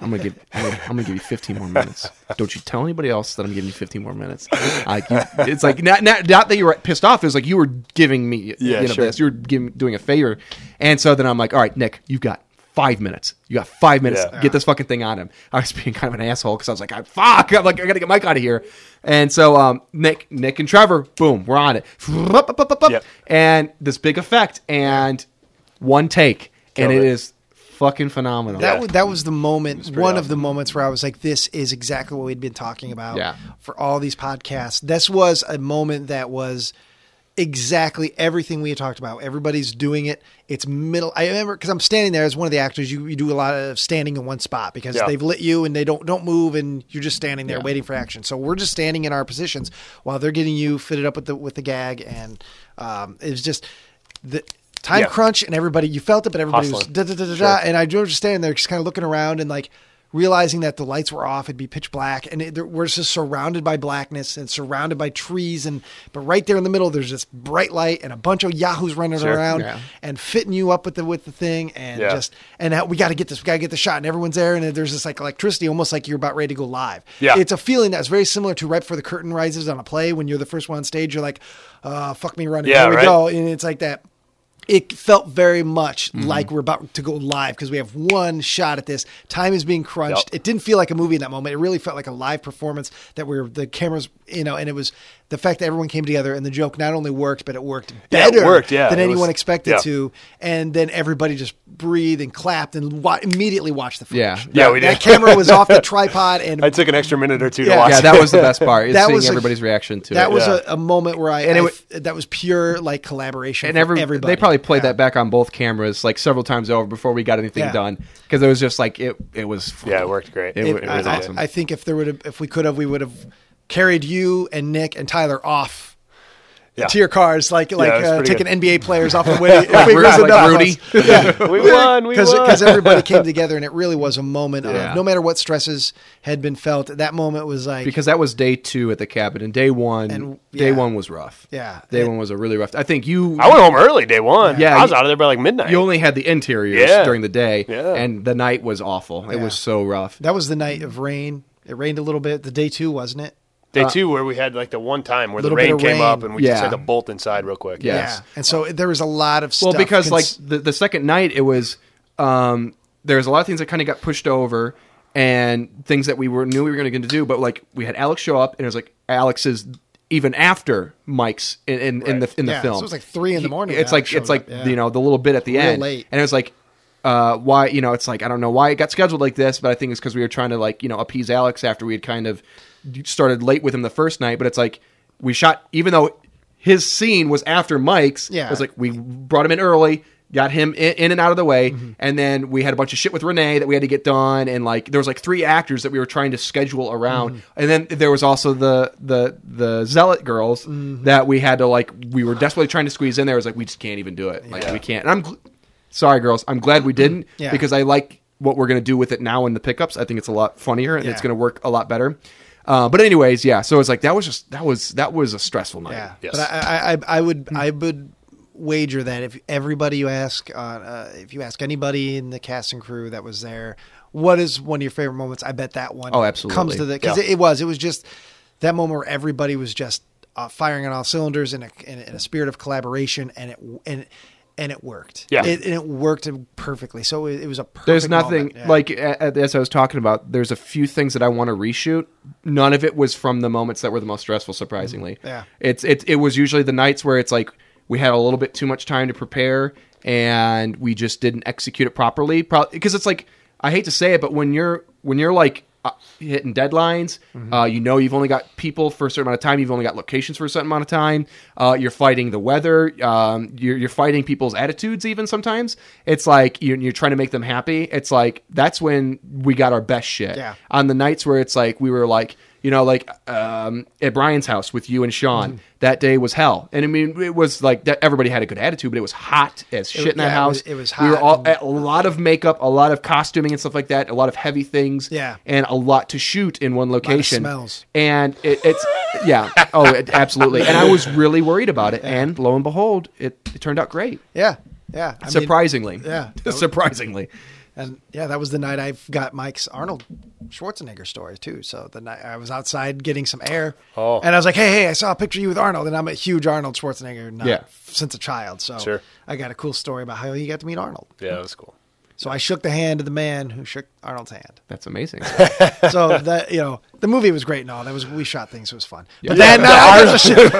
Speaker 5: I'm gonna give I'm gonna, I'm gonna give you 15 more minutes. Don't you tell anybody else that I'm giving you 15 more minutes. Like you, it's like not, not not that you were pissed off. It was like you were giving me
Speaker 6: Yeah,
Speaker 5: you know
Speaker 6: sure.
Speaker 5: this. You were giving, doing a favor, and so then I'm like, all right, Nick, you've got five minutes. You got five minutes.
Speaker 6: Yeah.
Speaker 5: Get this fucking thing on him. I was being kind of an asshole because I was like, I fuck. I'm like, I gotta get Mike out of here. And so um, Nick Nick and Trevor, boom, we're on it.
Speaker 6: Yep.
Speaker 5: And this big effect and one take, and
Speaker 6: Killed
Speaker 5: it
Speaker 6: it.
Speaker 5: is fucking phenomenal.
Speaker 4: That
Speaker 6: Yeah.
Speaker 4: was, that was the moment,
Speaker 6: pretty
Speaker 4: one of the
Speaker 6: awesome.
Speaker 4: moments where I was like, "This is exactly what we'd been talking about
Speaker 5: Yeah.
Speaker 4: for all these podcasts." This was a moment that was exactly everything we had talked about. Everybody's doing it. It's middle. I remember because I'm standing there as one of the actors. You, you do a lot of standing in one spot because
Speaker 6: Yeah.
Speaker 4: they've lit you and they don't don't move, and you're just standing there
Speaker 5: Yeah.
Speaker 4: waiting for action. So we're just standing in our positions while they're getting you fitted up with the with the gag, and um, it was just the. Time
Speaker 6: Yeah.
Speaker 4: crunch and everybody, you felt it, but everybody was
Speaker 6: Hustling.
Speaker 4: da, da, da, da, da, and I was just standing there, just kind of looking around and like realizing that the lights were off. It'd be pitch black, and it, there, we're just surrounded by blackness and surrounded by trees. And but right there in the middle, there's this bright light and a bunch of yahoos running
Speaker 6: Sure.
Speaker 4: around
Speaker 5: Yeah.
Speaker 4: and fitting you up with the with the thing, and
Speaker 6: Yeah.
Speaker 4: just and now we got to get this, we got to get the shot, and everyone's there, and there's this like electricity, almost like you're about ready to go live.
Speaker 6: Yeah.
Speaker 4: it's a feeling that's very similar to right before the curtain rises on a play when you're the first one on stage. You're like, uh, "Fuck me, running,
Speaker 6: Yeah,
Speaker 4: here we
Speaker 6: right.
Speaker 4: go," and it's like that it felt very much
Speaker 6: Mm-hmm.
Speaker 4: like we're about to go live because we have one shot at this. Time is being crunched.
Speaker 6: Yep.
Speaker 4: It didn't feel like a movie in that moment. It really felt like a live performance that we are the cameras, you know, and it was the fact that everyone came together and the joke not only worked, but it worked
Speaker 6: Yeah, it
Speaker 4: better
Speaker 6: worked, yeah.
Speaker 4: than
Speaker 6: It was-
Speaker 4: anyone expected
Speaker 6: yeah.
Speaker 4: to. And then everybody just breathed and clapped and wa- immediately watched the footage.
Speaker 5: Yeah.
Speaker 6: Yeah, we
Speaker 4: That
Speaker 6: did.
Speaker 4: camera was off the tripod and
Speaker 6: i took an extra minute or two
Speaker 4: Yeah.
Speaker 6: to watch
Speaker 5: yeah, that was the best part. Is
Speaker 4: That
Speaker 5: seeing
Speaker 4: was a-
Speaker 5: everybody's reaction to
Speaker 4: that
Speaker 5: it.
Speaker 4: was
Speaker 6: Yeah.
Speaker 4: a, a moment where I,
Speaker 5: And
Speaker 4: I
Speaker 5: it wa-
Speaker 4: f- that was pure like collaboration.
Speaker 5: and
Speaker 4: for
Speaker 5: every,
Speaker 4: everybody.
Speaker 5: they probably played
Speaker 4: Yeah.
Speaker 5: that back on both cameras like several times over before we got anything
Speaker 4: Yeah.
Speaker 5: done because it was just like it it was
Speaker 6: Yeah, it worked great.
Speaker 5: it,
Speaker 6: It-
Speaker 5: wa- it
Speaker 4: I-
Speaker 5: was
Speaker 4: I,
Speaker 5: awesome
Speaker 4: I think if there would have, if we could have, we would have carried you and Nick and Tyler off
Speaker 6: Yeah.
Speaker 4: to your cars, like like
Speaker 6: it was
Speaker 4: uh,
Speaker 6: pretty
Speaker 4: taking
Speaker 6: good.
Speaker 4: NBA players off the way. if we
Speaker 5: Ru-
Speaker 4: was
Speaker 5: like
Speaker 4: enough of
Speaker 5: Rudy.
Speaker 4: us. yeah,
Speaker 6: we won we won
Speaker 4: because everybody came together and it really was a moment
Speaker 5: Yeah.
Speaker 4: of no matter what stresses had been felt, that moment was like
Speaker 5: because that was day two at the cabin and day one
Speaker 4: And-
Speaker 5: day
Speaker 4: yeah.
Speaker 5: one was rough
Speaker 4: Yeah.
Speaker 5: day
Speaker 4: And-
Speaker 5: one was a really rough I think you
Speaker 6: i went home early day one
Speaker 5: Yeah,
Speaker 6: yeah i was
Speaker 5: you-
Speaker 6: out of there by like midnight
Speaker 5: you only had the interiors
Speaker 6: Yeah.
Speaker 5: during the day
Speaker 6: Yeah.
Speaker 5: and the night was awful it
Speaker 4: Yeah.
Speaker 5: was so rough
Speaker 4: that was the night of rain. It rained a little bit. The day two wasn't it?
Speaker 6: Day two, where we had like the one time where the
Speaker 4: uh, Little bit
Speaker 6: rain
Speaker 4: of
Speaker 6: came
Speaker 4: rain.
Speaker 6: up and we
Speaker 5: Yeah.
Speaker 6: just had to bolt inside real quick.
Speaker 5: Yeah. Yes.
Speaker 4: Yeah. And so there was a lot of
Speaker 5: well
Speaker 4: stuff
Speaker 5: because
Speaker 4: cons-
Speaker 5: like the, the second night it was um there was a lot of things that kind of got pushed over and things that we were knew we were going to do but like we had alex show up and it was like alex is even after mike's in in, in the in the
Speaker 4: Yeah, so
Speaker 5: film
Speaker 4: it was like three in the
Speaker 5: He-
Speaker 4: morning
Speaker 5: it's
Speaker 4: when
Speaker 5: like
Speaker 4: Alex
Speaker 5: it's
Speaker 4: showed
Speaker 5: like
Speaker 4: up, yeah.
Speaker 5: you know the little bit at the
Speaker 4: Real
Speaker 5: end
Speaker 4: late.
Speaker 5: and it was like uh, why you know it's like I don't know why it got scheduled like this, but I think it's because we were trying to like you know appease Alex after we had kind of started late with him the first night. But it's like we shot even though his scene was after Mike's.
Speaker 4: Yeah.
Speaker 5: it's like we brought him in early. got him in, in and out of the way,
Speaker 4: Mm-hmm.
Speaker 5: and then we had a bunch of shit with Renee that we had to get done, and like there was like three actors that we were trying to schedule around,
Speaker 4: Mm-hmm.
Speaker 5: and then there was also the the the zealot girls
Speaker 4: Mm-hmm.
Speaker 5: that we had to like we were desperately trying to squeeze in there. It was like we just can't even do it, like we can't. And I'm gl- sorry, girls, I'm glad we didn't
Speaker 4: Mm-hmm. Yeah.
Speaker 5: because I like what we're gonna do with it now in the pickups. I think it's a lot funnier and it's
Speaker 4: Yeah.
Speaker 5: gonna work a lot better. Uh, but anyways, yeah. So it's like that was just that was that was a stressful night.
Speaker 4: Yeah,
Speaker 6: Yes.
Speaker 4: but I, I, I- I would, I would wager that if everybody you ask, uh, uh, if you ask anybody in the cast and crew that was there, what is one of your favorite moments? I bet that one.
Speaker 5: Oh, absolutely.
Speaker 4: comes to the because
Speaker 6: Yeah.
Speaker 4: it, it was, it was just that moment where everybody was just uh, firing on all cylinders in a, in a in a spirit of collaboration, and it and and it worked.
Speaker 6: Yeah.
Speaker 4: it, and it worked perfectly. So it, it was a perfect
Speaker 5: There's nothing
Speaker 4: moment. Yeah.
Speaker 5: like a- a- as I was talking about. There's a few things that I want to reshoot. None of it was from the moments that were the most stressful. Surprisingly,
Speaker 4: Mm. Yeah.
Speaker 5: It's it it was usually the nights where it's like we had a little bit too much time to prepare and we just didn't execute it properly. Probably because it's like I hate to say it, but when you're when you're like uh, hitting deadlines, uh, you know you've only got people for a certain amount of time. You've only got locations for a certain amount of time. Uh, you're fighting the weather. Um, you're, you're fighting people's attitudes. Even sometimes it's like you're, you're trying to make them happy. It's like that's when we got our best shit
Speaker 4: Yeah.
Speaker 5: on the nights where it's like we were like you know like um, at Brian's house with you and Sean
Speaker 4: Mm.
Speaker 5: that day was hell and I mean it was like that everybody had a good attitude but it was hot as shit in that
Speaker 4: yeah, it
Speaker 5: house
Speaker 4: was- it was
Speaker 5: we were
Speaker 4: hot
Speaker 5: all
Speaker 4: and-
Speaker 5: a lot of makeup a lot of costuming and stuff like that a lot of heavy things
Speaker 4: Yeah.
Speaker 5: and a lot to shoot in one location
Speaker 4: smells.
Speaker 5: and it, it's yeah oh it, absolutely and I was really worried about it and lo and behold it, it turned out great
Speaker 4: yeah, yeah. I mean,
Speaker 5: surprisingly
Speaker 4: yeah.
Speaker 5: surprisingly
Speaker 4: And yeah, that was the night I got Mike's Arnold Schwarzenegger story too. So the night I was outside getting some air,
Speaker 6: Oh.
Speaker 4: and I was like, "Hey, hey, I saw a picture of you with Arnold," and I'm a huge Arnold Schwarzenegger nut
Speaker 5: Yeah.
Speaker 4: since a child. So
Speaker 6: Sure.
Speaker 4: I got a cool story about how he got to meet Arnold.
Speaker 6: Yeah, that was cool.
Speaker 4: So I shook the hand of the man who shook Arnold's hand.
Speaker 5: that's amazing
Speaker 4: So that you know, the movie was great and all. That was we shot things. It was fun. But
Speaker 5: Yeah.
Speaker 4: then no, that was a shit.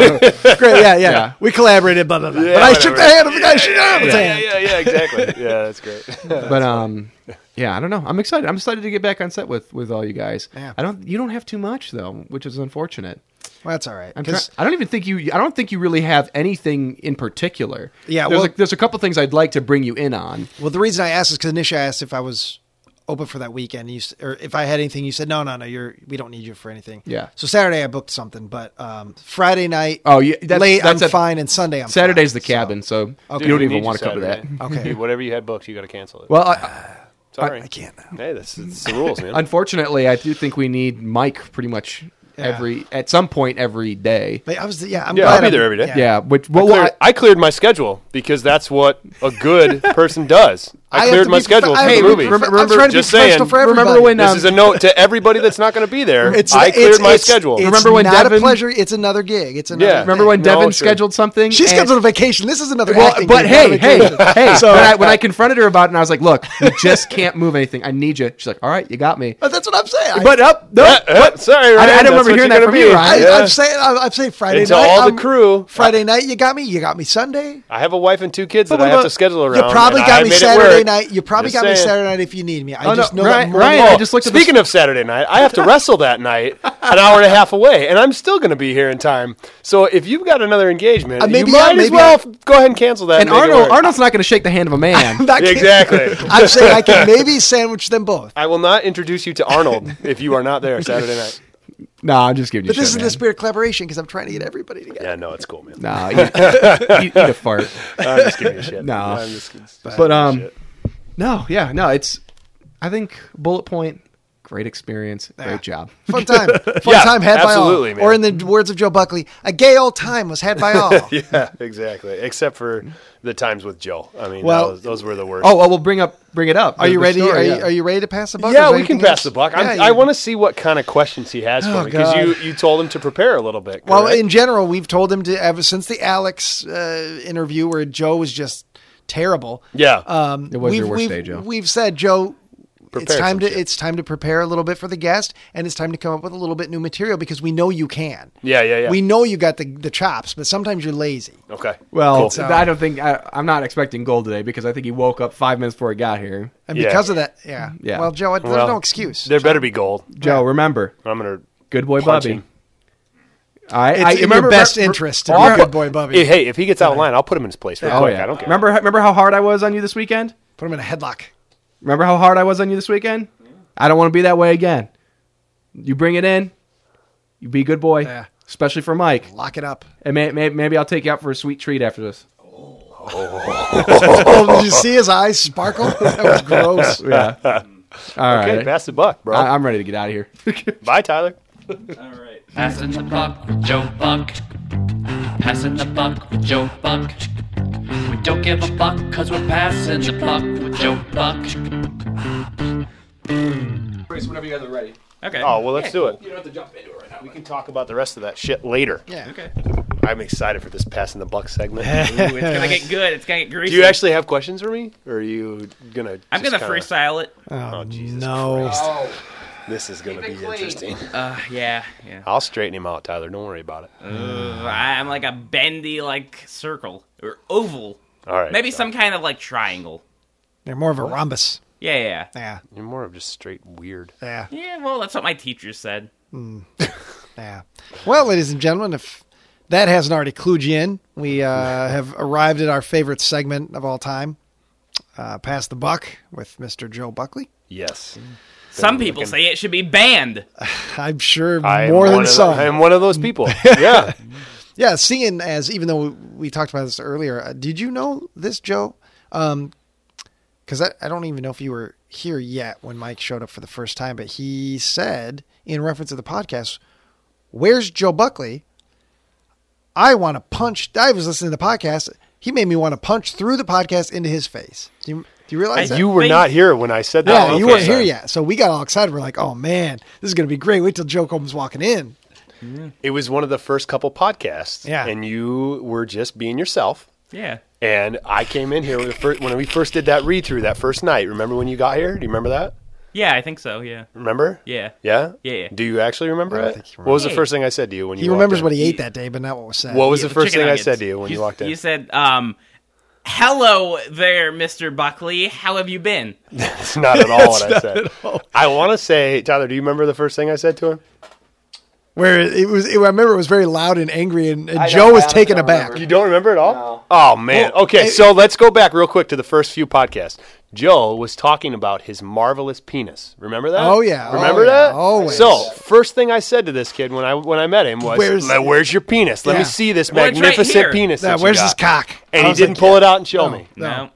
Speaker 4: great. Yeah, yeah,
Speaker 5: Yeah.
Speaker 4: We collaborated, blah blah blah.
Speaker 6: Yeah,
Speaker 4: but I
Speaker 6: whatever.
Speaker 4: shook the hand of the guy who shook Arnold's
Speaker 6: Yeah,
Speaker 4: hand.
Speaker 6: yeah, yeah, exactly. yeah, that's great.
Speaker 5: but um yeah i don't know i'm excited i'm excited to get back on set with with all you guys
Speaker 4: Yeah.
Speaker 5: i don't you don't have too much though which is unfortunate
Speaker 4: Well, that's all right.
Speaker 5: I'm
Speaker 4: 'cause-
Speaker 5: try- i don't even think you i don't think you really have anything in particular
Speaker 4: Yeah,
Speaker 5: there's,
Speaker 4: well-
Speaker 5: a, there's a couple things i'd like to bring you in on
Speaker 4: Well, the reason I asked is because initially I asked if I was open for that weekend, you, s- or if I had anything. You said no, no, no. You're we don't need you for anything.
Speaker 5: Yeah.
Speaker 4: So Saturday I booked something, but um, Friday night.
Speaker 5: Oh, yeah, that's-
Speaker 4: late.
Speaker 5: that's
Speaker 4: I'm
Speaker 5: a-
Speaker 4: fine, and Sunday I'm
Speaker 5: saturday's the
Speaker 4: fine.
Speaker 5: cabin so,
Speaker 4: Okay.
Speaker 5: you don't
Speaker 6: We
Speaker 5: even
Speaker 6: need
Speaker 5: want to
Speaker 6: you
Speaker 5: cover that
Speaker 6: Saturday.
Speaker 4: Okay.
Speaker 6: Dude, Whatever you had booked, you got to cancel it.
Speaker 5: well I,
Speaker 6: Sorry.
Speaker 4: I, I can't now.
Speaker 6: Hey, that's, that's the rules, man.
Speaker 5: unfortunately i do think we need mike pretty much every at some point every day
Speaker 4: But I was yeah. I'm
Speaker 6: Yeah,
Speaker 4: glad
Speaker 6: I'll be
Speaker 4: I'm-
Speaker 6: there every day.
Speaker 5: yeah, which well,
Speaker 6: I, cleared,
Speaker 5: I-
Speaker 6: I cleared my schedule because that's what a good person does.
Speaker 4: I
Speaker 6: I
Speaker 4: have
Speaker 6: cleared
Speaker 4: to
Speaker 6: my
Speaker 4: be-
Speaker 6: schedule
Speaker 4: I
Speaker 6: for
Speaker 4: have
Speaker 6: the
Speaker 4: to be
Speaker 6: movie.
Speaker 4: prof- I'm trying to be
Speaker 6: just
Speaker 4: professional
Speaker 6: saying,
Speaker 4: for everybody.
Speaker 5: remember when
Speaker 6: this
Speaker 5: um,
Speaker 6: is a note to everybody that's not going to be there.
Speaker 4: It's,
Speaker 6: I cleared
Speaker 4: it's-
Speaker 6: my
Speaker 4: it's-
Speaker 6: schedule.
Speaker 4: It's
Speaker 5: Remember when
Speaker 4: not
Speaker 5: Devin-
Speaker 4: a pleasure? It's another gig. It's another.
Speaker 6: Yeah.
Speaker 5: remember
Speaker 4: thing.
Speaker 5: when
Speaker 6: No,
Speaker 5: devin
Speaker 6: sure.
Speaker 5: scheduled something
Speaker 4: she
Speaker 5: and-
Speaker 4: scheduled a vacation? This is another.
Speaker 5: Well,
Speaker 4: acting
Speaker 5: but
Speaker 4: gig, not
Speaker 5: hey,
Speaker 4: a
Speaker 5: hey,
Speaker 4: vacation.
Speaker 5: hey. So when I, when I confronted her about it, and I was like, "Look, we just can't move anything. I need you." She's like, "All right, you got me."
Speaker 4: But that's what I'm saying. I-
Speaker 5: But up, no,
Speaker 6: Uh, uh, sorry, Ryan,
Speaker 5: I don't
Speaker 6: that's
Speaker 5: remember
Speaker 6: what
Speaker 5: hearing
Speaker 6: you're
Speaker 5: that
Speaker 6: gonna
Speaker 5: from
Speaker 6: be.
Speaker 5: you, Ryan.
Speaker 4: I,
Speaker 6: Yeah.
Speaker 4: I'm saying I'm, I'm saying Friday
Speaker 6: And to
Speaker 4: night.
Speaker 6: all the
Speaker 4: I'm-
Speaker 6: crew.
Speaker 4: Friday night, you got me. You got me Sunday.
Speaker 6: I have a wife and two kids
Speaker 5: But
Speaker 6: that I
Speaker 5: what
Speaker 6: have
Speaker 5: about-
Speaker 6: to schedule around.
Speaker 4: You probably
Speaker 6: and
Speaker 4: got
Speaker 6: I
Speaker 4: me
Speaker 6: made it
Speaker 4: Saturday
Speaker 6: work.
Speaker 4: night. You probably
Speaker 6: Just
Speaker 4: got me
Speaker 6: saying.
Speaker 4: Saturday night if you need me. I
Speaker 5: Oh, no,
Speaker 4: just know
Speaker 5: Ryan-
Speaker 4: that more
Speaker 5: Ryan,
Speaker 4: than-
Speaker 5: I
Speaker 6: Oh,
Speaker 5: just looked at the-
Speaker 6: Speaking of Saturday night, I have to wrestle that night, an hour and a half away, and I'm still going to be here in time. So if you've got another engagement,
Speaker 4: Uh, maybe
Speaker 6: you might
Speaker 4: I-
Speaker 6: as
Speaker 4: maybe
Speaker 6: well
Speaker 4: I-
Speaker 6: f- go ahead and cancel that.
Speaker 5: and
Speaker 6: make it
Speaker 5: Arnold,
Speaker 6: work.
Speaker 5: Arnold's not going to shake the hand of a man.
Speaker 4: Not
Speaker 6: Yeah,
Speaker 4: kidding.
Speaker 6: exactly.
Speaker 4: I'm saying I can maybe sandwich them both.
Speaker 6: I will not introduce you to Arnold if you are not there Saturday night.
Speaker 5: no, I'm just giving you.
Speaker 4: But this is
Speaker 5: shit,
Speaker 4: the spirit of collaboration because I'm trying to get everybody together.
Speaker 6: Yeah, no, it's cool, man.
Speaker 5: man. Nah, you, you eat a fart.
Speaker 6: I'm just giving you shit.
Speaker 5: No.
Speaker 6: I'm just, just giving
Speaker 5: But,
Speaker 6: you
Speaker 5: um,
Speaker 6: shit.
Speaker 5: No, yeah, no. It's, I think bullet point, great experience, great job.
Speaker 4: Fun time. Fun
Speaker 6: Yeah,
Speaker 4: time had
Speaker 6: absolutely,
Speaker 4: by all.
Speaker 6: man.
Speaker 4: Or in the words of Joe Buckley, a gay old time was had by all.
Speaker 6: yeah, exactly. Except for the times with Joe. I mean,
Speaker 4: Well-
Speaker 6: those, those were the worst.
Speaker 5: Oh, well, we'll bring up, bring it up.
Speaker 4: Are you ready? are,
Speaker 5: yeah.
Speaker 4: you, are you ready to pass
Speaker 5: Oh,
Speaker 4: the buck? Is
Speaker 6: yeah,
Speaker 4: there
Speaker 6: we can
Speaker 4: anything
Speaker 6: pass
Speaker 4: else?
Speaker 6: the buck. I'm,
Speaker 4: Yeah,
Speaker 6: I
Speaker 4: you-
Speaker 6: want to see what kind of questions he has
Speaker 5: Oh,
Speaker 6: for me because you, you told him to prepare a little bit.
Speaker 4: Well,
Speaker 6: correct?
Speaker 4: in general, we've told him to ever since the Alex uh, interview where Joe was just terrible.
Speaker 6: yeah,
Speaker 4: Um,
Speaker 5: It was
Speaker 4: we've-
Speaker 5: your worst
Speaker 4: we've-
Speaker 5: day, Joe.
Speaker 4: We've said, Joe,
Speaker 6: Prepare
Speaker 4: it's time
Speaker 6: some
Speaker 4: to
Speaker 6: shit.
Speaker 4: it's time to prepare a little bit for the guest, and it's time to come up with a little bit new material because we know you can.
Speaker 6: yeah, yeah, yeah.
Speaker 4: We know you got the the chops, but sometimes you're lazy.
Speaker 6: okay.
Speaker 5: Well,
Speaker 6: Cool.
Speaker 5: I don't think I, I'm not expecting gold today because I think he woke up five minutes before he got here.
Speaker 4: And
Speaker 6: Yeah.
Speaker 4: because of that, yeah.
Speaker 5: Yeah.
Speaker 4: Well, Joe, there's
Speaker 6: Well,
Speaker 4: no excuse.
Speaker 6: there better be gold.
Speaker 5: Joe, remember,
Speaker 6: I'm gonna.
Speaker 5: good boy,
Speaker 6: Punch
Speaker 5: Bobby.
Speaker 6: him.
Speaker 5: I,
Speaker 4: It's
Speaker 5: I
Speaker 4: in your
Speaker 5: remember
Speaker 4: best interest to be
Speaker 5: remember-
Speaker 4: good boy Bubby.
Speaker 6: Hey, hey, if he gets out of line, I'll put him in his place. Real
Speaker 5: Oh
Speaker 6: quick.
Speaker 5: yeah,
Speaker 6: I don't care.
Speaker 5: Remember, remember how hard I was on you this weekend?
Speaker 4: Put him in a headlock.
Speaker 5: Remember how hard I was on you this weekend? I don't want to be that way again. You bring it in. You be a good boy,
Speaker 4: Yeah.
Speaker 5: especially for Mike.
Speaker 4: Lock it up.
Speaker 5: And may, may, maybe I'll take you out for a sweet treat after this.
Speaker 4: Oh, did you see his eyes sparkle? That was gross.
Speaker 5: Yeah. All right.
Speaker 6: Okay, pass the buck, bro.
Speaker 5: I, I'm ready to get out of here.
Speaker 6: Bye, Tyler.
Speaker 7: All right.
Speaker 2: Passing the buck with Joe Buck. Passing the buck with Joe Buck. We don't give a buck cause we're passing the buck with Joe Buck.
Speaker 5: Whenever you guys are ready.
Speaker 7: Okay.
Speaker 6: Oh well, let's do it.
Speaker 5: don't have to jump into it right now.
Speaker 6: We can talk about the rest of that shit later.
Speaker 4: Yeah.
Speaker 7: Okay.
Speaker 6: I'm excited for this passing the buck segment.
Speaker 7: Ooh, it's gonna get good. It's gonna get greasy.
Speaker 6: Do you actually have questions for me, or are you gonna?
Speaker 7: I'm
Speaker 6: just
Speaker 7: gonna
Speaker 6: kinda-
Speaker 7: freestyle it.
Speaker 6: Oh Jesus!
Speaker 4: No.
Speaker 6: This is gonna be interesting.
Speaker 7: Uh, yeah, yeah.
Speaker 6: I'll straighten him out, Tyler. Don't worry about it.
Speaker 7: I- I'm like a bendy like circle or oval.
Speaker 6: All right.
Speaker 7: Maybe
Speaker 6: so
Speaker 7: some kind of like triangle.
Speaker 4: They're more of a rhombus.
Speaker 7: Yeah, yeah.
Speaker 4: Yeah.
Speaker 6: You're more of just straight weird.
Speaker 4: Yeah.
Speaker 7: Yeah, well, that's what my teacher said.
Speaker 4: Yeah. Well, ladies and gentlemen, if that hasn't already clued you in, we uh, have arrived at our favorite segment of all time, uh, Pass the Buck with Mr. Joe Buckley.
Speaker 6: Yes.
Speaker 7: Some people say it should be banned.
Speaker 4: I'm sure
Speaker 6: I'm
Speaker 4: more
Speaker 6: one
Speaker 4: than
Speaker 6: of
Speaker 4: some.
Speaker 6: the- I'm one of those people. yeah.
Speaker 4: Yeah, seeing as even though we talked about this earlier, uh, did you know this, Joe? Because I, I don't even know if you were here yet when Mike showed up for the first time, but he said in reference to the podcast, "Where's Joe Buckley?" I want to punch. I was listening to the podcast. He made me want to punch through the podcast into his face. Do you, do you realize that?
Speaker 6: You were
Speaker 7: Think-
Speaker 6: not here when I said that.
Speaker 4: yeah,
Speaker 6: the
Speaker 4: you
Speaker 6: first
Speaker 4: weren't here
Speaker 6: time.
Speaker 4: yet, so we got all excited. We're like, "Oh man, this is gonna be great!" Wait till Joe comes walking in.
Speaker 6: It was one of the first couple podcasts.
Speaker 4: Yeah.
Speaker 6: And you were just being yourself.
Speaker 7: Yeah.
Speaker 6: And I came in here with the first, when we first did that read through that first night. Remember when you got here? Do you remember that?
Speaker 7: Yeah, I think so, yeah.
Speaker 6: Remember?
Speaker 7: Yeah.
Speaker 6: Yeah.
Speaker 7: Yeah, yeah.
Speaker 6: Do you actually remember it?
Speaker 4: think he
Speaker 6: What was the
Speaker 7: remembers.
Speaker 6: first thing I said to you when you?
Speaker 4: He
Speaker 6: walked
Speaker 4: remembers
Speaker 6: in?
Speaker 4: what he ate that day, but not what was said.
Speaker 6: What was
Speaker 7: Yeah,
Speaker 6: the first
Speaker 7: chicken
Speaker 6: thing
Speaker 7: nuggets.
Speaker 6: I said to you when you, walked in?
Speaker 7: You said, um, hello there, Mr. Buckley. How have you been?
Speaker 6: That's not at all what I said. I want to say, Tyler, do you remember the first thing I said to him?
Speaker 4: where it was. It, I remember it was very loud and angry, and, and Joe was taken aback.
Speaker 6: You don't remember at all? Oh man. okay, so let's go back real quick to the first few podcasts. Joe was talking about his marvelous penis. Remember that?
Speaker 4: Oh, yeah.
Speaker 6: Remember
Speaker 4: Oh, yeah.
Speaker 6: that?
Speaker 4: Always.
Speaker 6: So first thing I said to this kid when I when I met him was,
Speaker 4: Where's-
Speaker 6: "Le- "Where's your penis? Let
Speaker 4: Yeah.
Speaker 6: me see this
Speaker 7: Well, it's right
Speaker 6: magnificent
Speaker 7: here.
Speaker 6: penis."
Speaker 4: Now,
Speaker 6: that you
Speaker 4: where's
Speaker 6: got."
Speaker 4: his cock?
Speaker 6: And
Speaker 4: I
Speaker 6: he
Speaker 4: was
Speaker 6: didn't
Speaker 4: like,
Speaker 6: pull it out and show me.
Speaker 4: No.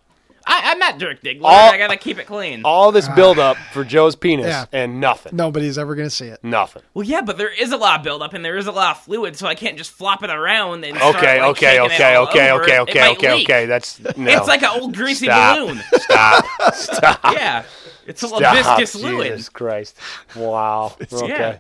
Speaker 7: I, I'm not Dirk Diggler.
Speaker 6: All-
Speaker 7: I gotta keep it clean.
Speaker 6: All this buildup for Joe's penis
Speaker 4: Ah. Yeah.
Speaker 6: and nothing.
Speaker 4: Nobody's ever going to see it.
Speaker 6: Nothing.
Speaker 7: well, yeah, but there is a lot of buildup and there is a lot of fluid, so I can't just flop it around and start,
Speaker 6: Okay,
Speaker 7: like,
Speaker 6: okay,
Speaker 7: shaking it
Speaker 6: okay,
Speaker 7: all
Speaker 6: okay,
Speaker 7: over.
Speaker 6: okay,
Speaker 7: It
Speaker 6: okay,
Speaker 7: might
Speaker 6: okay,
Speaker 7: leak.
Speaker 6: okay. That's no.
Speaker 7: It's like an old greasy
Speaker 6: Stop.
Speaker 7: balloon.
Speaker 6: stop.
Speaker 7: yeah, it's a little
Speaker 6: Stop,
Speaker 7: viscous fluid.
Speaker 6: Ah, Jesus Christ. Wow. Okay.
Speaker 7: Yeah.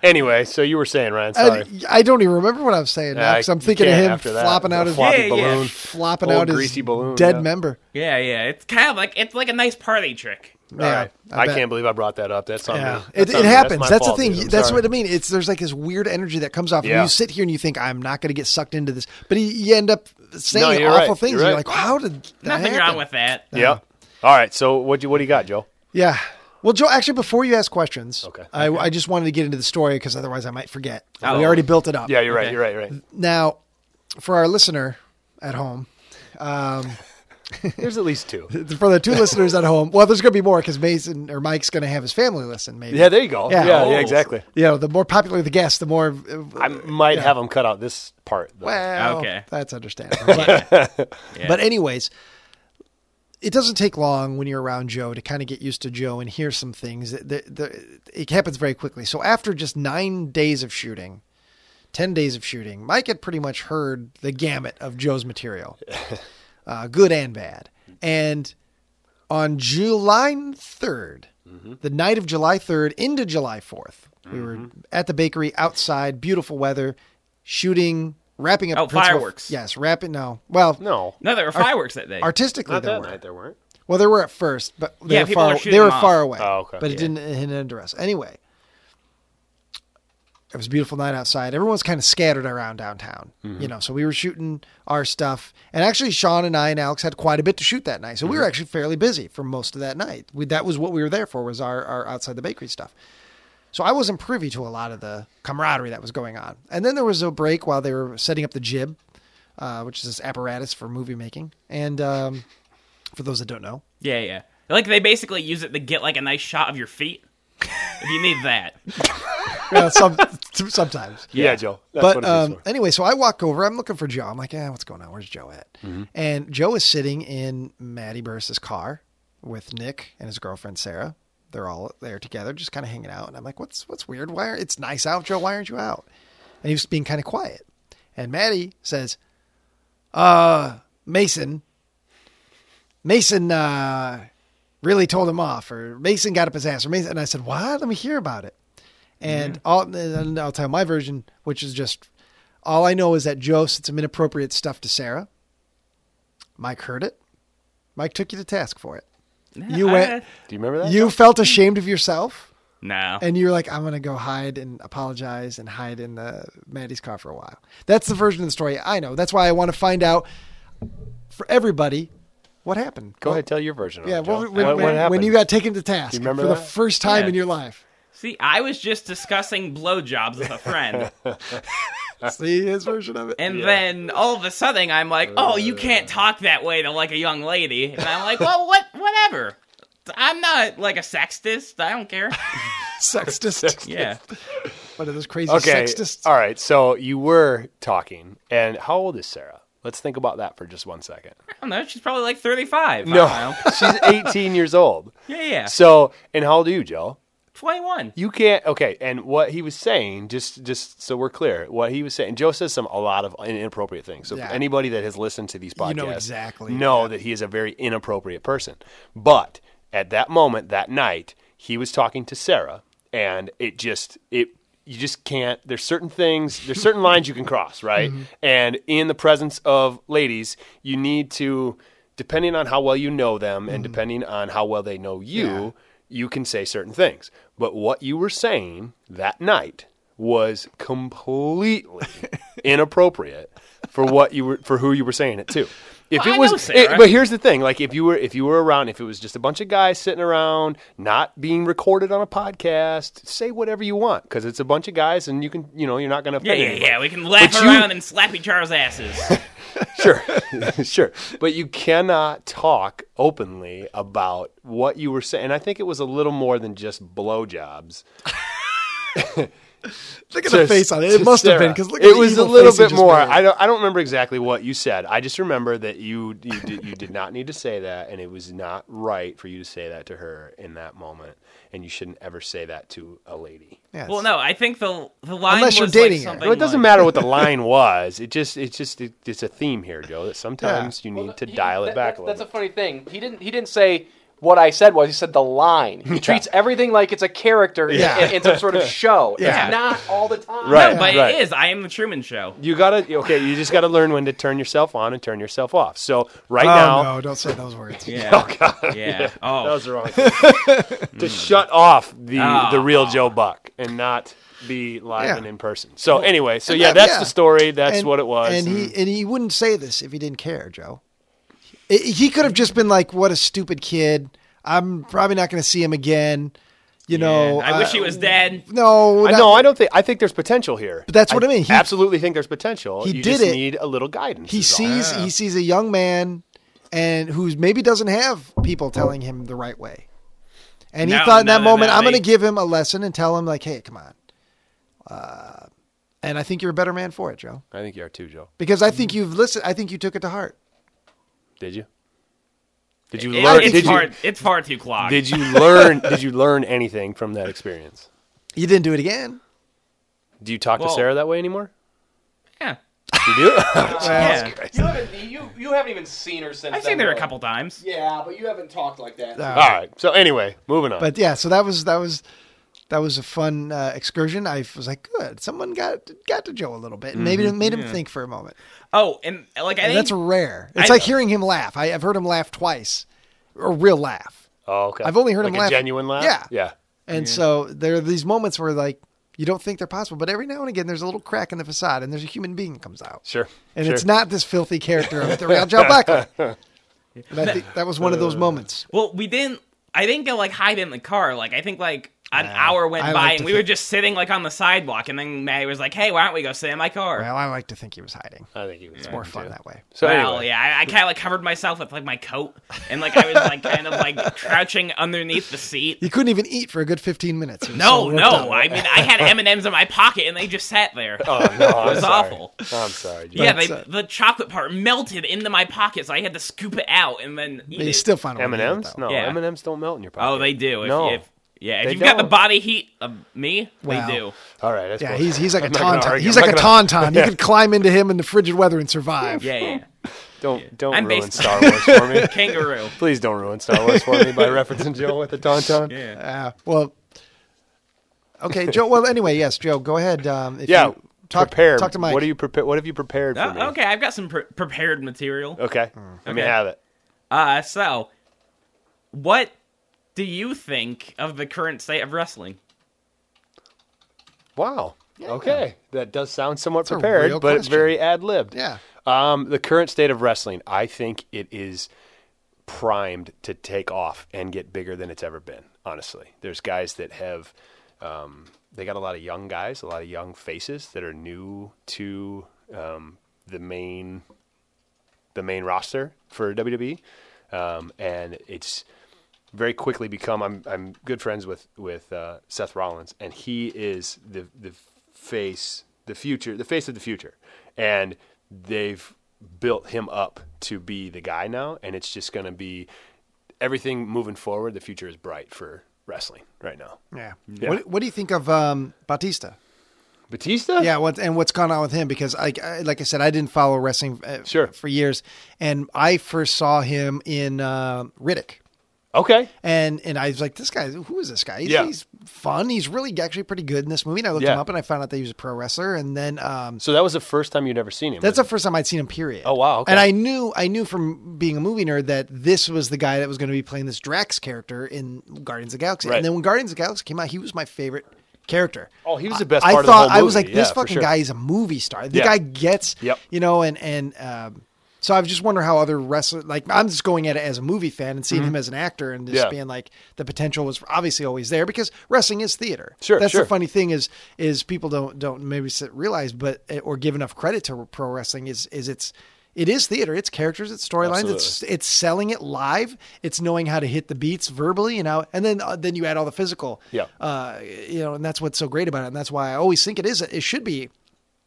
Speaker 6: Anyway, so you were saying, Ryan, sorry.
Speaker 4: I, I don't even remember what I was saying now
Speaker 6: Yeah,
Speaker 4: 'cause
Speaker 6: I
Speaker 4: I'm thinking of
Speaker 6: can't
Speaker 4: him
Speaker 6: after that.
Speaker 4: flopping
Speaker 6: The
Speaker 4: out his
Speaker 6: floppy
Speaker 7: Yeah, yeah.
Speaker 6: balloon.
Speaker 4: flopping
Speaker 6: Old
Speaker 4: out his
Speaker 6: greasy balloon,
Speaker 4: dead
Speaker 6: yeah.
Speaker 4: member.
Speaker 7: Yeah, yeah. It's kind of like it's like a nice party trick.
Speaker 6: All
Speaker 4: yeah,
Speaker 6: right.
Speaker 4: I
Speaker 6: I,
Speaker 4: bet.
Speaker 6: can't believe I brought that up. That's on
Speaker 4: Yeah,
Speaker 6: me.
Speaker 4: it,
Speaker 6: That's on
Speaker 4: it
Speaker 6: me.
Speaker 4: happens.
Speaker 6: my
Speaker 4: That's,
Speaker 6: fault,
Speaker 4: the thing.
Speaker 6: dude. I'm
Speaker 4: That's
Speaker 6: sorry.
Speaker 4: what I mean. It's there's like this weird energy that comes off.
Speaker 6: Yeah.
Speaker 4: And you sit here and you think I'm not going to get sucked into this, but you, you end up
Speaker 6: No,
Speaker 4: saying
Speaker 6: you're
Speaker 4: awful
Speaker 6: right.
Speaker 4: things.
Speaker 6: You're
Speaker 4: and You're
Speaker 6: right.
Speaker 4: like, how did that
Speaker 7: Nothing
Speaker 4: happen?
Speaker 7: wrong with that.
Speaker 6: Yeah. All right. So what do what do you got, Joe?
Speaker 4: Yeah. Well, Joe, actually, before you ask questions,
Speaker 6: Okay.
Speaker 4: I, I just wanted to get into the story because otherwise I might forget.
Speaker 7: Oh.
Speaker 4: We already built it up.
Speaker 6: Yeah, you're right. You're right. You're right.
Speaker 4: Now, for our listener at home,
Speaker 6: There's at least two.
Speaker 4: for the two listeners at home, well, there's going to be more because Mason or Mike's going to have his family listen, maybe.
Speaker 6: Yeah, there you go.
Speaker 4: Yeah.
Speaker 6: Yeah, yeah,
Speaker 4: Oh.
Speaker 6: exactly.
Speaker 4: you know, the more popular the guest, the more. uh,
Speaker 6: I might have them cut out this part. Though.
Speaker 4: Well,
Speaker 7: Okay.
Speaker 4: that's understandable. But, but anyways, it doesn't take long when you're around Joe to kind of get used to Joe and hear some things. The- the- the- it happens very quickly. So after just nine days of shooting, ten days of shooting, Mike had pretty much heard the gamut of Joe's material, uh, good and bad. And on July 3rd,
Speaker 7: Mm-hmm.
Speaker 4: the night of July 3rd into July 4th, we were
Speaker 7: Mm-hmm.
Speaker 4: at the bakery outside, beautiful weather, shooting, wrapping up
Speaker 7: Oh,
Speaker 4: Principal-
Speaker 7: fireworks.
Speaker 4: Yes, wrapping. No, well,
Speaker 6: no,
Speaker 7: No, there were fireworks that day.
Speaker 4: artistically
Speaker 6: not
Speaker 4: there
Speaker 6: that
Speaker 4: were.
Speaker 6: night. There weren't.
Speaker 4: Well, there were at first, but they
Speaker 7: Yeah,
Speaker 4: were
Speaker 7: people
Speaker 4: far.
Speaker 7: were
Speaker 4: they
Speaker 7: shooting
Speaker 4: were
Speaker 7: them
Speaker 4: far
Speaker 7: off.
Speaker 4: away.
Speaker 6: Oh, okay.
Speaker 4: But it
Speaker 6: Yeah.
Speaker 4: didn't it didn't enter us anyway. It was a beautiful night outside. Everyone's kind of scattered around downtown,
Speaker 6: Mm-hmm.
Speaker 4: you know. So we were shooting our stuff, and actually, Sean and I and Alex had quite a bit to shoot that night. So we were
Speaker 6: Mm-hmm.
Speaker 4: actually fairly busy for most of that night. We, that was what we were there for was our, our outside the bakery stuff. So I wasn't privy to a lot of the camaraderie that was going on. And then there was a break while they were setting up the jib, uh, which is this apparatus for movie making. And um, for those that don't know,
Speaker 7: Yeah, yeah. Like they basically use it to get like a nice shot of your feet. if you need that.
Speaker 4: uh, some, sometimes.
Speaker 6: Yeah, Joe. That's
Speaker 4: but
Speaker 6: what it is
Speaker 4: um, anyway, so I walk over. I'm looking for Joe. I'm like, eh, what's going on? Where's Joe at?
Speaker 6: Mm-hmm.
Speaker 4: And Joe is sitting in Maddie Burris's car with Nick and his girlfriend Sarah. They're all there together, just kind of hanging out. And I'm like, what's what's weird? Why are, it's nice out, Joe? Why aren't you out? And he was being kind of quiet. And Maddie says, "Uh, Mason, Mason, uh, really told him off, or Mason got up his ass, or Mason." And I said, "What? Let me hear about it." And all and I'll tell my version, which is just all I know is that Joe said some inappropriate stuff to Sarah. Mike heard it. Mike took you to task for it. You went
Speaker 6: Do you remember that?
Speaker 4: you felt ashamed of yourself
Speaker 7: No.
Speaker 4: and you're like, I'm gonna go hide and apologize and hide in the Maddie's car for a while. That's the version of the story I know. That's why I want to find out for everybody what happened.
Speaker 6: Go
Speaker 4: What-
Speaker 6: ahead, tell your version. of
Speaker 4: Yeah,
Speaker 6: it, Joe.
Speaker 4: what, when,
Speaker 6: what,
Speaker 4: when-
Speaker 6: what happened?
Speaker 4: when you got taken to task
Speaker 6: You remember
Speaker 4: for the
Speaker 6: that?
Speaker 4: first time
Speaker 7: Yeah.
Speaker 4: in your life.
Speaker 7: See, I was just discussing blowjobs with a friend,
Speaker 4: See his version of it.
Speaker 7: and then all of a sudden I'm like, "Oh, you
Speaker 4: Uh.
Speaker 7: can't talk that way to like a young lady," and I'm like, "Well, what? Whatever. I'm not like a sexist. I don't care."
Speaker 4: Sextist.
Speaker 7: Yeah.
Speaker 4: One of those crazy
Speaker 6: okay,
Speaker 4: sextists.
Speaker 6: all right. So you were talking, and how old is Sarah? Let's think about that for just one second.
Speaker 7: I don't know. She's probably like 35. I don't
Speaker 6: No,
Speaker 7: know.
Speaker 6: she's 18 years old.
Speaker 7: Yeah, yeah.
Speaker 6: So, and how old are you, Joe?
Speaker 7: 21.
Speaker 6: You can't. Okay, and what he was saying, just just so we're clear, what he was saying. Joe says some a lot of inappropriate things. So
Speaker 4: Yeah.
Speaker 6: for anybody that has listened to these podcasts,
Speaker 4: You know exactly.
Speaker 6: know that he is a very inappropriate person. But at that moment, that night, he was talking to Sarah, and it just it. You just can't. There's certain things. There's certain lines you can cross, right? And in the presence of ladies, you need to, depending on how well you know them, and depending on how well they know you, you can say certain things. But what you were saying that night was completely inappropriate for what you were for who you were saying it to. If
Speaker 7: Well, I
Speaker 6: it was,
Speaker 7: know Sarah.
Speaker 6: it- but here's the thing: like if you were if you were around, if it was just a bunch of guys sitting around, not being recorded on a podcast, say whatever you want because it's a bunch of guys, and you can you know you're not going to
Speaker 7: Yeah, yeah, yeah. We can laugh
Speaker 6: But you-
Speaker 7: around and slap each other's asses.
Speaker 6: sure, sure. But you cannot talk openly about what you were saying. And I think it was a little more than just blowjobs.
Speaker 4: Look at the
Speaker 6: to-
Speaker 4: face on it. It
Speaker 6: to
Speaker 4: must have
Speaker 6: Sarah.
Speaker 4: been because
Speaker 6: it was a little bit more. I don't. I don't remember exactly what you said. I just remember that you you did, you did not need to say that, and it was not right for you to say that to her in that moment. And you shouldn't ever say that to a lady.
Speaker 7: Well, no, I think the the line
Speaker 4: Unless you're
Speaker 7: was
Speaker 4: dating her.
Speaker 7: like something
Speaker 6: Well, it doesn't
Speaker 7: like-
Speaker 6: matter what the line was. It just it's just it, it's a theme here, Joe. That sometimes you need to
Speaker 8: He-
Speaker 6: dial it
Speaker 8: that-
Speaker 6: back
Speaker 8: that's-
Speaker 6: a little.
Speaker 8: That's a funny thing. He didn't. He didn't say what I said was. He said the line. He treats everything like it's a character in-
Speaker 4: Yeah.
Speaker 8: in, in some sort of show.
Speaker 4: Yeah.
Speaker 8: It's not all the time.
Speaker 6: Right.
Speaker 7: No, but
Speaker 6: right.
Speaker 7: it is. I am the Truman Show.
Speaker 6: You gotta okay. You just gotta learn when to turn yourself on and turn yourself off. So right
Speaker 4: Oh,
Speaker 6: now,
Speaker 4: no, don't say those words.
Speaker 7: Yeah.
Speaker 6: oh god,
Speaker 7: Yeah. Oh.
Speaker 6: that was the wrong. thing. to shut off the
Speaker 7: Oh.
Speaker 6: the real Joe Buck and not be live
Speaker 4: Yeah.
Speaker 6: and in person. So anyway, so yeah,
Speaker 4: that-
Speaker 6: that's
Speaker 4: yeah.
Speaker 6: the story. That's
Speaker 4: And-
Speaker 6: what it was. Mm.
Speaker 4: And he and he wouldn't say this if he didn't care, Joe. I- He could have just been like, "What a stupid kid! I'm probably not going to see him again." You know, uh,
Speaker 7: I wish he was dead.
Speaker 4: No,
Speaker 6: I
Speaker 4: not-
Speaker 6: know. I don't think. I think there's potential here. But
Speaker 4: that's what I mean. He-
Speaker 6: absolutely think there's potential.
Speaker 4: He
Speaker 6: you
Speaker 4: did
Speaker 6: just
Speaker 4: it.
Speaker 6: Need a little guidance.
Speaker 4: He
Speaker 6: is all.
Speaker 4: sees he sees a young man, and who's maybe doesn't have people telling him the right way, and he
Speaker 7: No,
Speaker 4: thought in
Speaker 7: no,
Speaker 4: that
Speaker 7: no,
Speaker 4: moment,
Speaker 7: no,
Speaker 4: "I'm going to
Speaker 7: they-
Speaker 4: give him a lesson and tell him like, hey, come on." Uh, and I think you're a better man for it, Joe,
Speaker 6: I think you are too, Joe.
Speaker 4: because I think you've listened. I think you took it to heart.
Speaker 6: Did you? Did you
Speaker 7: It-
Speaker 6: learn?
Speaker 7: it's
Speaker 6: did you?
Speaker 7: far. It's far too clogged.
Speaker 6: Did you learn? did you learn anything from that experience?
Speaker 4: You didn't do it again.
Speaker 6: Do you talk
Speaker 7: Well-
Speaker 6: to Sarah that way anymore?
Speaker 7: yeah.
Speaker 6: You do?
Speaker 7: yeah.
Speaker 8: You haven't. You, you haven't even seen her since.
Speaker 7: I've seen there a couple times.
Speaker 8: Yeah, but you haven't talked like that.
Speaker 4: Uh,
Speaker 6: All right. So anyway, moving on.
Speaker 4: but yeah, so that was that was that was a fun uh, excursion. I was like, good, someone got got to Joe a little bit, and maybe it made him think for a moment.
Speaker 7: Oh, and like I
Speaker 4: And
Speaker 7: think
Speaker 4: that's rare. It's
Speaker 7: I-
Speaker 4: like hearing him laugh. I, I've heard him laugh twice, a real laugh.
Speaker 6: oh, okay.
Speaker 4: I've only heard
Speaker 6: like
Speaker 4: him
Speaker 6: a
Speaker 4: laugh-
Speaker 6: genuine laugh.
Speaker 4: Yeah.
Speaker 6: Yeah.
Speaker 4: And so there are these moments where like you don't think they're possible, but every now and again there's a little crack in the facade, and there's a human being that comes out,
Speaker 6: Sure.
Speaker 4: and
Speaker 6: sure.
Speaker 4: it's not this filthy character of the real Joe Buckley. And I think that was one of those moments.
Speaker 7: Well, we didn't. I didn't go like hide in the car. Like I think like an hour went
Speaker 4: I
Speaker 7: by
Speaker 4: like to
Speaker 7: and we
Speaker 4: thi-
Speaker 7: were just sitting like on the sidewalk, and then Maddie was like, "Hey, why don't we go sit in my car?"
Speaker 4: Well, I like to think he was hiding.
Speaker 6: I think he was
Speaker 4: More fun that way.
Speaker 6: So
Speaker 7: Well,
Speaker 6: anyway,
Speaker 7: yeah, I, I kind of like covered myself with like my coat, and like I was like kind of like crouching underneath the seat.
Speaker 4: You couldn't even eat for a good 15 minutes. He was so
Speaker 7: No,
Speaker 4: worked
Speaker 7: no,
Speaker 4: up.
Speaker 7: I mean I had M and M's in my pocket, and they just sat there.
Speaker 6: Oh no, I'm
Speaker 7: it was
Speaker 6: sorry.
Speaker 7: awful.
Speaker 6: I'm sorry. Jim.
Speaker 7: yeah,
Speaker 4: But,
Speaker 7: they,
Speaker 4: uh,
Speaker 7: the chocolate part melted into my pocket, so I had to scoop it out and then eat
Speaker 4: But you
Speaker 7: it.
Speaker 4: still found a way
Speaker 6: M
Speaker 4: to
Speaker 6: and
Speaker 4: eat it,
Speaker 6: M's?
Speaker 4: though.
Speaker 6: No,
Speaker 7: Yeah.
Speaker 6: M and M's don't melt in your pocket.
Speaker 7: Oh, they do. If,
Speaker 6: No.
Speaker 7: if yeah, if
Speaker 6: They
Speaker 7: you've got
Speaker 6: don't.
Speaker 7: the body heat of me,
Speaker 4: Wow.
Speaker 7: they do.
Speaker 6: All right. that's
Speaker 4: Yeah,
Speaker 6: cool.
Speaker 4: he's he's like a
Speaker 6: I'm not gonna
Speaker 4: tauntaun.
Speaker 6: argue.
Speaker 4: He's
Speaker 6: I'm
Speaker 4: like a
Speaker 6: not gonna-
Speaker 4: tauntaun. You could climb into him in the frigid weather and survive.
Speaker 7: Yeah, yeah.
Speaker 6: Don't don't
Speaker 7: I'm
Speaker 6: ruin
Speaker 7: based-
Speaker 6: Star Wars for me.
Speaker 7: Kangaroo. Oh,
Speaker 6: Please don't ruin Star Wars for me by referencing Joe with the tauntaun. Yeah.
Speaker 4: Uh, well, okay, Joe. Well, anyway, yes, Joe. Go ahead. Um, if
Speaker 6: Yeah.
Speaker 4: you talk,
Speaker 6: prepare.
Speaker 4: Talk to Mike.
Speaker 6: What do you prepare? What have you prepared for me?
Speaker 7: Oh, okay, I've got some pre- prepared material.
Speaker 6: Okay.
Speaker 4: Hmm.
Speaker 6: Let me
Speaker 7: Okay.
Speaker 6: have it.
Speaker 7: Uh, so, what do you think of the current state of wrestling?
Speaker 6: Wow. Okay. That does sound somewhat
Speaker 4: a
Speaker 6: prepared,
Speaker 4: real
Speaker 6: but it's
Speaker 4: question.
Speaker 6: very ad libbed.
Speaker 4: Yeah.
Speaker 6: Um, the current state of wrestling, I think it is primed to take off and get bigger than it's ever been. Honestly, there's guys that have, um, they got a lot of young guys, a lot of young faces that are new to um, the main, the main roster for WWE, um, and it's very quickly become I'm I'm good friends with with uh, Seth Rollins, and he is the the face, the future, the face of the future, and they've built him up to be the guy now, and it's just going to be everything moving forward. The future is bright for wrestling right now.
Speaker 4: Yeah.
Speaker 6: Yeah.
Speaker 4: What, what do you think of um, Batista?
Speaker 6: Batista,
Speaker 4: Yeah, what and what's gone on with him? Because I, I like I said, I didn't follow wrestling uh,
Speaker 6: Sure.
Speaker 4: for years, and I first saw him in uh, Riddick,
Speaker 6: okay,
Speaker 4: and and I was like, this guy, who is this guy? He's,
Speaker 6: Yeah.
Speaker 4: he's fun. He's really actually pretty good in this movie. And I looked
Speaker 6: Yeah.
Speaker 4: him up, and I found out that he was a pro wrestler, and then um,
Speaker 6: so that was the first time you'd ever seen him.
Speaker 4: That's the first time I'd seen him. Period.
Speaker 6: Oh, wow, okay.
Speaker 4: And I knew I knew from being a movie nerd that this was the guy that was going to be playing this Drax character in Guardians of the Galaxy.
Speaker 6: Right.
Speaker 4: And then when Guardians of the Galaxy came out, he was my favorite character.
Speaker 6: Oh, he was the best
Speaker 4: I,
Speaker 6: part of the
Speaker 4: thought
Speaker 6: whole
Speaker 4: I was like,
Speaker 6: movie.
Speaker 4: this
Speaker 6: Yeah, for
Speaker 4: fucking
Speaker 6: sure.
Speaker 4: guy is a movie star. The
Speaker 6: Yeah.
Speaker 4: guy gets,
Speaker 6: Yep.
Speaker 4: you know, and and um, so I just wonder how other wrestlers like I'm just going at it as a movie fan and seeing him as an actor and just
Speaker 6: Mm-hmm. Yeah.
Speaker 4: being like the potential was obviously always there because wrestling is theater.
Speaker 6: Sure,
Speaker 4: that's
Speaker 6: sure.
Speaker 4: the funny thing is is people don't don't maybe s- realize but eh, or give enough credit to pro wrestling is is it's it is theater. It's characters. It's storylines. It's it's selling it live. It's knowing how to hit the beats verbally and how and then uh, then you add all the physical.
Speaker 6: Yeah.
Speaker 4: Uh, you know, and that's what's so great about it. And that's why I always think it is. It should be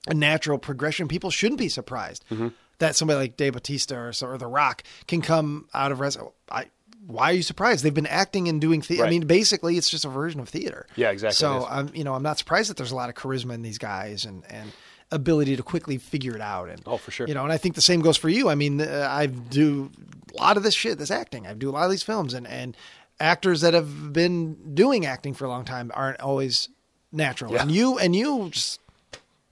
Speaker 4: a natural progression. People shouldn't be surprised
Speaker 6: Mm-hmm.
Speaker 4: that somebody like Dave Batista or, so- or The Rock can come out of wrestling. I, why are you surprised? They've been acting and doing theater. I
Speaker 6: Right.
Speaker 4: mean, basically, it's just a version of theater.
Speaker 6: Yeah, exactly. It
Speaker 4: So
Speaker 6: is.
Speaker 4: I'm, you know, I'm not surprised that there's a lot of charisma in these guys and and ability to quickly figure it out. And
Speaker 6: Oh, for sure.
Speaker 4: You know, and I think the same goes for you. I mean, uh, I do a lot of this shit, this acting. I do a lot of these films, and and actors that have been doing acting for a long time aren't always natural.
Speaker 6: Yeah.
Speaker 4: And you and you just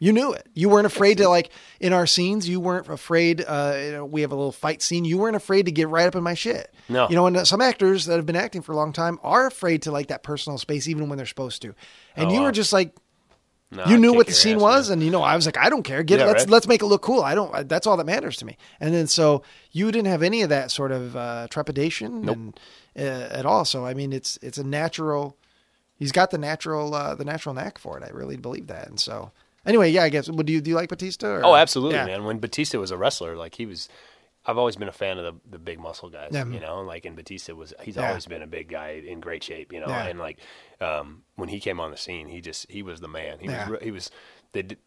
Speaker 4: you knew it. You weren't afraid to like in our scenes. You weren't afraid. Uh, you know, we have a little fight scene. You weren't afraid to get right up in my shit.
Speaker 6: No.
Speaker 4: You know, and uh, some actors that have been acting for a long time are afraid to like that personal space, even when they're supposed to. And you were just like,
Speaker 6: Oh, No,
Speaker 4: you
Speaker 6: I'd
Speaker 4: knew
Speaker 6: kick
Speaker 4: what the
Speaker 6: your
Speaker 4: scene
Speaker 6: ass,
Speaker 4: was,
Speaker 6: man.
Speaker 4: and you know, I was like, I don't care. Get
Speaker 6: Yeah,
Speaker 4: it. Let's
Speaker 6: right.
Speaker 4: let's make it look cool. I don't. I, that's all that matters to me. And then so you didn't have any of that sort of uh, trepidation and, uh, at all. So I mean, it's it's a natural. He's got the natural uh, the natural knack for it. I really believe that. And so anyway, yeah, I guess. Would you do you like Batista? Or?
Speaker 6: Oh, absolutely,
Speaker 4: Yeah.
Speaker 6: man. When Batista was a wrestler, like he was, I've always been a fan of the, the big muscle guys,
Speaker 4: Yeah.
Speaker 6: you know. And like, and Batista was, he's
Speaker 4: Yeah.
Speaker 6: always been a big guy in great shape, you know.
Speaker 4: Yeah.
Speaker 6: And like, um, when he came on the scene, he just he was the man. He
Speaker 4: Yeah.
Speaker 6: was re- he was they, did-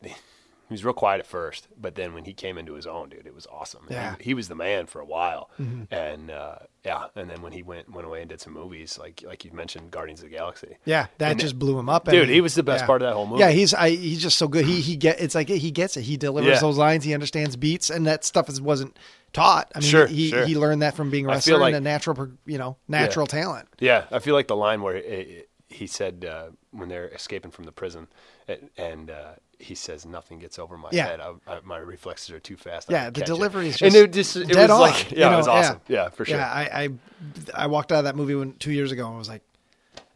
Speaker 6: he was real quiet at first, but then when he came into his own, dude, it was awesome. And
Speaker 4: Yeah. Mm-hmm.
Speaker 6: He, he was the man for a while, and uh, yeah, and then when he went went away and did some movies, like like you mentioned, Guardians of the Galaxy.
Speaker 4: Yeah, that
Speaker 6: And
Speaker 4: just blew him up, I
Speaker 6: Dude,
Speaker 4: mean,
Speaker 6: he was the best
Speaker 4: yeah.
Speaker 6: part of that whole movie.
Speaker 4: Yeah, he's I, he's just so good. He he get it's like he gets it. He delivers
Speaker 6: Yeah.
Speaker 4: those lines. He understands beats, and that stuff is, wasn't taught. I mean,
Speaker 6: Sure,
Speaker 4: he
Speaker 6: sure.
Speaker 4: he learned that from being a
Speaker 6: I
Speaker 4: wrestler
Speaker 6: feel like-
Speaker 4: and a natural, pro- you know, natural talent.
Speaker 6: Yeah, I feel like the line where it, it, he said uh, when they're escaping from the prison, and, and uh, he says nothing gets over my
Speaker 4: Yeah.
Speaker 6: head. I, I, my reflexes are too fast. I
Speaker 4: Yeah,
Speaker 6: can
Speaker 4: the
Speaker 6: catch
Speaker 4: delivery
Speaker 6: it.
Speaker 4: is
Speaker 6: and
Speaker 4: just
Speaker 6: it just it
Speaker 4: dead
Speaker 6: was
Speaker 4: on,
Speaker 6: like
Speaker 4: you
Speaker 6: yeah, it
Speaker 4: know,
Speaker 6: was awesome. Yeah, for sure.
Speaker 4: Yeah, I, I I walked out of that movie when two years ago and was like,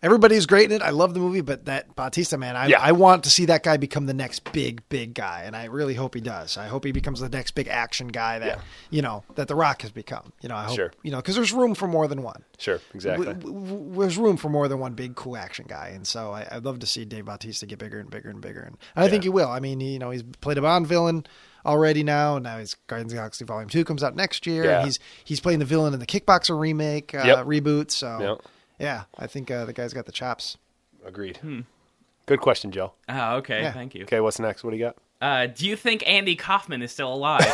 Speaker 4: Everybody's great in it. I love the movie, but that Bautista man, I,
Speaker 6: Yeah.
Speaker 4: I want to see that guy become the next big, big guy, and I really hope he does. I hope he becomes the next big action guy that
Speaker 6: Yeah.
Speaker 4: you know that The Rock has become. You know, I hope
Speaker 6: Sure.
Speaker 4: you know because there's room for more than one.
Speaker 6: Sure, exactly.
Speaker 4: W- w- w- there's room for more than one big cool action guy, and so I, I'd love to see Dave Bautista get bigger and bigger and bigger, and I think he will. I mean, he, you know, he's played a Bond villain already now, and now he's Guardians of the Galaxy Volume Two comes out next year,
Speaker 6: Yeah.
Speaker 4: and he's he's playing the villain in the Kickboxer remake uh,
Speaker 6: Yep.
Speaker 4: reboot. So
Speaker 6: Yep.
Speaker 4: yeah, I think uh, the guy's got the chops.
Speaker 6: Agreed.
Speaker 7: Hmm.
Speaker 6: Good question, Joe.
Speaker 7: Oh, okay.
Speaker 4: Yeah.
Speaker 7: Thank you.
Speaker 6: Okay, what's next? What do you got?
Speaker 7: Uh, do you think Andy Kaufman is still alive?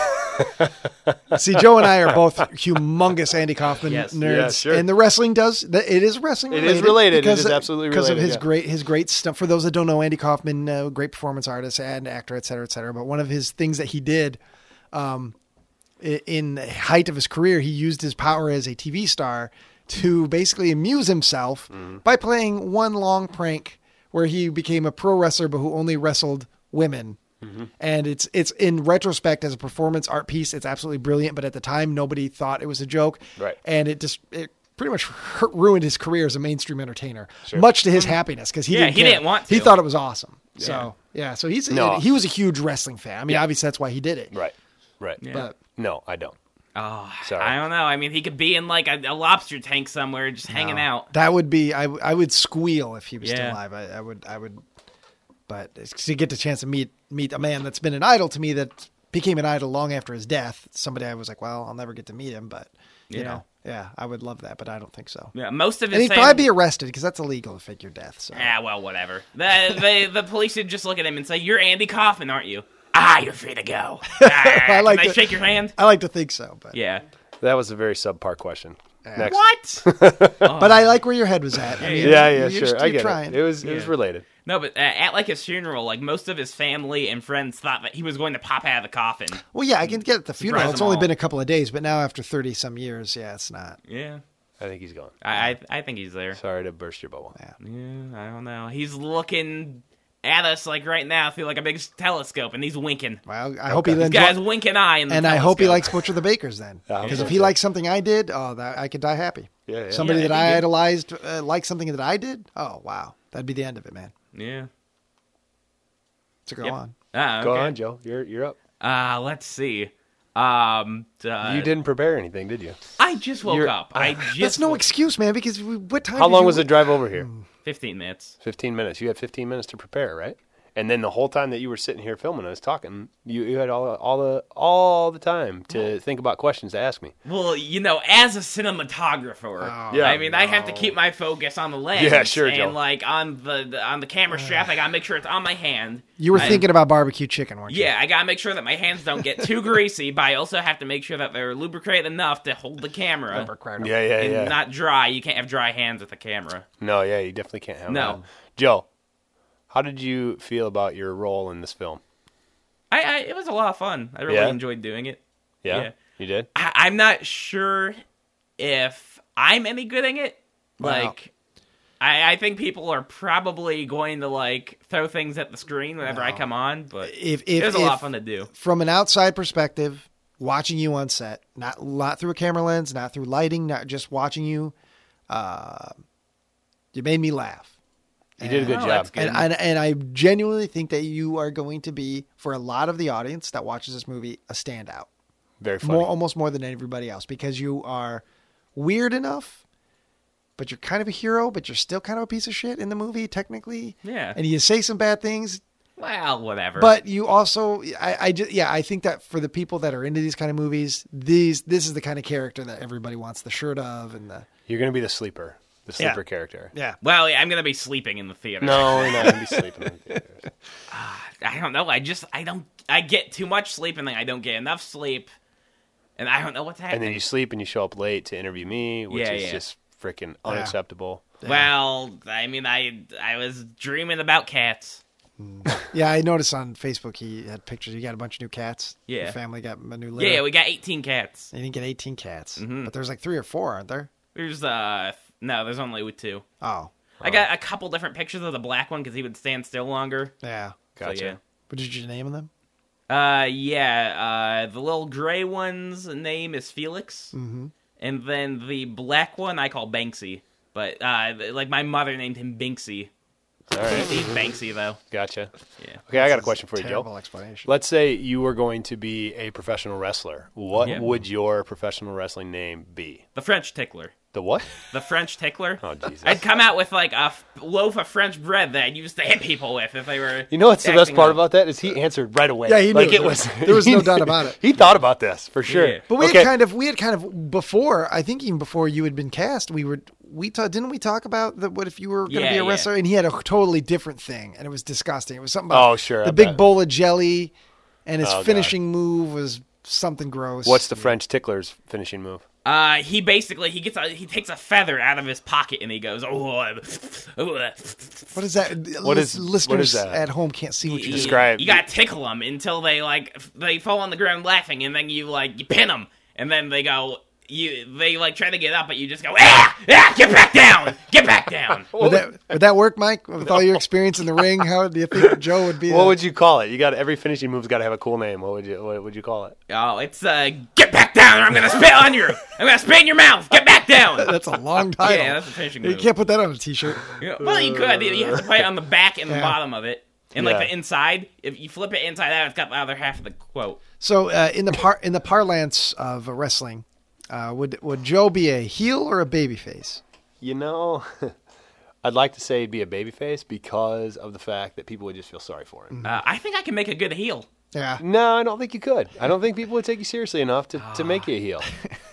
Speaker 4: See, Joe and I are both humongous Andy Kaufman
Speaker 7: Yes.
Speaker 4: nerds,
Speaker 6: Yeah, sure.
Speaker 4: and the wrestling does it is wrestling.
Speaker 6: It
Speaker 4: related
Speaker 6: is related. It
Speaker 4: because
Speaker 6: is absolutely
Speaker 4: because of
Speaker 6: related,
Speaker 4: his
Speaker 6: yeah.
Speaker 4: great his great stuff. For those that don't know, Andy Kaufman, uh, great performance artist and actor, et cetera, et cetera. But one of his things that he did. i- in the height of his career, he used his power as a TV star to basically amuse himself
Speaker 7: Mm-hmm.
Speaker 4: by playing one long prank where he became a pro wrestler but who only wrestled women.
Speaker 7: Mm-hmm.
Speaker 4: And it's it's in retrospect as a performance art piece, it's absolutely brilliant. But at the time, nobody thought it was a joke,
Speaker 6: Right.
Speaker 4: And it just it pretty much hurt, ruined his career as a mainstream entertainer, much to his happiness because he
Speaker 7: Mm-hmm. Yeah,
Speaker 4: didn't
Speaker 7: he
Speaker 4: care.
Speaker 7: didn't want
Speaker 4: He
Speaker 7: to.
Speaker 4: thought it was awesome. So yeah, so he's
Speaker 6: No.
Speaker 4: he was a huge wrestling fan. I mean, obviously that's why he did it.
Speaker 6: Right. Right.
Speaker 4: But
Speaker 6: No, I don't.
Speaker 7: Oh,
Speaker 6: Sorry.
Speaker 7: I don't know. I mean, he could be in like a, a lobster tank somewhere, just hanging out.
Speaker 4: That would be I, I would squeal if he was still
Speaker 7: Yeah.
Speaker 4: alive. I, I would I would, but it's- to get the chance to meet meet a man that's been an idol to me that became an idol long after his death. Somebody I was like, well, I'll never get to meet him, but you
Speaker 7: Yeah.
Speaker 4: know, yeah, I would love that, but I don't think so.
Speaker 7: Yeah, most of his.
Speaker 4: And he'd
Speaker 7: fame-
Speaker 4: probably be arrested because that's illegal to fake your death. So
Speaker 7: Ah, well, whatever. The, the the police should just look at him and say, "You're Andy Kaufman, aren't you?" Ah, you're free to go. Ah,
Speaker 4: I like
Speaker 7: can
Speaker 4: the-
Speaker 7: they shake your hand?
Speaker 4: I like to think so, but
Speaker 7: Yeah.
Speaker 6: That was a very subpar question. Next.
Speaker 7: What?
Speaker 4: but I like where your head was at. I mean,
Speaker 6: Yeah, yeah,
Speaker 4: you're,
Speaker 6: sure.
Speaker 4: You're
Speaker 6: I get
Speaker 4: trying.
Speaker 6: it. It was it was
Speaker 7: Yeah.
Speaker 6: related.
Speaker 7: no, but uh, at like his funeral, like most of his family and friends thought that he was going to pop out of the coffin.
Speaker 4: Well, yeah, I can get at the funeral.
Speaker 7: Surprise
Speaker 4: It's
Speaker 7: them
Speaker 4: only
Speaker 7: all.
Speaker 4: been a couple of days, but now after thirty some years, yeah, it's not.
Speaker 7: Yeah.
Speaker 6: I think he's gone.
Speaker 7: I I, I think he's there.
Speaker 6: Sorry to burst your bubble.
Speaker 7: Yeah, I don't know. He's looking at us like right now through like a big telescope, and he's winking.
Speaker 4: Well, I hope he
Speaker 7: This
Speaker 4: then
Speaker 7: guy's winking eye, in the
Speaker 4: and I hope he
Speaker 7: telescope.
Speaker 4: likes Butcher the Bakers then,
Speaker 6: I'm
Speaker 4: because
Speaker 6: sure
Speaker 4: if he
Speaker 6: so.
Speaker 4: likes something I did, oh, that, I could die happy.
Speaker 6: Yeah, yeah.
Speaker 4: Somebody
Speaker 7: Yeah,
Speaker 4: that
Speaker 7: I
Speaker 4: I
Speaker 7: think it-
Speaker 4: idolized uh, liked something that I did. Oh wow, that'd be the end of it, man.
Speaker 7: Yeah.
Speaker 4: So go
Speaker 7: Yep.
Speaker 4: on.
Speaker 7: Ah, okay.
Speaker 6: Go on, Joe. You're you're up.
Speaker 7: Uh, let's see. Um, uh,
Speaker 6: you didn't prepare anything, did you?
Speaker 7: I just woke
Speaker 6: you're-
Speaker 7: up. I just
Speaker 4: Ah, That's no
Speaker 7: woke-
Speaker 4: excuse, man. Because we, what time?
Speaker 6: How
Speaker 4: did
Speaker 6: long
Speaker 4: you-
Speaker 6: was the drive over here?
Speaker 7: fifteen minutes.
Speaker 6: Fifteen minutes. You had fifteen minutes to prepare, right? And then the whole time that you were sitting here filming us talking, you, you had all all the all the time to think about questions to ask me.
Speaker 7: Well, you know, as a
Speaker 4: Oh,
Speaker 7: cinematographer,
Speaker 6: Yeah.
Speaker 7: I mean, I have to keep my focus on the lens.
Speaker 6: Yeah, sure,
Speaker 7: And
Speaker 6: Joe.
Speaker 7: like on the, the on the camera strap, I gotta make sure it's on my hand.
Speaker 4: You were
Speaker 7: I-
Speaker 4: thinking about barbecue chicken, weren't you?
Speaker 7: Yeah, I gotta make sure that my hands don't get too greasy, but I also have to make sure that they're lubricated enough to hold the camera.
Speaker 6: Yeah, yeah,
Speaker 7: and
Speaker 6: yeah.
Speaker 7: not dry. You can't have dry hands with the camera.
Speaker 6: no, yeah, you definitely can't have
Speaker 7: No.
Speaker 6: that. Joe, how did you feel about your role in this film?
Speaker 7: I, I it was a lot of fun. I really
Speaker 6: Yeah?
Speaker 7: enjoyed doing it.
Speaker 6: Yeah,
Speaker 7: Yeah.
Speaker 6: you did.
Speaker 7: I, I'm not sure if I'm any good at it.
Speaker 4: Wow.
Speaker 7: Like, I, I think people are probably going to like throw things at the screen whenever I come on. But
Speaker 4: If
Speaker 7: it
Speaker 4: if,
Speaker 7: was a lot
Speaker 4: if-
Speaker 7: of fun to do.
Speaker 4: from an outside perspective, watching you on set, not not through a camera lens, not through lighting, not just watching you, uh, you made me laugh.
Speaker 6: You did a good
Speaker 7: Oh,
Speaker 6: job.
Speaker 7: that's good.
Speaker 4: And, and and I genuinely think that you are going to be for a lot of the audience that watches this movie a standout,
Speaker 6: Very funny.
Speaker 7: um,
Speaker 4: more almost more than everybody else, because you are weird enough, but you're kind of a hero, but you're still kind of a piece of shit in the movie technically.
Speaker 7: Yeah.
Speaker 4: and you say some bad things,
Speaker 7: Well, whatever.
Speaker 4: but you also, I, I just, yeah, I think that for the people that are into these kind of movies, these this is the kind of character that everybody wants the shirt of and the
Speaker 6: You're gonna be the sleeper, the
Speaker 4: Yeah.
Speaker 6: sleeper character.
Speaker 4: yeah.
Speaker 7: well, yeah, I'm gonna be sleeping in the theater.
Speaker 6: No, we're not gonna be sleeping. in the theaters.
Speaker 7: I don't know. I just I don't. I get too much sleep and then I don't get enough sleep, and I don't know what's
Speaker 6: And
Speaker 7: happening.
Speaker 6: then you sleep and you show up late to interview me, which
Speaker 7: Yeah,
Speaker 6: is
Speaker 7: yeah.
Speaker 6: just freaking unacceptable.
Speaker 7: Well, I mean, I I was dreaming about cats.
Speaker 4: Yeah, I noticed on Facebook he had pictures. He got a bunch of new cats.
Speaker 7: Yeah.
Speaker 4: Your family got a new litter.
Speaker 7: Yeah, we Mm-hmm. got 18 cats.
Speaker 4: They didn't get 18 cats, but there's like three or four, aren't there?
Speaker 7: There's uh no, there's only two.
Speaker 4: Oh,
Speaker 7: I got a couple different pictures of the black one because he would stand still longer.
Speaker 4: yeah.
Speaker 6: Gotcha.
Speaker 4: What did you name them?
Speaker 7: So, yeah. Uh, yeah. Uh, the little gray
Speaker 6: Mm-hmm.
Speaker 7: one's name is Felix, and then the black one I call Banksy. But uh, th- like my mother named him Binksy.
Speaker 6: All right.
Speaker 7: He's Banksy though.
Speaker 6: Gotcha.
Speaker 7: Yeah.
Speaker 6: Okay, I got a question for you,
Speaker 4: Terrible
Speaker 6: Joe.
Speaker 4: explanation.
Speaker 6: Let's say you were going to be a professional wrestler. What
Speaker 7: Yeah.
Speaker 6: would your professional wrestling name be?
Speaker 7: The French tickler.
Speaker 6: The what?
Speaker 7: The French tickler.
Speaker 6: Oh, Jesus.
Speaker 7: I'd come out with like a f- loaf of French bread that I'd use to hit people with if they were.
Speaker 6: You know what's the best
Speaker 7: acting
Speaker 6: part
Speaker 7: up.
Speaker 6: about that is he answered right away.
Speaker 4: Yeah, he knew.
Speaker 6: like it
Speaker 4: There-
Speaker 6: was.
Speaker 4: there was no doubt about it.
Speaker 6: He thought about this for sure.
Speaker 7: Yeah.
Speaker 4: But we
Speaker 6: Okay.
Speaker 4: had kind of we had kind of before I think even before you had been cast we were we ta- didn't we talk about that what if you were going to
Speaker 7: Yeah,
Speaker 4: be a
Speaker 7: yeah.
Speaker 4: wrestler and he had a totally different thing and it was disgusting it was something about
Speaker 6: Oh, sure,
Speaker 4: the
Speaker 6: I
Speaker 4: big
Speaker 6: bet. Oh,
Speaker 4: bowl of jelly and his
Speaker 6: God.
Speaker 4: finishing move was something gross
Speaker 6: What's the French tickler's finishing move?
Speaker 7: Uh, he basically he gets a, he takes a feather out of his pocket and he goes oh, I'm- oh, I'm-"
Speaker 4: what is that
Speaker 6: What
Speaker 4: Lis-
Speaker 6: is- what
Speaker 4: listeners
Speaker 6: is that?
Speaker 4: at home can't see what you just
Speaker 6: Describe-
Speaker 7: You gotta tickle them until they like f- they fall on the ground laughing and then you like you pin them and then they go you they like try to get up but you just go ah ah get back down get back down.
Speaker 4: would that, would that work Mike with all your experience in the ring how do you think Joe would be
Speaker 6: What
Speaker 4: a-
Speaker 6: would you call it? You got every finishing move's got to have a cool name. What would you What would you call it?
Speaker 7: oh, it's uh get back down or I'm gonna spit on you. I'm gonna spit in your mouth. Get back down.
Speaker 4: that's a long title
Speaker 7: yeah, that's a finishing
Speaker 4: you
Speaker 7: move.
Speaker 4: can't put that on a t-shirt
Speaker 7: Yeah, Well, you could. You have to play it on the back and the
Speaker 4: Yeah.
Speaker 7: bottom of it, and like
Speaker 6: Yeah.
Speaker 7: the inside. If you flip it inside out, it's got the other half of the quote.
Speaker 4: So uh, in the par- in the parlance of wrestling, uh, would would Joe be a heel or a babyface?
Speaker 6: You know, I'd like to say it'd be a babyface because of the fact that people would just feel sorry for him.
Speaker 7: Uh, I think I can make a good heel.
Speaker 4: Yeah.
Speaker 6: No, I don't think you could. I don't think people would take you seriously enough to, to make you a heel.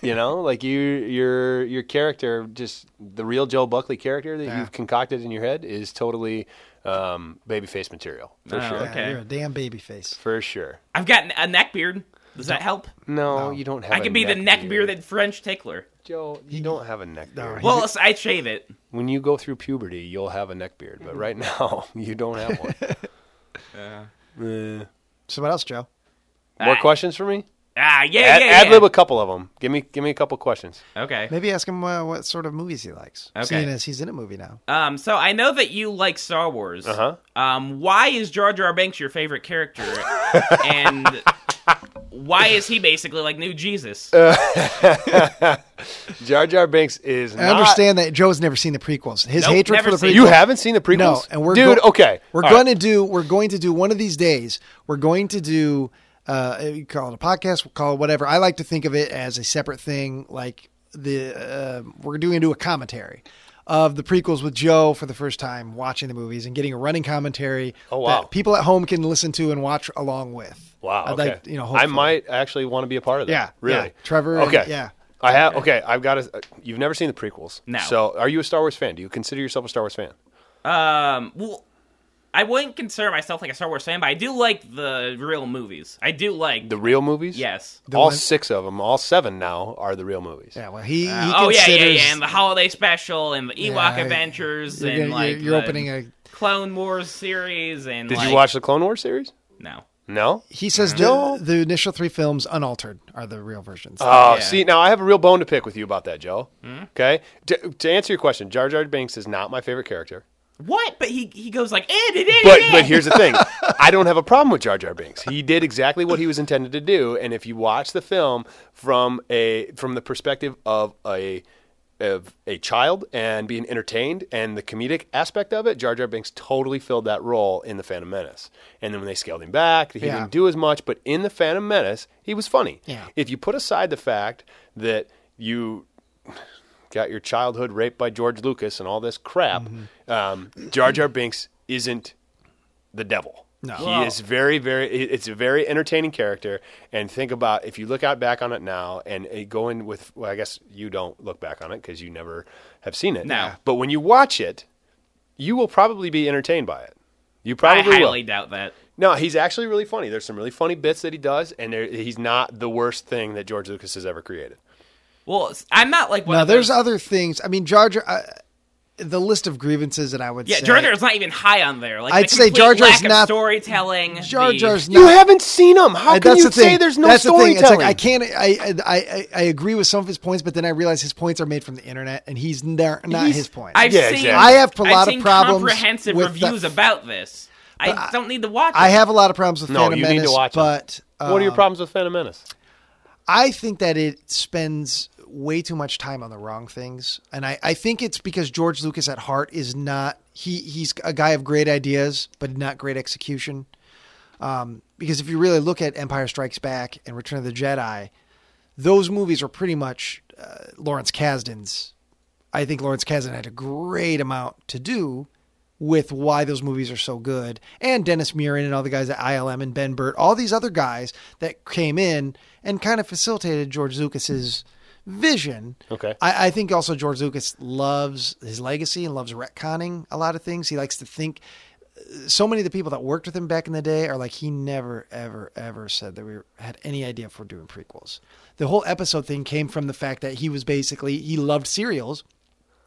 Speaker 6: You know, like you your your character, just the real Joe Buckley character that
Speaker 4: Yeah.
Speaker 6: you've concocted in your head is totally um, babyface material for
Speaker 7: Oh,
Speaker 6: sure.
Speaker 4: Yeah,
Speaker 7: okay.
Speaker 4: You're a damn babyface.
Speaker 6: For sure.
Speaker 7: I've got a neck beard. Does that help?
Speaker 6: No, you don't have.
Speaker 7: I could be the neck bearded French tickler.
Speaker 6: Joe. You don't have a neck beard.
Speaker 7: Well, s- I shave it.
Speaker 6: when you go through puberty, you'll have a neck beard,
Speaker 4: Mm-hmm.
Speaker 6: but right now you don't have one.
Speaker 4: So what else, Joe?
Speaker 6: More
Speaker 7: Ah.
Speaker 6: questions for me?
Speaker 7: Ah, yeah,
Speaker 6: Ad,
Speaker 7: yeah,
Speaker 6: ad lib
Speaker 7: yeah.
Speaker 6: a couple of them. Give me give me a couple questions.
Speaker 7: Okay.
Speaker 4: Maybe ask him uh, what sort of movies he likes.
Speaker 7: Okay.
Speaker 4: Seeing as he's in a movie now.
Speaker 7: Um, so I know that you like Star Wars.
Speaker 6: Uh-huh.
Speaker 7: Um, why is Jar Jar Binks your favorite character? and why is he basically like new Jesus?
Speaker 6: Jar Jar Binks is.
Speaker 4: I understand that Joe's never seen the prequels. His
Speaker 7: Nope,
Speaker 4: hatred for
Speaker 7: never
Speaker 4: the prequels.
Speaker 7: seen
Speaker 6: You haven't seen the prequels?
Speaker 4: No, and we're
Speaker 6: dude.
Speaker 4: go-
Speaker 6: okay,
Speaker 4: We're
Speaker 6: All
Speaker 4: going
Speaker 6: right.
Speaker 4: to do. We're going to do one of these days. We're going to do. Uh, you call it a podcast. We call it whatever. I like to think of it as a separate thing. Like the uh, we're doing do a commentary of the prequels with Joe for the first time watching the movies and getting a running commentary.
Speaker 6: Oh, wow.
Speaker 4: That people at home can listen to and watch along with.
Speaker 6: Wow.
Speaker 4: I'd
Speaker 6: okay.
Speaker 4: like you know.
Speaker 6: I
Speaker 4: hopefully.
Speaker 6: might actually want to be a part of that.
Speaker 4: Yeah,
Speaker 6: Really,
Speaker 4: yeah. Trevor and-
Speaker 6: Okay.
Speaker 4: yeah.
Speaker 6: I have. Okay. I've got to. You've never seen the prequels.
Speaker 7: No.
Speaker 6: So, are you a Star Wars fan? Do you consider yourself a Star Wars fan?
Speaker 7: um, well, I wouldn't consider myself like a Star Wars fan, but I do like the real movies. I do like
Speaker 6: The real movies?
Speaker 7: yes.
Speaker 6: all
Speaker 4: one-
Speaker 6: six of them, all seven now, are the real movies.
Speaker 4: Yeah. Well, he. he
Speaker 7: oh yeah, yeah,
Speaker 4: considers-
Speaker 7: yeah, and the holiday special and the Ewok
Speaker 4: Yeah,
Speaker 7: Adventures
Speaker 4: You're,
Speaker 7: and
Speaker 4: gonna- you're-
Speaker 7: like
Speaker 4: you're
Speaker 7: the
Speaker 4: opening a.
Speaker 7: Clone Wars series and
Speaker 6: Did
Speaker 7: like-
Speaker 6: you watch the Clone Wars series?
Speaker 7: No.
Speaker 6: No.
Speaker 4: He says no. The, the initial three films, unaltered, are the real versions.
Speaker 6: Oh,
Speaker 7: Yeah.
Speaker 6: see, now I have a real bone to pick with you about that, Joe.
Speaker 7: Hmm?
Speaker 6: Okay, to, to answer your question, Jar Jar Binks is not my favorite character.
Speaker 7: What? But he he goes like, eh, eh, eh,
Speaker 6: But
Speaker 7: eh.
Speaker 6: but here's the thing, I don't have a problem with Jar Jar Binks. He did exactly what he was intended to do, and if you watch the film from a from the perspective of a of a child and being entertained and the comedic aspect of it, Jar Jar Binks totally filled that role in the Phantom Menace. And then when they scaled him back, he
Speaker 4: Yeah.
Speaker 6: didn't do as much. But in the Phantom Menace, he was funny.
Speaker 4: Yeah.
Speaker 6: If you put aside the fact that you got your childhood raped by George Lucas and all this crap,
Speaker 7: Mm-hmm.
Speaker 6: um, Jar Jar Binks isn't the devil. No. He
Speaker 7: Wow.
Speaker 6: is very, very. It's a very entertaining character. And think about if you look out back on it now, and uh, go in with. Well, I guess you don't look back on it because you never have seen it.
Speaker 7: No.
Speaker 6: But when you watch it, you will probably be entertained by it. You
Speaker 7: I
Speaker 6: probably will.
Speaker 7: highly doubt that.
Speaker 6: No, he's actually really funny. There's some really funny bits that he does, and there, he's not the worst thing that George Lucas has ever created.
Speaker 7: Well, s- I'm not like one
Speaker 4: Now,
Speaker 7: of
Speaker 4: there's
Speaker 7: those-
Speaker 4: other things. I mean, Jar Jar. Uh, the list of grievances that I would
Speaker 7: yeah.
Speaker 4: say.
Speaker 7: Jar Jar's not even high on there. Like
Speaker 4: I'd
Speaker 7: the
Speaker 4: say
Speaker 7: complete
Speaker 4: Jar Jar's
Speaker 7: lack of
Speaker 4: not-
Speaker 7: storytelling.
Speaker 4: Jar
Speaker 7: the-
Speaker 4: Jar's
Speaker 6: You
Speaker 4: not.
Speaker 6: haven't seen him. How
Speaker 4: I-
Speaker 6: can
Speaker 4: that's
Speaker 6: you
Speaker 4: the thing.
Speaker 6: say there's no
Speaker 4: that's
Speaker 6: storytelling?
Speaker 4: The thing. It's like I can't. I, I I I agree with some of his points, but then I realize his points are made from the internet, and he's not, not
Speaker 6: He's-
Speaker 4: his point.
Speaker 7: I've
Speaker 6: Yeah,
Speaker 7: seen.
Speaker 6: exactly.
Speaker 4: I have a
Speaker 7: I've
Speaker 4: lot
Speaker 7: seen
Speaker 4: of problems.
Speaker 7: Comprehensive
Speaker 4: with the-
Speaker 7: reviews about this. I don't need to watch.
Speaker 4: I
Speaker 7: it.
Speaker 4: have a lot of problems with
Speaker 6: No,
Speaker 4: Phantom
Speaker 6: you need to
Speaker 4: Menace,
Speaker 6: watch it.
Speaker 4: but
Speaker 6: What are your
Speaker 4: um,
Speaker 6: problems with Phantom Menace?
Speaker 4: I think that it spends way too much time on the wrong things. And I, I think it's because George Lucas at heart is not he he's a guy of great ideas, but not great execution. Um, because if you really look at Empire Strikes Back and Return of the Jedi, those movies were pretty much uh, Lawrence Kasdan's. I think Lawrence Kasdan had a great amount to do with why those movies are so good. And Dennis Murin and all the guys at ILM and Ben Burt, all these other guys that came in and kind of facilitated George Lucas's vision.
Speaker 6: Okay.
Speaker 4: I, I think also George Lucas loves his legacy and loves retconning a lot of things. He likes to think. So many of the people that worked with him back in the day are like he never, ever, ever said that we had any idea if we're doing prequels. The whole episode thing came from the fact that he was basically he loved serials,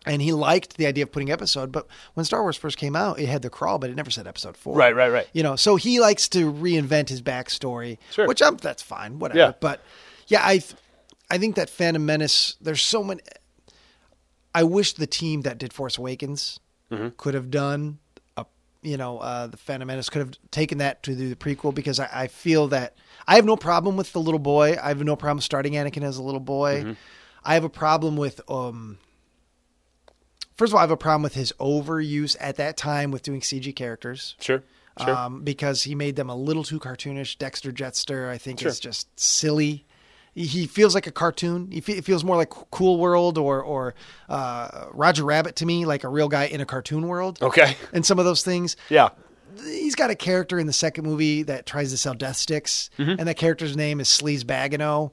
Speaker 4: and he liked the idea of putting episode. But when Star Wars first came out, it had the crawl, but it never said episode four.
Speaker 6: Right, right, right.
Speaker 4: You know, so he likes to reinvent his backstory,
Speaker 6: Sure.
Speaker 4: which I'm that's fine, whatever.
Speaker 6: Yeah.
Speaker 4: But yeah, I th- I think that Phantom Menace. There's so many. I wish the team that did Force Awakens
Speaker 6: Mm-hmm.
Speaker 4: could have done a, you know, uh, the Phantom Menace could have taken that to do the prequel because I, I feel that I have no problem with the little boy. I have no problem starting Anakin as a little boy.
Speaker 6: Mm-hmm.
Speaker 4: I have a problem with um. First of all, I have a problem with his overuse at that time with doing CG characters
Speaker 6: Sure. Sure.
Speaker 4: um, because he made them a little too cartoonish. Dexter Jetster, I think, is just silly. He- He feels like a cartoon. He fe- feels more like Cool World or or uh, Roger Rabbit to me, like a real guy in a cartoon world.
Speaker 6: okay.
Speaker 4: And some of those things
Speaker 6: Yeah.
Speaker 4: he's got a character in the second movie that tries to sell death sticks,
Speaker 6: Mm-hmm.
Speaker 4: and that character's name is Sleaze Bagano.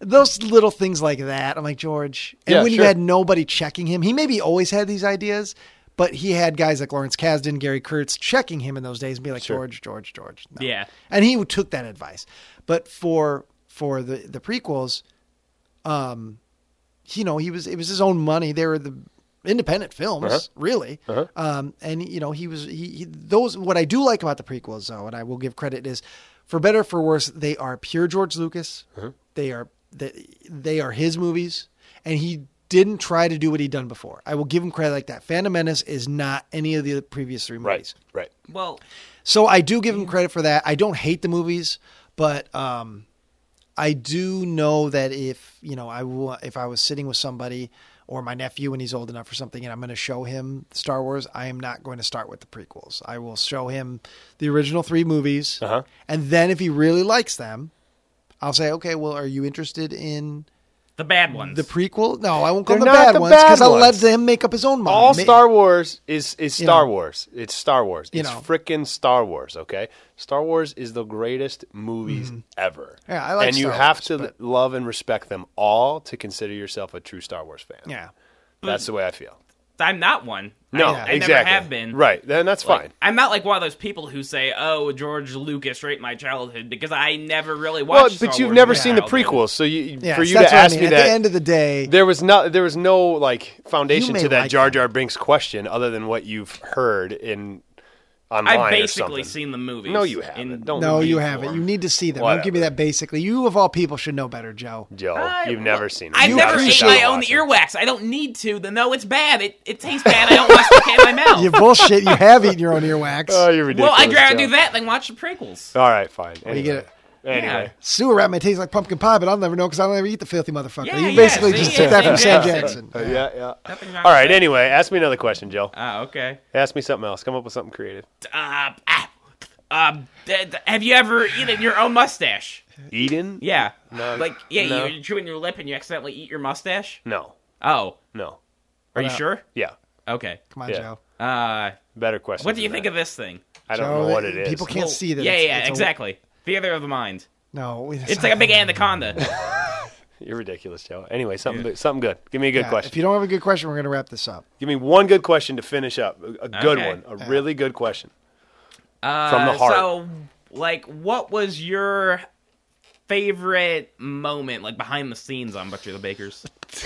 Speaker 4: Those little things like that. I'm like George, and
Speaker 6: Yeah,
Speaker 4: when you
Speaker 6: sure.
Speaker 4: had nobody checking him, he maybe always had these ideas, but he had guys like Lawrence Kasdan, Gary Kurtz checking him in those days and be like George, George, George. No.
Speaker 7: Yeah.
Speaker 4: and he took that advice. But for for the the prequels, you know, he was it was his own money. They were the independent films, really. Um, and you know, he was he, he those. What I do like about the prequels, though, and I will give credit is, for better or for worse, they are pure George Lucas. They are they, they are his movies, and he didn't try to do what he'd done before. I will give him credit like that. Phantom Menace is not any of the previous three movies.
Speaker 6: Right. Right.
Speaker 7: Well,
Speaker 4: So I do give him credit for that. I don't hate the movies, but um, I do know that if you know, I wa- if I was sitting with somebody or my nephew when he's old enough or something, and I'm going to show him Star Wars, I am not going to start with the prequels. I will show him the original three movies,
Speaker 6: Uh-huh.
Speaker 4: and then if he really likes them, I'll say, okay, well, are you interested in
Speaker 7: the bad ones.
Speaker 4: the prequel? No, I won't call
Speaker 6: They're
Speaker 4: them the
Speaker 6: not
Speaker 4: bad
Speaker 6: the
Speaker 4: ones because
Speaker 6: bad
Speaker 4: I'll let
Speaker 6: ones.
Speaker 4: him make up his own mind.
Speaker 6: All
Speaker 4: Ma-
Speaker 6: Star Wars is is
Speaker 4: You
Speaker 6: Star
Speaker 4: know.
Speaker 6: Wars. It's Star Wars.
Speaker 4: You
Speaker 6: It's
Speaker 4: know.
Speaker 6: frickin' Star Wars. Okay, Star Wars is the greatest movies ever.
Speaker 4: Mm-hmm. Yeah, I like
Speaker 6: And you
Speaker 4: Star
Speaker 6: have
Speaker 4: Wars,
Speaker 6: to
Speaker 4: but-
Speaker 6: love and respect them all to consider yourself a true Star Wars fan.
Speaker 4: yeah,
Speaker 6: that's the way I feel.
Speaker 7: I'm not one.
Speaker 6: No,
Speaker 7: I, I
Speaker 6: exactly.
Speaker 7: never have been.
Speaker 6: Right, then that's
Speaker 7: Like,
Speaker 6: fine.
Speaker 7: I'm not like one of those people who say, "Oh, George Lucas raped my childhood," because I never really watched.
Speaker 6: Well,
Speaker 7: Star
Speaker 6: but you've
Speaker 7: Wars
Speaker 6: never
Speaker 7: as a
Speaker 6: seen the
Speaker 7: child, and-
Speaker 6: prequels, so you,
Speaker 4: yeah.
Speaker 6: for you
Speaker 4: that's
Speaker 6: to
Speaker 4: what I
Speaker 6: ask
Speaker 4: mean.
Speaker 6: me
Speaker 4: At
Speaker 6: that
Speaker 4: the end of the day,
Speaker 6: there was no there was no like foundation
Speaker 4: may
Speaker 6: to that
Speaker 4: like
Speaker 6: Jar
Speaker 4: them.
Speaker 6: Jar Binks question other than what you've heard in online
Speaker 7: I've
Speaker 6: or something.
Speaker 7: basically seen the movies.
Speaker 6: No, you haven't.
Speaker 7: in-
Speaker 6: Don't
Speaker 4: No,
Speaker 6: leave
Speaker 4: you
Speaker 6: for
Speaker 4: haven't.
Speaker 6: them.
Speaker 4: You need to see them. Don't give me that
Speaker 6: Whatever.
Speaker 4: basically. You, of all people, should know better, Joe.
Speaker 6: Joe,
Speaker 7: I-
Speaker 6: you've never seen.
Speaker 7: I've
Speaker 6: You
Speaker 7: never
Speaker 6: gotta
Speaker 7: ate
Speaker 6: stop
Speaker 7: my own
Speaker 6: watching.
Speaker 7: earwax. I don't need to. The no, it's bad. It, it tastes bad. I don't watch the in my mouth.
Speaker 4: You bullshit. You have eaten your own earwax.
Speaker 6: Oh, you're ridiculous.
Speaker 7: well, I'd rather
Speaker 6: Joe.
Speaker 7: do that than watch the prequels.
Speaker 6: All right, fine. Anyway.
Speaker 4: you get
Speaker 6: Anyway,
Speaker 4: Sewer rat may taste like pumpkin pie, but I'll never know because I don't ever eat the filthy motherfucker.
Speaker 7: Yeah,
Speaker 4: you
Speaker 7: yeah,
Speaker 4: basically
Speaker 7: see,
Speaker 4: just
Speaker 7: yeah,
Speaker 4: took that
Speaker 7: yeah,
Speaker 4: from Sam
Speaker 7: yeah.
Speaker 4: Jackson.
Speaker 6: Uh, yeah, yeah.
Speaker 7: Nothing wrong
Speaker 6: All
Speaker 7: with
Speaker 6: right.
Speaker 7: that.
Speaker 6: Anyway, ask me another question, Joe.
Speaker 7: Ah, okay.
Speaker 6: Ask me something else. Come up with something creative.
Speaker 7: Uh, ah, um, d- d- have you ever eaten your own mustache?
Speaker 6: Eden?
Speaker 7: Yeah.
Speaker 6: No,
Speaker 7: like, yeah,
Speaker 6: no.
Speaker 7: you're chewing your lip and you accidentally eat your mustache?
Speaker 6: No.
Speaker 7: Oh.
Speaker 6: No.
Speaker 7: Are you sure?
Speaker 6: Yeah.
Speaker 7: Okay.
Speaker 4: Come on,
Speaker 6: Yeah.
Speaker 4: Joe.
Speaker 7: Uh,
Speaker 6: Better question.
Speaker 7: what do you think of this thing?
Speaker 6: I don't
Speaker 4: Joe,
Speaker 6: know what it is.
Speaker 4: People can't
Speaker 7: Well,
Speaker 4: see that.
Speaker 7: Yeah,
Speaker 4: it's-
Speaker 7: yeah,
Speaker 4: it's a-
Speaker 7: exactly. Theater of the mind.
Speaker 4: no,
Speaker 7: It's like a big anaconda.
Speaker 6: You're ridiculous, Joe. Anyway, something something good. Give me a good
Speaker 4: Yeah,
Speaker 6: question.
Speaker 4: If you don't have a good question, we're going to wrap this up.
Speaker 6: Give me one good question to finish up. A a good
Speaker 7: Okay.
Speaker 6: one. A really good question.
Speaker 7: Uh,
Speaker 6: From the heart.
Speaker 7: So, like, what was your favorite moment, like behind the scenes on Butcher the Baker's?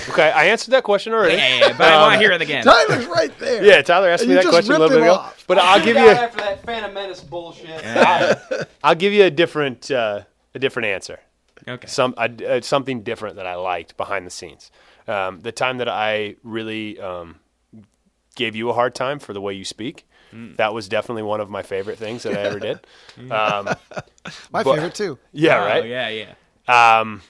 Speaker 6: Okay, I answered that question already.
Speaker 7: Yeah, yeah, yeah,
Speaker 6: Um,
Speaker 7: but I want to hear it again.
Speaker 4: Tyler's right there.
Speaker 6: Yeah, Tyler asked
Speaker 4: And
Speaker 6: me
Speaker 4: you
Speaker 6: that
Speaker 4: just
Speaker 6: question a
Speaker 4: ripped
Speaker 6: little bit
Speaker 4: him
Speaker 6: ago.
Speaker 4: off.
Speaker 6: But I'll give
Speaker 8: Get
Speaker 6: you
Speaker 8: out
Speaker 6: a,
Speaker 8: after that Phantom Menace bullshit.
Speaker 6: I'll give you a different uh, a different answer.
Speaker 7: Okay.
Speaker 6: some I, uh, something different that I liked behind the scenes. Um, the time that I really um, gave you a hard time for the way you speak,
Speaker 7: Mm.
Speaker 6: that was definitely one of my favorite things that I ever did. Um,
Speaker 4: My
Speaker 6: But-
Speaker 4: favorite, too.
Speaker 6: yeah,
Speaker 7: Oh,
Speaker 6: right.
Speaker 7: Yeah, yeah.
Speaker 6: Um,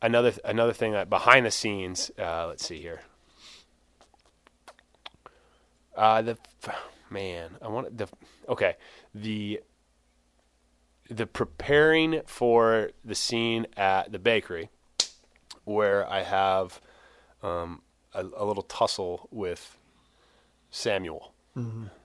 Speaker 6: another another thing that behind the scenes. Uh, let's see here. Uh, the man, I want the okay the the preparing for the scene at the bakery where I have um, a, a little tussle with Samuel,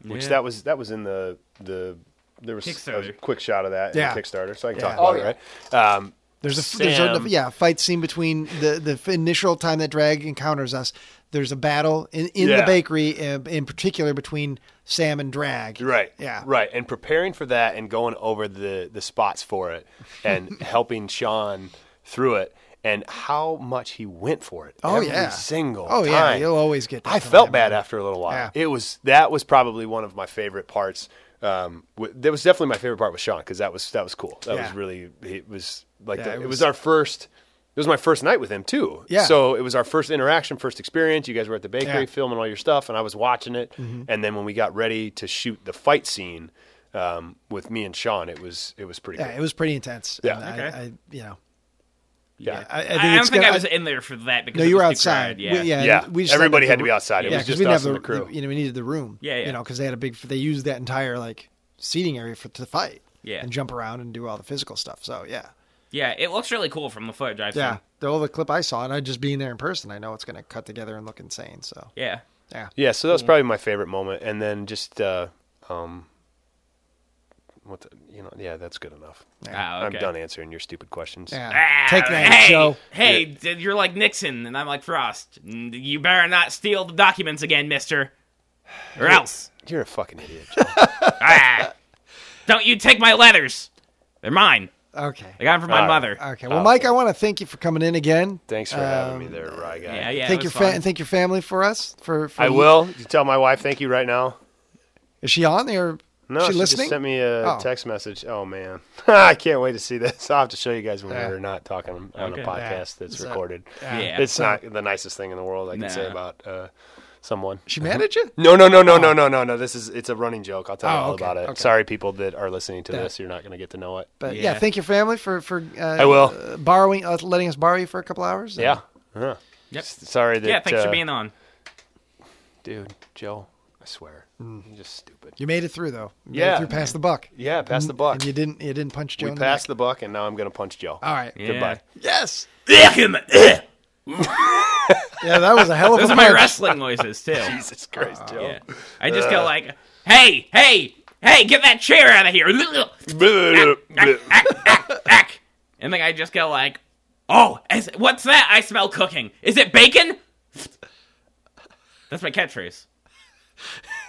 Speaker 6: which
Speaker 5: Yeah.
Speaker 6: that was that was in the the there was a
Speaker 7: Kickstarter.
Speaker 6: quick shot of that
Speaker 4: Yeah.
Speaker 6: in Kickstarter, so I can
Speaker 4: Yeah.
Speaker 6: talk about
Speaker 8: Oh,
Speaker 6: it, right? Um,
Speaker 4: There's a there's a
Speaker 6: Sam.
Speaker 4: yeah fight scene between the the f- initial time that Drag encounters us. There's a battle in, in the
Speaker 6: Yeah.
Speaker 4: bakery, uh, in particular between Sam and Drag.
Speaker 6: Right.
Speaker 4: Yeah.
Speaker 6: Right. And preparing for that and going over the the spots for it and helping Sean through it and how much he went for it.
Speaker 4: Oh,
Speaker 6: every
Speaker 4: yeah.
Speaker 6: single
Speaker 4: Oh,
Speaker 6: time.
Speaker 4: yeah, you'll always get that
Speaker 6: I
Speaker 4: from
Speaker 6: felt
Speaker 4: him.
Speaker 6: bad after a little while.
Speaker 4: Yeah.
Speaker 6: It was that was probably one of my favorite parts. Um, w- that was definitely my favorite part with Sean because that was that was cool. That
Speaker 4: Yeah.
Speaker 6: was really it was like
Speaker 4: Yeah,
Speaker 6: the-
Speaker 4: it
Speaker 6: it, was,
Speaker 4: was-
Speaker 6: our first. It was my first night with him too.
Speaker 4: Yeah.
Speaker 6: So it was our first interaction, first experience. You guys were at the bakery
Speaker 4: Yeah.
Speaker 6: filming all your stuff, and I was watching it.
Speaker 4: Mm-hmm.
Speaker 6: And then when we got ready to shoot the fight scene um, with me and Sean, it was it was pretty.
Speaker 4: Yeah,
Speaker 6: cool.
Speaker 4: it was pretty intense.
Speaker 6: Yeah.
Speaker 4: And
Speaker 7: Okay.
Speaker 4: I, I, you know,
Speaker 6: yeah.
Speaker 4: I, I, think
Speaker 7: I, I
Speaker 4: it's
Speaker 7: don't think
Speaker 4: gonna-
Speaker 7: I was in there for that because
Speaker 4: No,
Speaker 7: it
Speaker 4: you were
Speaker 7: was too
Speaker 4: outside.
Speaker 7: crowded,
Speaker 4: We-
Speaker 7: Yeah.
Speaker 6: Yeah.
Speaker 4: we just had,
Speaker 6: Everybody
Speaker 4: like,
Speaker 6: had
Speaker 4: the
Speaker 6: to be
Speaker 4: ru-
Speaker 6: outside. It
Speaker 4: yeah,
Speaker 6: was
Speaker 4: 'cause
Speaker 6: just
Speaker 4: we didn't
Speaker 6: us
Speaker 4: have
Speaker 6: and the crew.
Speaker 4: You know, we needed the room.
Speaker 7: Yeah, yeah.
Speaker 4: You know, because they had a big. They used that entire like seating area for to fight.
Speaker 7: Yeah.
Speaker 4: And jump around and do all the physical stuff. So yeah.
Speaker 7: Yeah, It looks really cool from the footage I've
Speaker 4: Yeah.
Speaker 7: seen.
Speaker 4: The whole the clip I saw, and I just being there in person, I know it's going to cut together and look insane. So
Speaker 7: Yeah.
Speaker 4: yeah.
Speaker 6: Yeah, so that was probably my favorite moment, and then just uh, um, what the, you know, yeah, that's good enough.
Speaker 7: Ah,
Speaker 6: I'm
Speaker 7: okay.
Speaker 6: done answering your stupid questions.
Speaker 4: Yeah.
Speaker 7: Ah,
Speaker 4: Take that,
Speaker 7: hey,
Speaker 4: Joe.
Speaker 7: Hey, d- you're like Nixon, and I'm like Frost. N- You better not steal the documents again, mister. Or else.
Speaker 6: You're a fucking idiot. Joe.
Speaker 7: Ah. Don't you take my letters. They're mine.
Speaker 6: Ah.
Speaker 4: Okay.
Speaker 7: I got them from my
Speaker 6: All right.
Speaker 7: mother.
Speaker 4: Okay.
Speaker 6: Oh.
Speaker 4: Well, Mike, I want to thank you for coming in again.
Speaker 6: Thanks for having me there,
Speaker 4: Um,
Speaker 6: Rye guy.
Speaker 7: Yeah, yeah. it
Speaker 4: thank
Speaker 7: was
Speaker 4: your
Speaker 7: fun.
Speaker 4: fa- and thank your family for us. For, for
Speaker 6: I
Speaker 4: you-
Speaker 6: will. You tell my wife thank you right now.
Speaker 4: Is she on there?
Speaker 6: No,
Speaker 4: Is
Speaker 6: she,
Speaker 4: she, listening?
Speaker 6: just sent me a
Speaker 4: Oh.
Speaker 6: text message. Oh man, I can't wait to see this. I'll have to show you guys when
Speaker 4: Yeah.
Speaker 6: we're not talking on
Speaker 7: Okay.
Speaker 6: a
Speaker 4: Yeah.
Speaker 6: podcast that's
Speaker 4: So-
Speaker 6: recorded.
Speaker 7: Yeah.
Speaker 6: It's not the nicest thing in the world I can say
Speaker 7: Nah.
Speaker 6: about uh, someone. Oh.
Speaker 4: She managed it.
Speaker 6: No, no, no, no, no, no, no, no. This is it's a running joke. I'll tell you
Speaker 4: Oh,
Speaker 6: all
Speaker 4: okay,
Speaker 6: about it.
Speaker 4: okay.
Speaker 6: Sorry, people that are listening to
Speaker 4: Yeah.
Speaker 6: this, you're not going to get to know it.
Speaker 4: But yeah.
Speaker 7: Yeah.
Speaker 4: thank your family for for uh,
Speaker 6: I will.
Speaker 4: uh, borrowing uh, letting us borrow you for a couple hours.
Speaker 6: yeah. Uh-huh.
Speaker 7: Yep.
Speaker 6: Sorry that.
Speaker 7: Yeah, thanks for
Speaker 6: uh,
Speaker 7: being on.
Speaker 6: Dude, Joe, I swear, Mm. you're just stupid. Mm.
Speaker 4: You made it through though. You made it
Speaker 6: Yeah.
Speaker 4: through past the buck.
Speaker 6: Yeah, pass the buck.
Speaker 4: And you didn't you didn't punch Joe.
Speaker 6: We
Speaker 4: in
Speaker 6: passed
Speaker 4: The
Speaker 6: the buck, and now I'm going to punch Joe.
Speaker 4: neck. All right.
Speaker 7: Yeah.
Speaker 6: Goodbye.
Speaker 4: Yes.
Speaker 7: Those
Speaker 4: Yeah, that was a hell of a
Speaker 7: are my
Speaker 4: punch.
Speaker 7: wrestling noises, too.
Speaker 6: Jesus Christ, Joe.
Speaker 7: Yeah. I just
Speaker 6: Uh,
Speaker 7: go like, hey, hey, hey, get that chair out of here. Ack. And then I just go like, oh, is, what's that? I smell cooking. Is it bacon? That's my catchphrase.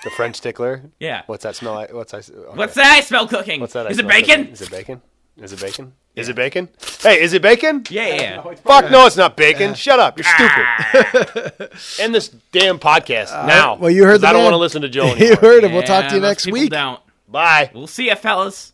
Speaker 6: The French tickler.
Speaker 7: Yeah.
Speaker 6: What's that smell like? What's I? okay.
Speaker 7: What's that? I smell cooking.
Speaker 6: What's that? I
Speaker 7: Is it
Speaker 6: smell cooking?
Speaker 7: bacon?
Speaker 6: Is it bacon? Is it bacon? Is it bacon? Hey, is it bacon?
Speaker 7: Yeah, yeah. yeah.
Speaker 6: Fuck no, it's not bacon. Shut up. You're stupid. End this damn podcast now.
Speaker 4: Ah. Uh, Well, you heard
Speaker 6: 'cause
Speaker 4: the
Speaker 6: I don't
Speaker 4: man.
Speaker 6: want to listen to Joe
Speaker 4: You
Speaker 6: anymore.
Speaker 4: heard him. We'll talk to
Speaker 7: Yeah,
Speaker 4: you
Speaker 7: most
Speaker 4: next
Speaker 7: people
Speaker 4: week.
Speaker 7: Don't.
Speaker 6: Bye.
Speaker 7: We'll see you, fellas.